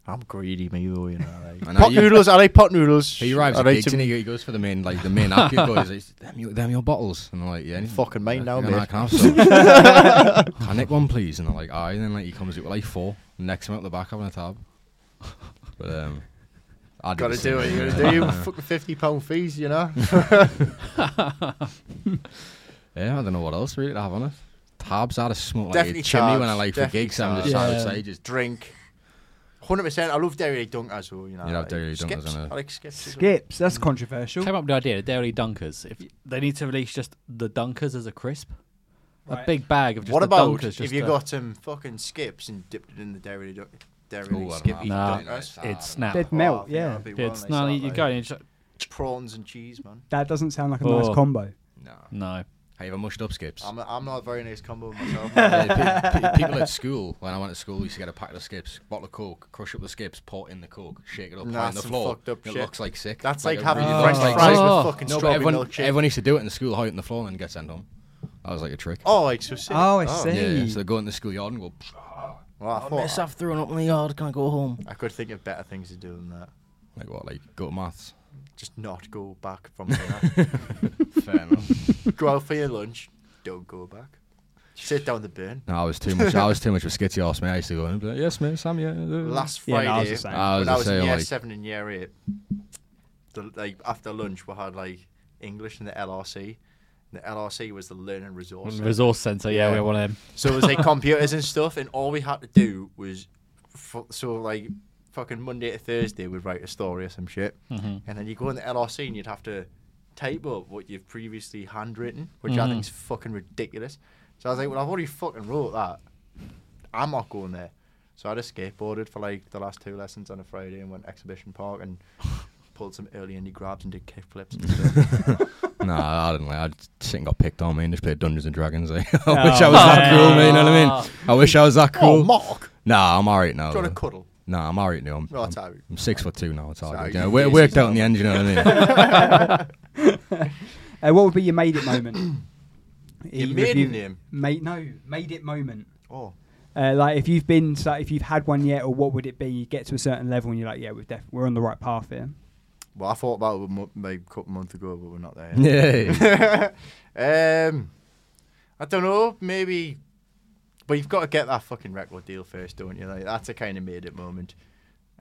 [SPEAKER 2] I'm greedy, me though. You know, like.
[SPEAKER 3] I know
[SPEAKER 2] pot
[SPEAKER 3] you-
[SPEAKER 2] noodles. I like pot noodles.
[SPEAKER 3] He arrives
[SPEAKER 2] I
[SPEAKER 3] at
[SPEAKER 2] like
[SPEAKER 3] gigs
[SPEAKER 2] to-
[SPEAKER 3] and he, he goes for the main, like the main act. He goes, "Is them your, them your bottles," and I'm like, "Yeah, anything."
[SPEAKER 2] Fucking mine
[SPEAKER 3] Yeah,
[SPEAKER 2] now,
[SPEAKER 3] can I
[SPEAKER 2] mate.
[SPEAKER 3] Can I have some? Can I nick one, please? And I'm like, "Aye." And then like he comes with like four, next him out the back having a tab. But um, I do
[SPEAKER 2] Gotta
[SPEAKER 3] the same
[SPEAKER 2] do it.
[SPEAKER 3] thing,
[SPEAKER 2] You
[SPEAKER 3] yeah.
[SPEAKER 2] gotta do fucking fifty pound fees. You know.
[SPEAKER 3] Yeah, I don't know what else really to have on it. Tabs, I'd have smoked like
[SPEAKER 2] Definitely
[SPEAKER 3] a chimney when I
[SPEAKER 2] tabs,
[SPEAKER 3] like for
[SPEAKER 2] definitely
[SPEAKER 3] gigs. I'm just
[SPEAKER 1] tabs.
[SPEAKER 3] sat
[SPEAKER 1] Yeah.
[SPEAKER 3] outside, just
[SPEAKER 2] Drink. Hundred percent. I love dairy dunk as well. You know.
[SPEAKER 3] You love
[SPEAKER 2] like,
[SPEAKER 3] Dairy Dunkers,
[SPEAKER 2] skips.
[SPEAKER 3] innit?
[SPEAKER 2] I like skips. as well.
[SPEAKER 1] Skips. That's controversial.
[SPEAKER 4] Came up with the idea, dairy dunkers. If they need to release just the dunkers as a crisp,
[SPEAKER 1] Right.
[SPEAKER 4] a big bag of just
[SPEAKER 2] what
[SPEAKER 4] the
[SPEAKER 2] about
[SPEAKER 4] Dunkers,
[SPEAKER 2] if
[SPEAKER 4] just
[SPEAKER 2] you
[SPEAKER 4] a-
[SPEAKER 2] got some fucking skips and dipped it in the dairy du- dairy
[SPEAKER 3] Ooh, I don't
[SPEAKER 2] skippy
[SPEAKER 3] know.
[SPEAKER 4] Nah,
[SPEAKER 2] dunkers?
[SPEAKER 3] Nah,
[SPEAKER 4] it's snap.
[SPEAKER 1] They'd
[SPEAKER 2] Oh, I
[SPEAKER 1] melt,
[SPEAKER 2] think
[SPEAKER 1] yeah.
[SPEAKER 2] that'd be
[SPEAKER 4] Yeah,
[SPEAKER 2] well
[SPEAKER 4] it's
[SPEAKER 2] nice,
[SPEAKER 4] not.
[SPEAKER 2] that,
[SPEAKER 4] You
[SPEAKER 2] like.
[SPEAKER 4] go and you just
[SPEAKER 2] prawns and cheese, man.
[SPEAKER 1] That doesn't sound like a
[SPEAKER 4] Oh.
[SPEAKER 1] nice combo.
[SPEAKER 3] No.
[SPEAKER 4] no.
[SPEAKER 3] Have you ever mushed up skips?
[SPEAKER 2] I'm, I'm not a very nice combo myself.
[SPEAKER 3] Yeah, pe- pe- people at school, when I went to school, we used to get a packet of skips, bottle of coke, crush up the skips, pour it in the coke, shake it up,
[SPEAKER 2] Nah,
[SPEAKER 3] pour it on the
[SPEAKER 2] some
[SPEAKER 3] floor.
[SPEAKER 2] fucked up
[SPEAKER 3] it
[SPEAKER 2] shit.
[SPEAKER 3] looks like sick.
[SPEAKER 2] That's like,
[SPEAKER 3] a
[SPEAKER 2] having
[SPEAKER 3] really
[SPEAKER 2] French
[SPEAKER 3] looks like
[SPEAKER 2] fries
[SPEAKER 3] sick.
[SPEAKER 4] Oh.
[SPEAKER 2] with fucking
[SPEAKER 3] No, but
[SPEAKER 2] strawberry
[SPEAKER 3] everyone,
[SPEAKER 2] milkshake.
[SPEAKER 3] everyone used to do it in the school, hide it in the floor, and then get sent home. That was like a trick.
[SPEAKER 2] oh, like so sick.
[SPEAKER 1] Oh, I see.
[SPEAKER 3] Yeah, so they go in the schoolyard and go.
[SPEAKER 2] Well, I, thought,
[SPEAKER 3] I've thrown Oh, up in the yard. Can I go home?
[SPEAKER 2] I could think of better things to do than that.
[SPEAKER 3] Like what? Like go to maths.
[SPEAKER 2] Just not go back from there.
[SPEAKER 3] Fair enough.
[SPEAKER 2] go out for your lunch. Don't go back. Sit down the bin.
[SPEAKER 3] No, I was too much. I was too much of a skitty arse, mate. I used to go in and be like, "Yes, mate, Sam, yeah." yeah."
[SPEAKER 2] Last
[SPEAKER 1] Yeah, no, I was
[SPEAKER 2] Friday,
[SPEAKER 1] the same.
[SPEAKER 3] I was
[SPEAKER 2] when
[SPEAKER 3] the
[SPEAKER 2] I was in
[SPEAKER 3] same,
[SPEAKER 2] year
[SPEAKER 3] like-
[SPEAKER 2] seven and year eight, the, like after lunch we had like English and the LRC. And the LRC was the learning resource. Centre.
[SPEAKER 4] Resource center. Yeah,
[SPEAKER 2] Yeah.
[SPEAKER 4] we had one of them.
[SPEAKER 2] So it was like computers and stuff, and all we had to do was, f- so like fucking Monday to Thursday, we'd write a story or some shit, and then you go in the LRC and you'd have to type up what you've previously handwritten, which I think is fucking ridiculous. So I was like, well, I've already fucking wrote that. I'm not going there. So I just skateboarded for like the last two lessons on a Friday and went exhibition park and pulled some early indie grabs and did kickflips and stuff.
[SPEAKER 3] Nah, I didn't like. I just sit and got picked on, man. Just played Dungeons and Dragons. eh? I
[SPEAKER 1] Oh,
[SPEAKER 3] wish I was that
[SPEAKER 1] man.
[SPEAKER 3] cool, man. You know what I mean? I wish I was that
[SPEAKER 2] oh,
[SPEAKER 3] cool.
[SPEAKER 2] Mark,
[SPEAKER 3] nah, I'm alright now.
[SPEAKER 2] do you want
[SPEAKER 3] though.
[SPEAKER 2] to cuddle?
[SPEAKER 3] Nah, I'm alright now. I'm,
[SPEAKER 2] Right,
[SPEAKER 3] I'm,
[SPEAKER 2] Harry.
[SPEAKER 3] I'm six foot two now. It's
[SPEAKER 2] Sorry,
[SPEAKER 3] hard. You
[SPEAKER 2] you
[SPEAKER 3] know, it
[SPEAKER 2] did
[SPEAKER 3] worked out in the end. You know what I mean?
[SPEAKER 1] Uh, what would be your made it moment?
[SPEAKER 2] Your
[SPEAKER 1] You
[SPEAKER 2] maiden
[SPEAKER 1] review-
[SPEAKER 2] name?
[SPEAKER 1] Made no made it moment.
[SPEAKER 2] Oh.
[SPEAKER 1] Uh, like if you've been, so if you've had one yet, or what would it be? You get to a certain level and you're like, yeah, we're def- we're on the right path here.
[SPEAKER 2] Well, I thought about it a mo- maybe a couple months ago, but we're not there. Yet.
[SPEAKER 3] yeah.
[SPEAKER 2] um, I don't know. Maybe, but you've got to get that fucking record deal first, don't you? Like that's a kind of made it moment.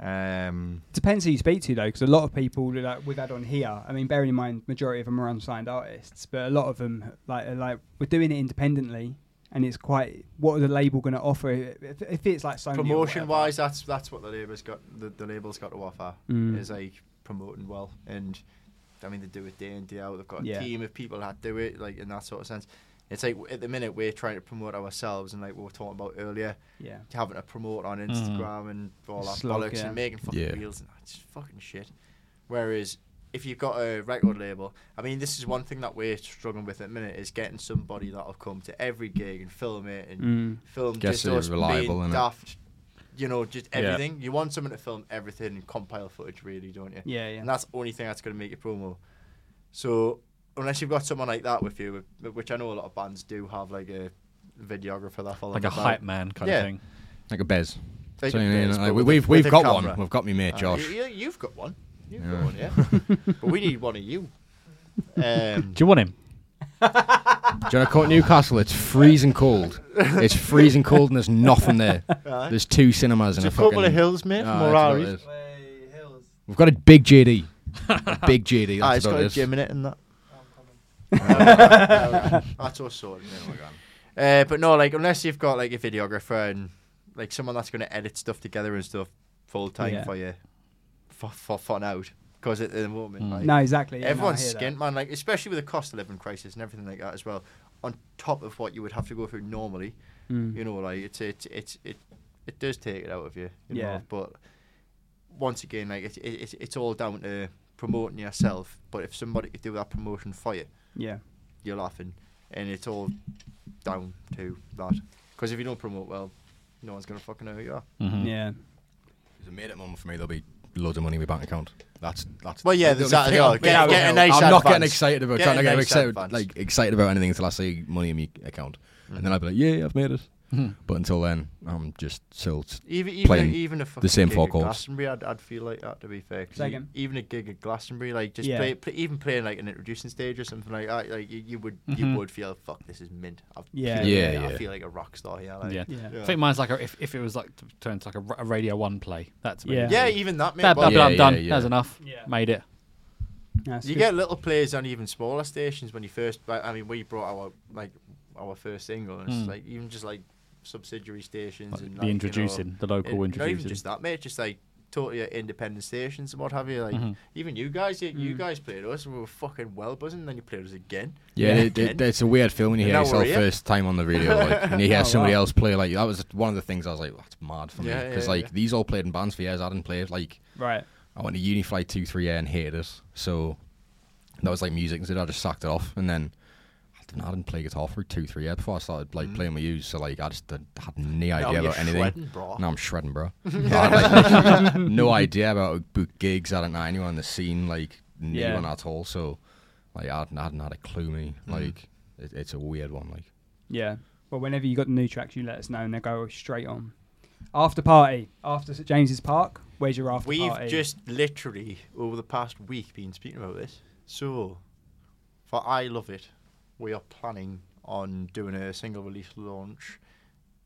[SPEAKER 2] Um,
[SPEAKER 1] Depends who you speak to though, because a lot of people like we've had on here. I mean, bearing in mind, majority of them are unsigned artists, but a lot of them like are like we're doing it independently, and it's quite what are the label going to offer if, if it's like Sony or
[SPEAKER 2] promotion
[SPEAKER 1] whatever.
[SPEAKER 2] wise, that's that's what the label's got. The, the label's got to offer
[SPEAKER 1] Mm.
[SPEAKER 2] is like promoting well, and I mean they do it day in day out. They've got a
[SPEAKER 1] Yeah.
[SPEAKER 2] team of people that do it, like in that sort of sense. It's like at the minute we're trying to promote ourselves, and like we were talking about earlier,
[SPEAKER 1] Yeah.
[SPEAKER 2] having to promote
[SPEAKER 4] Mm.
[SPEAKER 2] on Instagram and all that
[SPEAKER 1] Slog,
[SPEAKER 2] bollocks
[SPEAKER 1] yeah.
[SPEAKER 2] and making fucking
[SPEAKER 3] Yeah.
[SPEAKER 2] reels and it's fucking shit. Whereas if you've got a record label, I mean, this is one thing that we're struggling with at the minute is getting somebody that'll come to every gig and film it and
[SPEAKER 1] Mm.
[SPEAKER 2] film
[SPEAKER 3] Guess
[SPEAKER 2] just
[SPEAKER 3] they're
[SPEAKER 2] us
[SPEAKER 3] reliable,
[SPEAKER 2] being
[SPEAKER 3] innit?
[SPEAKER 2] daft. You know, just
[SPEAKER 4] Yeah.
[SPEAKER 2] everything. You want someone to film everything and compile footage, really, don't you?
[SPEAKER 1] Yeah, yeah.
[SPEAKER 2] And that's the only thing that's going to make your promo. So unless you've got someone like that with you, which I know a lot of bands do have, like a videographer that follows
[SPEAKER 4] Like a hype man kind
[SPEAKER 2] Yeah.
[SPEAKER 4] of thing.
[SPEAKER 3] like a bez.
[SPEAKER 2] Like
[SPEAKER 3] So,
[SPEAKER 2] a
[SPEAKER 3] you know,
[SPEAKER 2] bez,
[SPEAKER 3] like,
[SPEAKER 2] but
[SPEAKER 3] we,
[SPEAKER 2] with a-
[SPEAKER 3] we've
[SPEAKER 2] with
[SPEAKER 3] we've
[SPEAKER 2] a
[SPEAKER 3] got
[SPEAKER 2] camera.
[SPEAKER 3] one. We've got me mate,
[SPEAKER 2] Uh,
[SPEAKER 3] Josh.
[SPEAKER 2] you, have got one. You've
[SPEAKER 3] Yeah.
[SPEAKER 2] got one, yeah. but we need one of you. Um,
[SPEAKER 4] Do you want him?
[SPEAKER 3] Do you know, I caught Newcastle? It's freezing cold. It's freezing cold and there's nothing there.
[SPEAKER 2] Aye.
[SPEAKER 3] There's two cinemas and
[SPEAKER 2] There's a
[SPEAKER 3] a
[SPEAKER 2] couple
[SPEAKER 3] fucking.
[SPEAKER 2] of hills, mate, from
[SPEAKER 3] Aye, that's what it
[SPEAKER 2] Morales. Ah,
[SPEAKER 3] is.
[SPEAKER 6] Way hills.
[SPEAKER 3] We've got a big JD. A big JD.
[SPEAKER 2] Ah,
[SPEAKER 3] That's
[SPEAKER 2] it's
[SPEAKER 3] what
[SPEAKER 2] got
[SPEAKER 3] it
[SPEAKER 2] a
[SPEAKER 3] is.
[SPEAKER 2] gym in it and that.
[SPEAKER 6] I'm coming.
[SPEAKER 2] That's all sorted. Uh, but no, like unless you've got like a videographer and like someone that's going to edit stuff together and stuff full time
[SPEAKER 1] Yeah.
[SPEAKER 2] for you, for for fun out. Because at the
[SPEAKER 3] Hmm.
[SPEAKER 2] moment, like,
[SPEAKER 1] No, exactly. Yeah, no, I
[SPEAKER 2] everyone's
[SPEAKER 1] hear that.
[SPEAKER 2] skint, man. Like especially with the cost of living crisis and everything like that as well. On top of what you would have to go through normally,
[SPEAKER 1] Mm.
[SPEAKER 2] you know, like it's it's it's it it does take it out of you. you
[SPEAKER 1] Yeah.
[SPEAKER 2] Know? But once again, like it's it, it, it's all down to promoting yourself. But if somebody could do that promotion for you,
[SPEAKER 1] Yeah.
[SPEAKER 2] you're laughing, and it's all down to that. Because if you don't promote well, no one's gonna fucking know who you are.
[SPEAKER 4] Mhm.
[SPEAKER 1] Yeah.
[SPEAKER 3] It's a made up moment for me. There'll be loads of money in my bank account. That's that's.
[SPEAKER 2] Well, yeah,
[SPEAKER 3] the
[SPEAKER 2] there's that
[SPEAKER 3] only
[SPEAKER 2] as
[SPEAKER 3] thing
[SPEAKER 2] well.
[SPEAKER 3] I'm-
[SPEAKER 2] Get-
[SPEAKER 3] I'm
[SPEAKER 2] get a
[SPEAKER 3] not-
[SPEAKER 2] nice
[SPEAKER 3] I'm not getting
[SPEAKER 2] advance.
[SPEAKER 3] excited about
[SPEAKER 2] Get
[SPEAKER 3] trying
[SPEAKER 2] a
[SPEAKER 3] to get
[SPEAKER 2] nice
[SPEAKER 3] excited
[SPEAKER 2] advance.
[SPEAKER 3] like excited about anything until I see money in my account, and then I'll be like, yeah, I've made it. But until then, I'm just still. s-
[SPEAKER 2] Even even a,
[SPEAKER 3] Playing
[SPEAKER 2] even a fucking
[SPEAKER 3] same
[SPEAKER 2] gig
[SPEAKER 3] four
[SPEAKER 2] at
[SPEAKER 3] chords.
[SPEAKER 2] Glastonbury, I'd, I'd feel like that to be fair. 'Cause
[SPEAKER 1] Say
[SPEAKER 2] e-
[SPEAKER 1] again?
[SPEAKER 2] Even a gig at Glastonbury, like just
[SPEAKER 1] Yeah.
[SPEAKER 2] play, play, even playing like an introducing stage or something like that, like you, you would you would feel fuck this is mint. I
[SPEAKER 1] Yeah.
[SPEAKER 2] feel
[SPEAKER 3] Yeah,
[SPEAKER 2] like- I
[SPEAKER 3] yeah.
[SPEAKER 2] feel like a rock star here. Like.
[SPEAKER 4] Yeah.
[SPEAKER 1] Yeah.
[SPEAKER 4] I think mine's like a, if, if it was like t- turned to like a, ra- a Radio One play. That's me.
[SPEAKER 1] Yeah.
[SPEAKER 2] Yeah, even that. Mate,
[SPEAKER 4] That,
[SPEAKER 2] well,
[SPEAKER 4] that-
[SPEAKER 3] Yeah,
[SPEAKER 4] I'm
[SPEAKER 3] yeah,
[SPEAKER 4] done.
[SPEAKER 3] yeah.
[SPEAKER 4] That's enough.
[SPEAKER 1] Yeah.
[SPEAKER 4] Made it.
[SPEAKER 1] That's
[SPEAKER 2] you
[SPEAKER 1] good.
[SPEAKER 2] get little plays on even smaller stations when you first. Like, I mean, we brought our like our first single, and
[SPEAKER 4] Mm.
[SPEAKER 2] it's like even just like subsidiary stations
[SPEAKER 4] Like,
[SPEAKER 2] and
[SPEAKER 4] the
[SPEAKER 2] like, you know,
[SPEAKER 4] introducing the local
[SPEAKER 2] it-
[SPEAKER 4] introducing.
[SPEAKER 2] Not even just that, mate. Just like totally uh, independent stations and what have you.
[SPEAKER 3] Mm-hmm.
[SPEAKER 2] Like even you guys, you,
[SPEAKER 1] Mm.
[SPEAKER 2] you guys played us, we were fucking well buzzing, and then you played us again.
[SPEAKER 3] Yeah,
[SPEAKER 2] and
[SPEAKER 3] it- it-
[SPEAKER 2] again.
[SPEAKER 3] it's a weird film when you
[SPEAKER 2] And
[SPEAKER 3] hear
[SPEAKER 2] now we're
[SPEAKER 3] yourself
[SPEAKER 2] here.
[SPEAKER 3] first time on the radio, like, and you hear
[SPEAKER 1] Oh,
[SPEAKER 3] somebody
[SPEAKER 1] wow.
[SPEAKER 3] else play. Like that was one of the things I was like, that's mad for me
[SPEAKER 2] Yeah, yeah,
[SPEAKER 3] because like
[SPEAKER 2] yeah.
[SPEAKER 3] these all played in bands for years. I didn't play it. Like
[SPEAKER 1] Right.
[SPEAKER 3] I went to uni for like two, three years and hated it. So that was like music and shit. I just sucked it off, and then. I didn't- I didn't play guitar for two, three years before I started like playing my U's. So like, I just did, had no idea
[SPEAKER 2] Mm. you're
[SPEAKER 3] about anything.
[SPEAKER 2] shredding, bro.
[SPEAKER 3] Now I'm shredding, bro. I had, like, no idea about book gigs. I don't know anyone in the scene, like knew
[SPEAKER 1] Yeah.
[SPEAKER 3] anyone at all. So like, I hadn't, I hadn't had a clue. Me
[SPEAKER 2] Mm.
[SPEAKER 3] like, it, it's a weird one. Like,
[SPEAKER 1] Yeah. Well, whenever you got the new tracks, you let us know, and they go straight on. After party, after St James's Park. Where's your after
[SPEAKER 2] We've
[SPEAKER 1] party?
[SPEAKER 2] just literally over the past week been speaking about this. So, for I love it, we are planning on doing a single release launch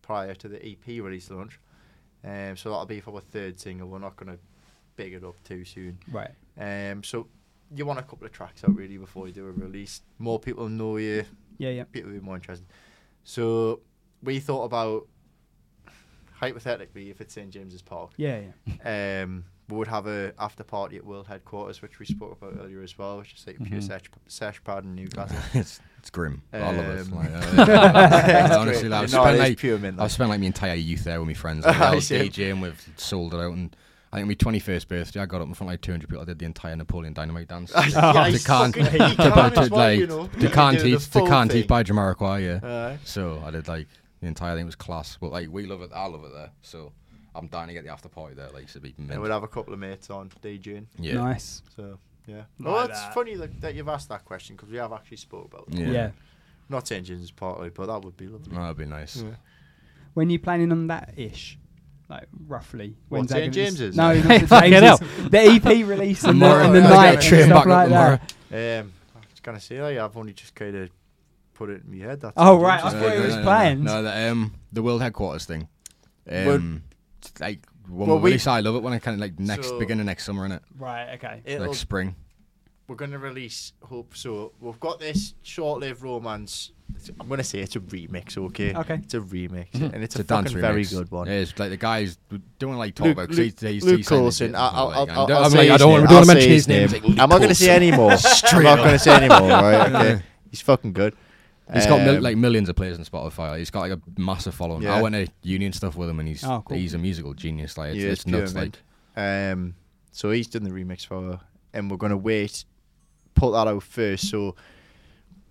[SPEAKER 2] prior to the EP release launch. Um, so that'll be for our third single. We're not going to big it up too soon.
[SPEAKER 1] right.
[SPEAKER 2] Um, so you want a couple of tracks out really before you do a release. More people know you.
[SPEAKER 1] Yeah, yeah.
[SPEAKER 2] People will be more interested. So we thought about hypothetically if it's St James's Park
[SPEAKER 1] Yeah, yeah.
[SPEAKER 2] um, we would have a after party at World Headquarters, which we spoke about earlier as well, which is like a pure sesh, sesh pad in Newcastle.
[SPEAKER 3] it's it's grim. I love it.
[SPEAKER 2] Um,
[SPEAKER 3] Like, uh,
[SPEAKER 2] It's
[SPEAKER 3] honestly,
[SPEAKER 2] great.
[SPEAKER 3] like, I've
[SPEAKER 2] No, it
[SPEAKER 3] spent
[SPEAKER 2] is
[SPEAKER 3] like
[SPEAKER 2] pure mint, like. Oh,
[SPEAKER 3] I've spent like my entire youth there with my friends. Like,
[SPEAKER 2] I
[SPEAKER 3] I was
[SPEAKER 2] see.
[SPEAKER 3] DJing, we've sold it out, and I think my twenty first birthday, I got up in front of like two hundred people. I did the entire Napoleon Dynamite dance.
[SPEAKER 2] I
[SPEAKER 3] to can't,
[SPEAKER 2] fucking hate
[SPEAKER 3] to,
[SPEAKER 2] Khan
[SPEAKER 3] to,
[SPEAKER 2] as well,
[SPEAKER 3] like,
[SPEAKER 2] you know.
[SPEAKER 3] to can't
[SPEAKER 2] Do the
[SPEAKER 3] eat, to
[SPEAKER 2] full
[SPEAKER 3] can't
[SPEAKER 2] thing. Uh.
[SPEAKER 3] eat by Jamiroquai, yeah.
[SPEAKER 2] Aye.
[SPEAKER 3] so I did like the entire thing was class, but like we love it, I love it there. So I'm dying to get the after party there, like so it'd be
[SPEAKER 2] And
[SPEAKER 3] mint.
[SPEAKER 2] we'd have a couple of mates on DJing.
[SPEAKER 3] yeah.
[SPEAKER 1] Nice.
[SPEAKER 2] So, yeah.
[SPEAKER 1] Like
[SPEAKER 2] Oh, it's
[SPEAKER 1] that.
[SPEAKER 2] funny that, that you've asked that question because we have actually spoke about it.
[SPEAKER 1] Yeah.
[SPEAKER 3] Yeah.
[SPEAKER 2] Not St. James's Party, but that would be lovely.
[SPEAKER 3] No, that'd be nice.
[SPEAKER 2] Yeah.
[SPEAKER 1] When you planning on that ish? Like roughly.
[SPEAKER 2] What,
[SPEAKER 1] When's that gonna
[SPEAKER 2] St.
[SPEAKER 1] be s-
[SPEAKER 2] James's?
[SPEAKER 1] No, not St.
[SPEAKER 4] Fucking
[SPEAKER 1] James's. The EP release and the,
[SPEAKER 2] Tomorrow,
[SPEAKER 1] and the
[SPEAKER 2] I gotta
[SPEAKER 1] night
[SPEAKER 2] get
[SPEAKER 1] and
[SPEAKER 2] a
[SPEAKER 3] train
[SPEAKER 1] stuff
[SPEAKER 3] back up
[SPEAKER 1] like
[SPEAKER 3] tomorrow.
[SPEAKER 1] that.
[SPEAKER 2] Um, I was going to say, like, I've only just kind of put it in my head. That's
[SPEAKER 1] Oh,
[SPEAKER 2] St.
[SPEAKER 1] right, I
[SPEAKER 2] James's
[SPEAKER 1] thought it
[SPEAKER 2] Party.
[SPEAKER 1] was
[SPEAKER 3] no,
[SPEAKER 1] planned.
[SPEAKER 3] No, the, um, the world headquarters thing.
[SPEAKER 2] Well-
[SPEAKER 3] Um, it's like when
[SPEAKER 2] Well,
[SPEAKER 3] we
[SPEAKER 2] we-
[SPEAKER 3] release, I love it when I kind of like next
[SPEAKER 2] So-
[SPEAKER 3] beginning of next summer, innit?
[SPEAKER 1] Right, okay.
[SPEAKER 2] It'll
[SPEAKER 3] Like spring.
[SPEAKER 2] we're going to release Hope So. We've got this short lived romance. It's- I'm going to say it's a remix, okay?
[SPEAKER 1] Okay.
[SPEAKER 2] It's a remix. And it's,
[SPEAKER 3] Mm-hmm. It's
[SPEAKER 2] a,
[SPEAKER 3] a dance
[SPEAKER 2] fucking very
[SPEAKER 3] remix.
[SPEAKER 2] good one.
[SPEAKER 3] Yeah, it's like the guys don't want to like talk
[SPEAKER 2] Luke-
[SPEAKER 3] about 'cause
[SPEAKER 2] Luke-
[SPEAKER 3] he's, he's,
[SPEAKER 2] Luke
[SPEAKER 3] he's saying
[SPEAKER 2] Coulson.
[SPEAKER 3] his-
[SPEAKER 2] I'll, I'll, I'll,
[SPEAKER 3] like,
[SPEAKER 2] I'll,
[SPEAKER 3] I'm
[SPEAKER 2] say
[SPEAKER 3] like, I
[SPEAKER 2] his
[SPEAKER 3] don't want
[SPEAKER 2] name.
[SPEAKER 3] don't
[SPEAKER 2] I'll
[SPEAKER 3] wanna
[SPEAKER 2] say
[SPEAKER 3] mention
[SPEAKER 2] his
[SPEAKER 3] his name. It's like Luke
[SPEAKER 2] I'm not going to say
[SPEAKER 3] Coulson.
[SPEAKER 2] any more. I'm not going to say any more, right? Okay. He's fucking good.
[SPEAKER 3] He's got mil-
[SPEAKER 2] Um,
[SPEAKER 3] like millions of players on Spotify. Like, he's got like a massive following.
[SPEAKER 2] Yeah.
[SPEAKER 3] I went to union stuff with him, and he's
[SPEAKER 1] Oh, cool.
[SPEAKER 3] he's a musical genius. Like it's,
[SPEAKER 2] Yeah,
[SPEAKER 3] it's
[SPEAKER 2] it's pure
[SPEAKER 3] nuts.
[SPEAKER 2] mint.
[SPEAKER 3] Like
[SPEAKER 2] Um, so he's done the remix for her, and we're going to wait, put that out first. So,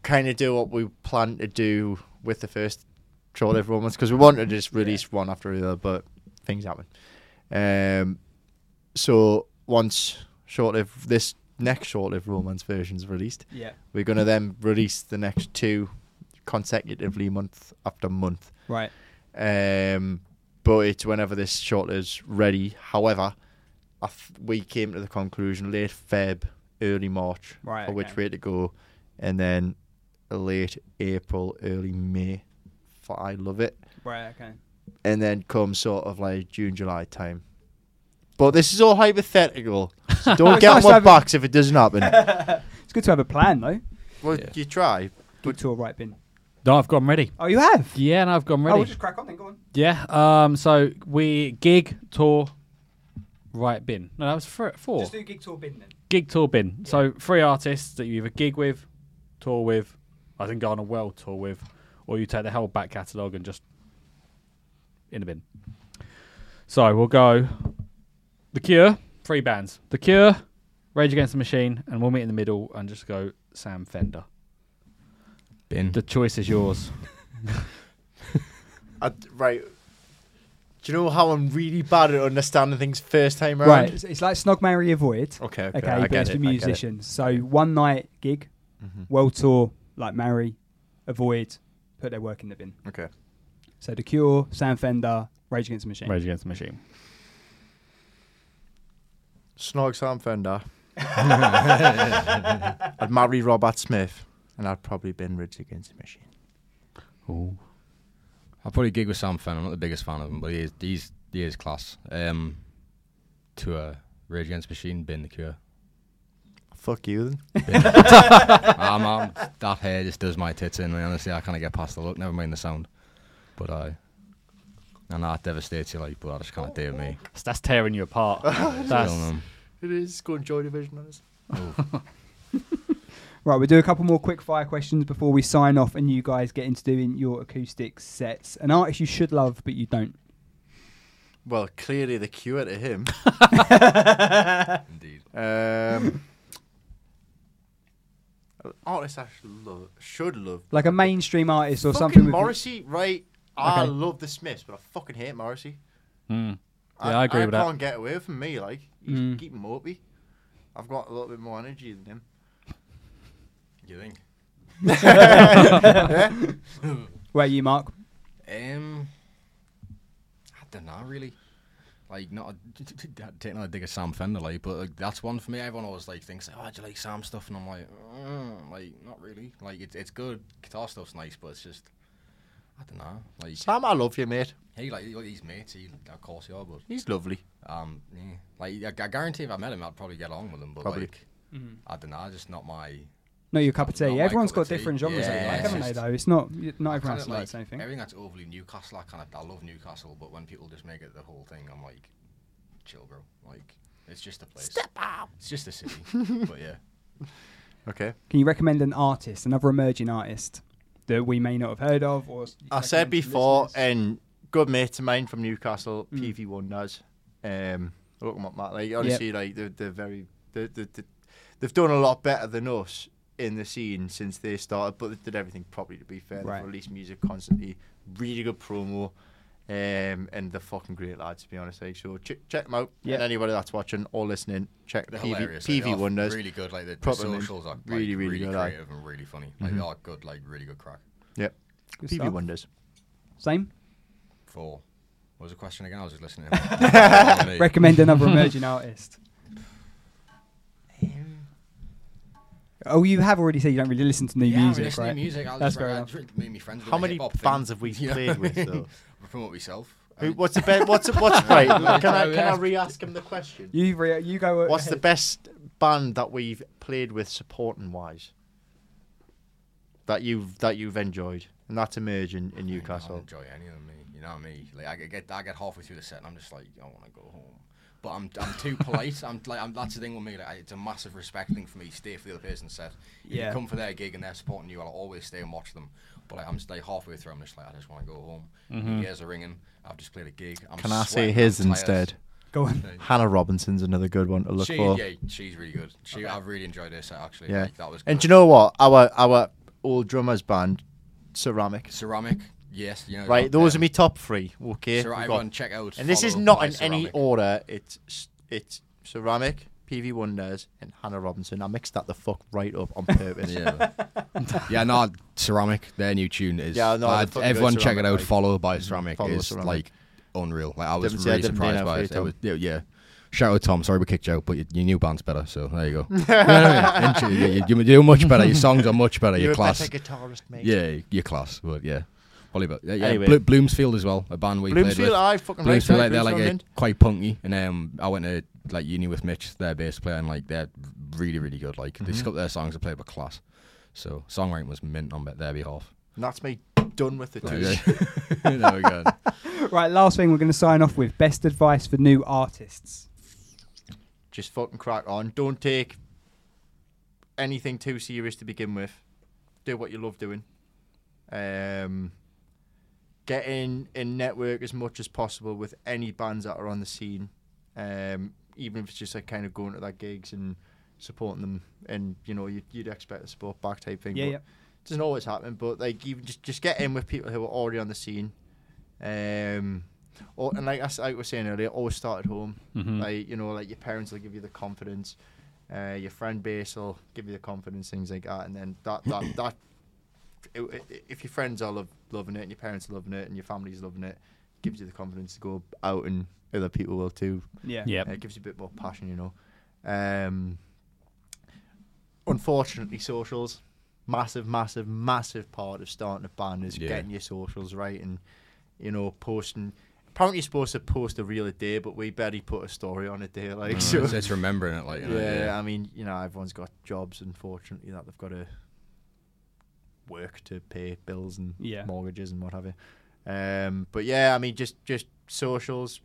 [SPEAKER 2] kind of do what we plan to do with the first Troll Live Romance because we wanted to just release one after the other, but things happen. Um, so once Short Live this next Short Live Romance version is released,
[SPEAKER 1] Yeah.
[SPEAKER 2] we're going to then release the next two consecutively, month after month.
[SPEAKER 1] Right.
[SPEAKER 2] Um, but it's whenever this shot is ready. However, I f- we came to the conclusion late Feb, early March,
[SPEAKER 1] Right,
[SPEAKER 2] for which
[SPEAKER 1] okay.
[SPEAKER 2] way to go, and then late April, early May. For I love it,
[SPEAKER 1] Right, okay.
[SPEAKER 2] and then come sort of like June, July time. But this is all hypothetical. So don't
[SPEAKER 1] It's
[SPEAKER 2] get
[SPEAKER 1] nice
[SPEAKER 2] on
[SPEAKER 1] to
[SPEAKER 2] my
[SPEAKER 1] have a-
[SPEAKER 2] backs if it doesn't happen.
[SPEAKER 1] It's good to have a plan though.
[SPEAKER 2] well,
[SPEAKER 3] Yeah.
[SPEAKER 2] you try.
[SPEAKER 1] Good to a right bin.
[SPEAKER 4] No, I've gone ready.
[SPEAKER 1] Oh, you have?
[SPEAKER 4] Yeah, and I've gone
[SPEAKER 1] Oh,
[SPEAKER 4] ready.
[SPEAKER 1] we'll just crack on then. Go on.
[SPEAKER 4] Yeah. Um. So we gig tour, right bin. No, that was fr- four.
[SPEAKER 1] Just do gig tour bin then.
[SPEAKER 4] gig tour bin. So three artists that you either gig with, tour with, I think go on a world tour with, or you take the whole back catalogue and just in a bin. So we'll go The Cure, three bands. The Cure, Rage Against the Machine, and we'll meet in the middle and just go Sam Fender.
[SPEAKER 3] bin.
[SPEAKER 4] The choice is yours.
[SPEAKER 2] I d right. Do you know how I'm really bad at understanding things first time around?
[SPEAKER 1] Right. It's, it's like Snog Marry Avoid.
[SPEAKER 2] Okay. Oh, Okay.
[SPEAKER 1] Okay,
[SPEAKER 2] I
[SPEAKER 1] but
[SPEAKER 2] get
[SPEAKER 1] it's
[SPEAKER 2] it, Mm-hmm.
[SPEAKER 1] for
[SPEAKER 2] I get it.
[SPEAKER 1] musicians. So one night gig, world tour, like marry, avoid, put their work in the bin.
[SPEAKER 2] Okay.
[SPEAKER 1] So The Cure, Sam Fender, Rage Against the Machine.
[SPEAKER 4] Rage Against the Machine.
[SPEAKER 2] Snog Sam Fender. I'd marry Robert Smith, and I'd probably been Rage Against the Machine.
[SPEAKER 3] I'll probably gig with Sam Fenn. I'm not the biggest fan of him, but he is he's, he is class. Um, to a Rage Against the Machine, bin the Cure.
[SPEAKER 2] Fuck you then.
[SPEAKER 3] I'm, I'm, that hair just does my tits in. Like, honestly, I can't get past the look. Never mind the sound. But I and that devastates you like, but that just kind of did me.
[SPEAKER 4] That's, that's tearing you apart. that's,
[SPEAKER 3] Killing 'em.
[SPEAKER 2] It is going Joy Division, man.
[SPEAKER 1] Right, we'll do a couple more quick fire questions before we sign off and you guys get into doing your acoustic sets. An artist you should love but you don't.
[SPEAKER 2] Well, clearly the cure to him.
[SPEAKER 3] Indeed.
[SPEAKER 2] Um, an artist I should love, should love.
[SPEAKER 1] Like a mainstream artist or
[SPEAKER 2] fucking
[SPEAKER 1] something. with-
[SPEAKER 2] Morrissey, right? I
[SPEAKER 1] Okay.
[SPEAKER 2] love the Smiths, but I fucking hate Morrissey.
[SPEAKER 4] Mm. Yeah, I agree with
[SPEAKER 2] I
[SPEAKER 4] that.
[SPEAKER 2] can't get away from me. Like, he's
[SPEAKER 1] Mm.
[SPEAKER 2] keeping mopey. I've got a little bit more energy than him.
[SPEAKER 3] You think?
[SPEAKER 2] Yeah?
[SPEAKER 1] Where are you, Mark?
[SPEAKER 3] Um, I don't know really. Like not a, take another dig at Sam Fender, like, but like, that's one for me. Everyone always like thinks, like, "Oh, do you like Sam stuff?" And I'm like, mm, "Like, not really. Like, it's it's good. Guitar stuff's nice, but it's just, I don't know. Like,
[SPEAKER 2] Sam, I love you, mate.
[SPEAKER 3] he like he's mates. He, of course, you are, but
[SPEAKER 2] He's lovely.
[SPEAKER 3] um, yeah. like I, I guarantee if I met him, I'd probably get along with him. But
[SPEAKER 2] Probably.
[SPEAKER 3] like, I don't know, just not my
[SPEAKER 1] Not your cup of
[SPEAKER 3] Not
[SPEAKER 1] tea.
[SPEAKER 3] my
[SPEAKER 1] Everyone's
[SPEAKER 3] cup
[SPEAKER 1] got
[SPEAKER 3] of tea.
[SPEAKER 1] different genres, that they
[SPEAKER 3] Yeah,
[SPEAKER 1] like,
[SPEAKER 3] it's
[SPEAKER 1] haven't they?
[SPEAKER 3] just-
[SPEAKER 1] Though it's not y- not
[SPEAKER 3] I
[SPEAKER 1] everyone
[SPEAKER 3] kinda
[SPEAKER 1] else likes anything.
[SPEAKER 3] Everything that's overly Newcastle, I kind of I love Newcastle, but when people just make it the whole thing, I'm like, chill, bro. Like, it's just a place. Step out. It's just a city. but yeah,
[SPEAKER 2] Okay.
[SPEAKER 1] Can you recommend an artist, another emerging artist that we may not have heard of? Or s-
[SPEAKER 2] I
[SPEAKER 1] recommend
[SPEAKER 2] said
[SPEAKER 1] to
[SPEAKER 2] before,
[SPEAKER 1] listeners?
[SPEAKER 2] and good mate of mine from Newcastle,
[SPEAKER 3] Mm.
[SPEAKER 2] PV One does. Um, look 'em up, Matt. Like honestly, like they're, they're very they're, they're, they're- they've done a lot better than us in the scene since they started, but they did everything properly. To be fair,
[SPEAKER 1] Right.
[SPEAKER 2] they've released music constantly, really good promo, um, and they're fucking great lads. To be honest, like so, ch- check them out.
[SPEAKER 1] Yeah.
[SPEAKER 2] And anybody that's watching or listening, check
[SPEAKER 3] they're
[SPEAKER 2] PV,
[SPEAKER 3] hilarious. like, they
[SPEAKER 2] PV
[SPEAKER 3] are
[SPEAKER 2] One does.
[SPEAKER 3] really good. Like the, the
[SPEAKER 2] Proper mint.
[SPEAKER 3] socials are like,
[SPEAKER 2] Really,
[SPEAKER 3] really,
[SPEAKER 2] really
[SPEAKER 3] really,
[SPEAKER 2] good, like. mm-hmm.
[SPEAKER 3] creative and really funny. Like they are good. Like really good crack.
[SPEAKER 2] Yep,
[SPEAKER 1] Good
[SPEAKER 2] PV
[SPEAKER 1] stuff.
[SPEAKER 2] uh, One does.
[SPEAKER 1] Same.
[SPEAKER 3] Four. What was the question again? I was just listening. Recommend.
[SPEAKER 1] Recommend another emerging artist. Oh, you have already said you don't really listen to new
[SPEAKER 3] yeah,
[SPEAKER 1] music,
[SPEAKER 3] listen
[SPEAKER 1] right?
[SPEAKER 3] to music. I'll
[SPEAKER 1] That's
[SPEAKER 3] just,
[SPEAKER 1] fair
[SPEAKER 3] I'll
[SPEAKER 1] enough.
[SPEAKER 3] drink- me and my friends do
[SPEAKER 2] How
[SPEAKER 3] the
[SPEAKER 2] many
[SPEAKER 3] hip-hop thing.
[SPEAKER 2] bands have we played with, though?
[SPEAKER 3] Promote yourself.
[SPEAKER 2] Who, what's the best? What's what's right? Can I can I
[SPEAKER 3] Yes.
[SPEAKER 2] re-ask him the question?
[SPEAKER 1] You re- you go.
[SPEAKER 2] What's the
[SPEAKER 1] ahead.
[SPEAKER 2] best band that we've played with supporting wise? That you've that you've enjoyed, and that's emerging in
[SPEAKER 3] I
[SPEAKER 2] Newcastle.
[SPEAKER 3] don't enjoy any of me. You know me. Like I get I get halfway through the set and I'm just like I want to go home. But I'm, I'm too polite. I'm like I'm, that's the thing with me. Like, I- it's a massive respect thing for me. Stay for the other person's set. If
[SPEAKER 1] Yeah.
[SPEAKER 3] you come for their gig and they're supporting you, I'll always stay and watch them. But like, I'm just, like halfway through, I'm just like I just want to go home. My ears are ringing. I've just played a gig. I'm
[SPEAKER 2] Mm-hmm. Can I say
[SPEAKER 3] sweating,
[SPEAKER 2] his
[SPEAKER 3] I'm tired.
[SPEAKER 2] instead?
[SPEAKER 1] Go on.
[SPEAKER 2] Hannah Robinson's another good one to look
[SPEAKER 3] She,
[SPEAKER 2] for.
[SPEAKER 3] yeah, she's really good. She, I've really enjoyed her set actually.
[SPEAKER 2] Yeah.
[SPEAKER 3] like, that was.
[SPEAKER 2] and do
[SPEAKER 3] good.
[SPEAKER 2] you know what? Our our old drummers band, Ceramic.
[SPEAKER 3] ceramic? Yes, you know.
[SPEAKER 2] Right,
[SPEAKER 3] got,
[SPEAKER 2] those are
[SPEAKER 3] um,
[SPEAKER 2] my top three. Okay,
[SPEAKER 3] Cera-
[SPEAKER 2] we've got-
[SPEAKER 3] everyone check out.
[SPEAKER 2] Oh, And this is
[SPEAKER 3] follow
[SPEAKER 2] not
[SPEAKER 3] by
[SPEAKER 2] in any
[SPEAKER 3] Ceramic.
[SPEAKER 2] order. It's s- it's Ceramic, PV Wonders, and Hannah Robinson. I mixed that the fuck right up on purpose.
[SPEAKER 3] Yeah. yeah, no, Ceramic, their new tune is.
[SPEAKER 2] Yeah, no,
[SPEAKER 3] I-
[SPEAKER 2] they're fucking
[SPEAKER 3] everyone
[SPEAKER 2] good,
[SPEAKER 3] check
[SPEAKER 2] Ceramic,
[SPEAKER 3] it out.
[SPEAKER 2] like-
[SPEAKER 3] Follow by Ceramic
[SPEAKER 2] Follow
[SPEAKER 3] is
[SPEAKER 2] Ceramic.
[SPEAKER 3] like unreal. Like I was
[SPEAKER 2] Didn't see- I
[SPEAKER 3] really
[SPEAKER 2] didn't do
[SPEAKER 3] surprised
[SPEAKER 2] that
[SPEAKER 3] by
[SPEAKER 2] for
[SPEAKER 3] it.
[SPEAKER 2] you,
[SPEAKER 3] it was, yeah, yeah. Shout out Tom. Sorry we kicked you out, but your, your new band's better. So there you go. You know what I mean? you, you, you do much better. Your songs are much better.
[SPEAKER 2] You're
[SPEAKER 3] Your
[SPEAKER 2] a
[SPEAKER 3] class.
[SPEAKER 2] better guitarist, mate.
[SPEAKER 3] Yeah, your class. But yeah. Probably, but yeah, yeah.
[SPEAKER 2] Anyway.
[SPEAKER 3] Blo- Bloomsfield as well, a band we played
[SPEAKER 2] Bloomsfield,
[SPEAKER 3] with.
[SPEAKER 2] I fucking like
[SPEAKER 3] Bloomsfield,
[SPEAKER 2] that.
[SPEAKER 3] like, they're like
[SPEAKER 2] Bloomsfield
[SPEAKER 3] a, quite punky, and um, I went to like uni with Mitch, their bass player, and like they're really, really good. Like they scope their songs and play with class. So songwriting was mint on their behalf.
[SPEAKER 2] And that's me done with the
[SPEAKER 3] There
[SPEAKER 2] two.
[SPEAKER 3] we go. There we go.
[SPEAKER 1] Right, last thing we're going to sign off with best advice for new artists.
[SPEAKER 2] Just fucking crack on. Don't take anything too serious to begin with. Do what you love doing. Um, get in and network as much as possible with any bands that are on the scene. Um, even if it's just like kind of going to their gigs and supporting them, and you know you'd, you'd expect the support back type thing.
[SPEAKER 1] Yeah,
[SPEAKER 2] but
[SPEAKER 1] yeah.
[SPEAKER 2] doesn't always happen, but like you just just get in with people who are already on the scene. Um, or, and like I, s- like I was saying earlier, always start at home. Like you know, like your parents will give you the confidence, uh, your friend base will give you the confidence, things like that, and then that that that. i- i- If your friends are lov loving it, and your parents are loving it, and your family's loving it, gives you the confidence to go out, and other people will too.
[SPEAKER 1] Yeah.
[SPEAKER 4] Yep.
[SPEAKER 2] Uh, It gives you a bit more passion, you know. Um, unfortunately, socials, massive, massive, massive part of starting a band is
[SPEAKER 3] Yeah.
[SPEAKER 2] getting your socials right and, you know, posting. Apparently, you're supposed to post a reel a day, but we barely put a story on a day. Like, so.
[SPEAKER 3] Mm, it's, it's remembering it, like you know,
[SPEAKER 2] yeah,
[SPEAKER 3] yeah.
[SPEAKER 2] I mean, you know, everyone's got jobs, unfortunately, that they've got to work to pay bills and
[SPEAKER 1] Yeah.
[SPEAKER 2] mortgages and what have you. Um, but yeah, I mean, just just socials,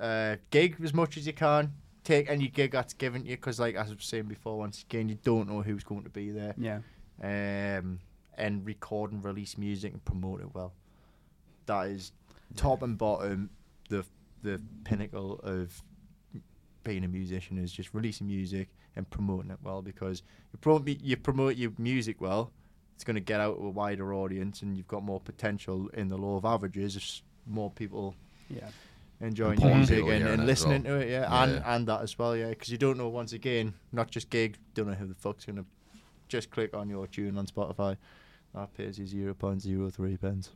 [SPEAKER 2] uh, gig as much as you can. Take any gig that's given to you because, like as I was saying before, once again, you don't know who's going to be there.
[SPEAKER 1] Yeah.
[SPEAKER 2] Um, and record and release music and promote it well. That is top and bottom. The the pinnacle of being a musician is just releasing music and promoting it well because you promote you promote your music well, it's going to get out to a wider audience and you've got more potential in the law of averages. If s- more people
[SPEAKER 1] Yeah.
[SPEAKER 2] enjoying
[SPEAKER 3] Important
[SPEAKER 2] music
[SPEAKER 3] people
[SPEAKER 2] and,
[SPEAKER 3] hearing it
[SPEAKER 2] and
[SPEAKER 3] as
[SPEAKER 2] listening
[SPEAKER 3] well.
[SPEAKER 2] to it, yeah,
[SPEAKER 3] Yeah,
[SPEAKER 2] and
[SPEAKER 3] yeah.
[SPEAKER 2] and that as well, yeah, because you don't know once again, not just gig, don't know who the fuck's going to just click on your tune on Spotify. That pays you zero point zero three pence.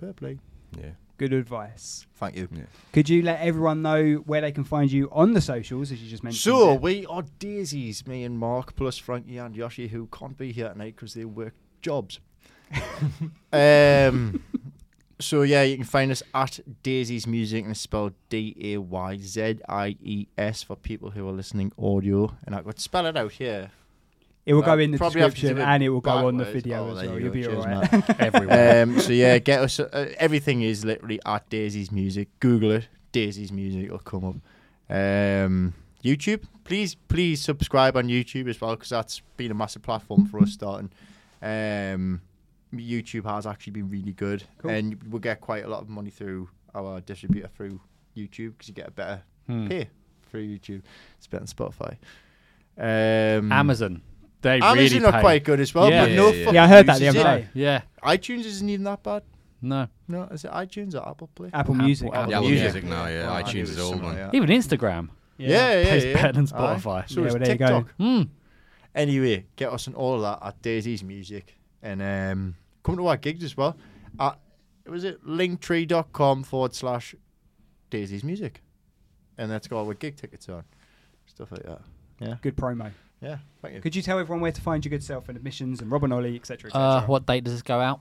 [SPEAKER 2] Fair play.
[SPEAKER 3] Yeah.
[SPEAKER 1] Good advice.
[SPEAKER 2] Thank you.
[SPEAKER 3] Yeah.
[SPEAKER 1] Could you let everyone know where they can find you on the socials, as you just mentioned?
[SPEAKER 2] So
[SPEAKER 1] there?
[SPEAKER 2] we are daisies, me and Mark, plus Frankie and Yoshi, who can't be here tonight because they work jobs. um, so yeah, you can find us at Daisies Music, and it's spelled D A Y Z I E S for people who are listening audio. And I could spell it out here.
[SPEAKER 1] it will go
[SPEAKER 2] I'll
[SPEAKER 1] in the
[SPEAKER 2] Uh, probably have to
[SPEAKER 1] description
[SPEAKER 2] do it
[SPEAKER 1] and it will go on the
[SPEAKER 2] backwards.
[SPEAKER 1] video
[SPEAKER 2] Oh,
[SPEAKER 1] as
[SPEAKER 2] there
[SPEAKER 1] well.
[SPEAKER 2] you
[SPEAKER 1] You'll
[SPEAKER 2] go.
[SPEAKER 1] be all
[SPEAKER 2] Cheers,
[SPEAKER 1] right.
[SPEAKER 4] everywhere.
[SPEAKER 2] Um, so yeah, get us. Uh, everything is literally at Daisy's Music. Google it. Daisy's Music will come up. Um, YouTube, please, please subscribe on YouTube as well because that's been a massive platform for us starting. Um, YouTube has actually been really good,
[SPEAKER 1] Cool.
[SPEAKER 2] and we get quite a lot of money through our distributor through YouTube because you get a better
[SPEAKER 4] Hmm.
[SPEAKER 2] pay through YouTube. It's better than Spotify. Um,
[SPEAKER 4] Amazon. They
[SPEAKER 2] Amazon
[SPEAKER 4] really
[SPEAKER 2] are
[SPEAKER 4] pay.
[SPEAKER 2] quite good as well,
[SPEAKER 4] Yeah.
[SPEAKER 2] but
[SPEAKER 4] Yeah,
[SPEAKER 2] no
[SPEAKER 3] yeah, yeah.
[SPEAKER 2] fucking
[SPEAKER 1] Yeah, I heard that the
[SPEAKER 2] use
[SPEAKER 1] other
[SPEAKER 2] is it?
[SPEAKER 1] day.
[SPEAKER 4] Yeah.
[SPEAKER 2] iTunes isn't even that bad.
[SPEAKER 4] No.
[SPEAKER 2] No, is it iTunes or Apple Play?
[SPEAKER 1] Apple Music.
[SPEAKER 4] Apple
[SPEAKER 3] Yeah, Apple
[SPEAKER 4] Music.
[SPEAKER 3] Music, now, yeah.
[SPEAKER 2] Oh,
[SPEAKER 3] iTunes is the old
[SPEAKER 2] something
[SPEAKER 3] one.
[SPEAKER 2] like that.
[SPEAKER 4] Even Instagram.
[SPEAKER 2] Yeah, yeah, yeah.
[SPEAKER 4] Pays better than
[SPEAKER 2] Aye.
[SPEAKER 4] Spotify.
[SPEAKER 2] So
[SPEAKER 1] Yeah,
[SPEAKER 2] is
[SPEAKER 1] well, there you go.
[SPEAKER 2] TikTok.
[SPEAKER 4] Hmm.
[SPEAKER 2] Anyway, get us on all of that at Daisy's Music. And um, come to our gigs as well. At, was it linktree.com forward slash Daisy's Music? And that's got all our gig tickets on. Stuff like that. Yeah.
[SPEAKER 1] Good promo.
[SPEAKER 2] Yeah. Thank you.
[SPEAKER 1] Could you tell everyone where to find your good self and admissions and Robin Ollie, etc. etc.?
[SPEAKER 4] Uh, what date does this go out?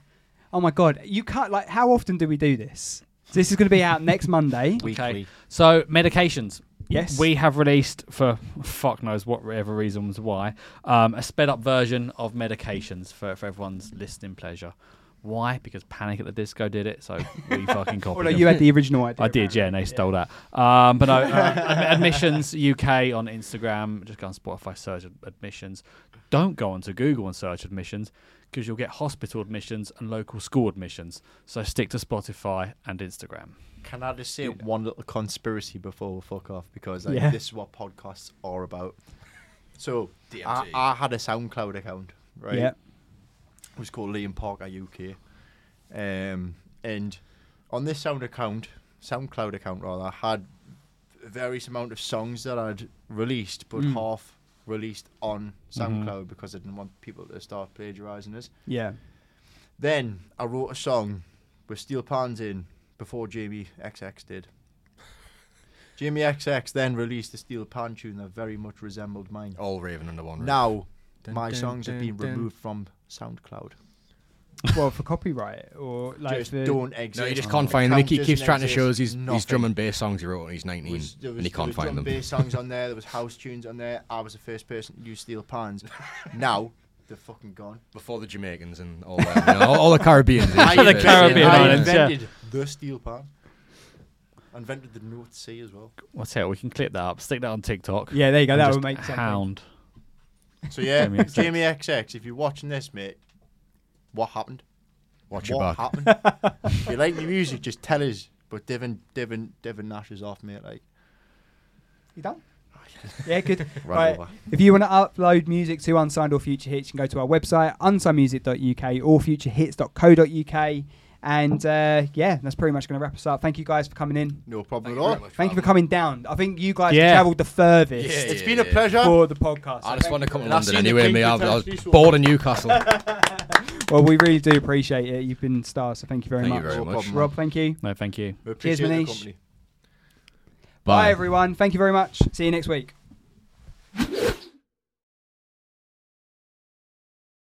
[SPEAKER 1] Oh my god, you can't like how often do we do this? So this is going to be out next Monday.
[SPEAKER 4] Okay. So medications.
[SPEAKER 1] Yes.
[SPEAKER 4] We have released for fuck knows whatever reasons why um, a sped up version of medications for, for everyone's listening pleasure. Why? Because Panic at the Disco did it, so we fucking copied.
[SPEAKER 1] Although
[SPEAKER 4] them.
[SPEAKER 1] you had the original idea.
[SPEAKER 4] I did, yeah, and they stole that. Um, but no, uh, Ad- admissions UK on Instagram. Just go on Spotify, search ad- admissions. Don't go onto Google and search admissions because you'll get hospital admissions and local school admissions. So stick to Spotify and Instagram.
[SPEAKER 2] Can I just say one little conspiracy before we fuck off? Because like,
[SPEAKER 1] Yeah.
[SPEAKER 2] this is what podcasts are about. So I,
[SPEAKER 3] DMT.
[SPEAKER 2] I had a SoundCloud account, right?
[SPEAKER 1] Yeah.
[SPEAKER 2] It was called Liam Parker UK. Um, and on this sound account, SoundCloud account rather, I had a various amount of songs that I'd released,
[SPEAKER 1] Mm.
[SPEAKER 2] but half released on
[SPEAKER 1] Mm-hmm.
[SPEAKER 2] SoundCloud because I didn't want people to start plagiarising us.
[SPEAKER 1] Yeah.
[SPEAKER 2] Then I wrote a song with steel pans in before Jamie XX did. Jamie XX then released a steel pan tune that very much resembled mine.
[SPEAKER 3] All Raven under one roof.
[SPEAKER 2] Now
[SPEAKER 3] Oh, Dun,
[SPEAKER 2] my
[SPEAKER 3] dun,
[SPEAKER 2] songs have
[SPEAKER 3] dun,
[SPEAKER 2] been
[SPEAKER 3] dun.
[SPEAKER 2] removed from SoundCloud.
[SPEAKER 1] well, for copyright or like
[SPEAKER 2] just
[SPEAKER 1] the,
[SPEAKER 2] don't exist.
[SPEAKER 3] No, you just can't find them. He
[SPEAKER 2] Account
[SPEAKER 3] keep- keeps
[SPEAKER 2] doesn't
[SPEAKER 3] trying to show us
[SPEAKER 2] exist.
[SPEAKER 3] his, his
[SPEAKER 2] Nothing.
[SPEAKER 3] drum and bass songs he wrote when he's 19,
[SPEAKER 2] There was- there was-
[SPEAKER 3] and he
[SPEAKER 2] there
[SPEAKER 3] can't
[SPEAKER 2] was
[SPEAKER 3] find
[SPEAKER 2] drum
[SPEAKER 3] them.
[SPEAKER 2] and bass songs on there. There was house tunes on there. I was the first person to use steel pans. now they're fucking gone.
[SPEAKER 3] Before the Jamaicans and all that. you know, all, all the Caribbeans.
[SPEAKER 2] I
[SPEAKER 4] For the
[SPEAKER 2] invented-
[SPEAKER 4] Caribbean
[SPEAKER 2] I
[SPEAKER 4] islands, yeah.
[SPEAKER 2] invented the steel pan. I invented the North Sea as well.
[SPEAKER 4] What's it? We can clip that up. Stick that on TikTok.
[SPEAKER 1] Yeah, there you go.
[SPEAKER 4] and
[SPEAKER 1] That
[SPEAKER 4] just
[SPEAKER 1] would make something.
[SPEAKER 4] hound.
[SPEAKER 2] So yeah,
[SPEAKER 4] Jamie XX.
[SPEAKER 2] Jamie XX, if you're watching this, mate, what happened?
[SPEAKER 3] Watch your
[SPEAKER 2] what
[SPEAKER 3] back.
[SPEAKER 2] happened? if you like the music, just tell us. But Devin, Devin, Devin Nash is off, mate. Like,
[SPEAKER 1] You done? yeah, good. Right.
[SPEAKER 2] Right over.
[SPEAKER 1] If you want to upload music to Unsigned or Future Hits, you can go to our website, unsignedmusic.uk or futurehits.co.uk. And uh, yeah, that's pretty much going to wrap us up. Thank you guys for coming in.
[SPEAKER 2] no problem at
[SPEAKER 3] Thank you very
[SPEAKER 2] all.
[SPEAKER 3] much,
[SPEAKER 1] Thank you for
[SPEAKER 3] Robin.
[SPEAKER 1] coming down. I think you guys
[SPEAKER 4] Yeah.
[SPEAKER 1] travelled the furthest
[SPEAKER 3] Yeah,
[SPEAKER 2] It's
[SPEAKER 3] yeah,
[SPEAKER 2] been a
[SPEAKER 3] yeah.
[SPEAKER 2] pleasure.
[SPEAKER 1] for the podcast.
[SPEAKER 3] I
[SPEAKER 1] So
[SPEAKER 3] just
[SPEAKER 1] thank
[SPEAKER 3] want to
[SPEAKER 1] you
[SPEAKER 3] come to
[SPEAKER 1] very
[SPEAKER 2] And I've
[SPEAKER 3] London
[SPEAKER 2] seen the
[SPEAKER 3] anyway,
[SPEAKER 2] Queen
[SPEAKER 3] mate. I
[SPEAKER 2] protest
[SPEAKER 3] was I was
[SPEAKER 2] peaceful.
[SPEAKER 3] bored of Newcastle. Thank
[SPEAKER 1] much. Well, we really do appreciate it. You've been stars, so thank you very
[SPEAKER 3] you
[SPEAKER 1] much.
[SPEAKER 3] very
[SPEAKER 2] No
[SPEAKER 3] much.
[SPEAKER 2] problem.
[SPEAKER 1] Rob, thank you.
[SPEAKER 4] No, thank you.
[SPEAKER 2] We appreciate the
[SPEAKER 1] Manish.
[SPEAKER 2] company.
[SPEAKER 1] Bye, everyone. Thank you very much. See you next week.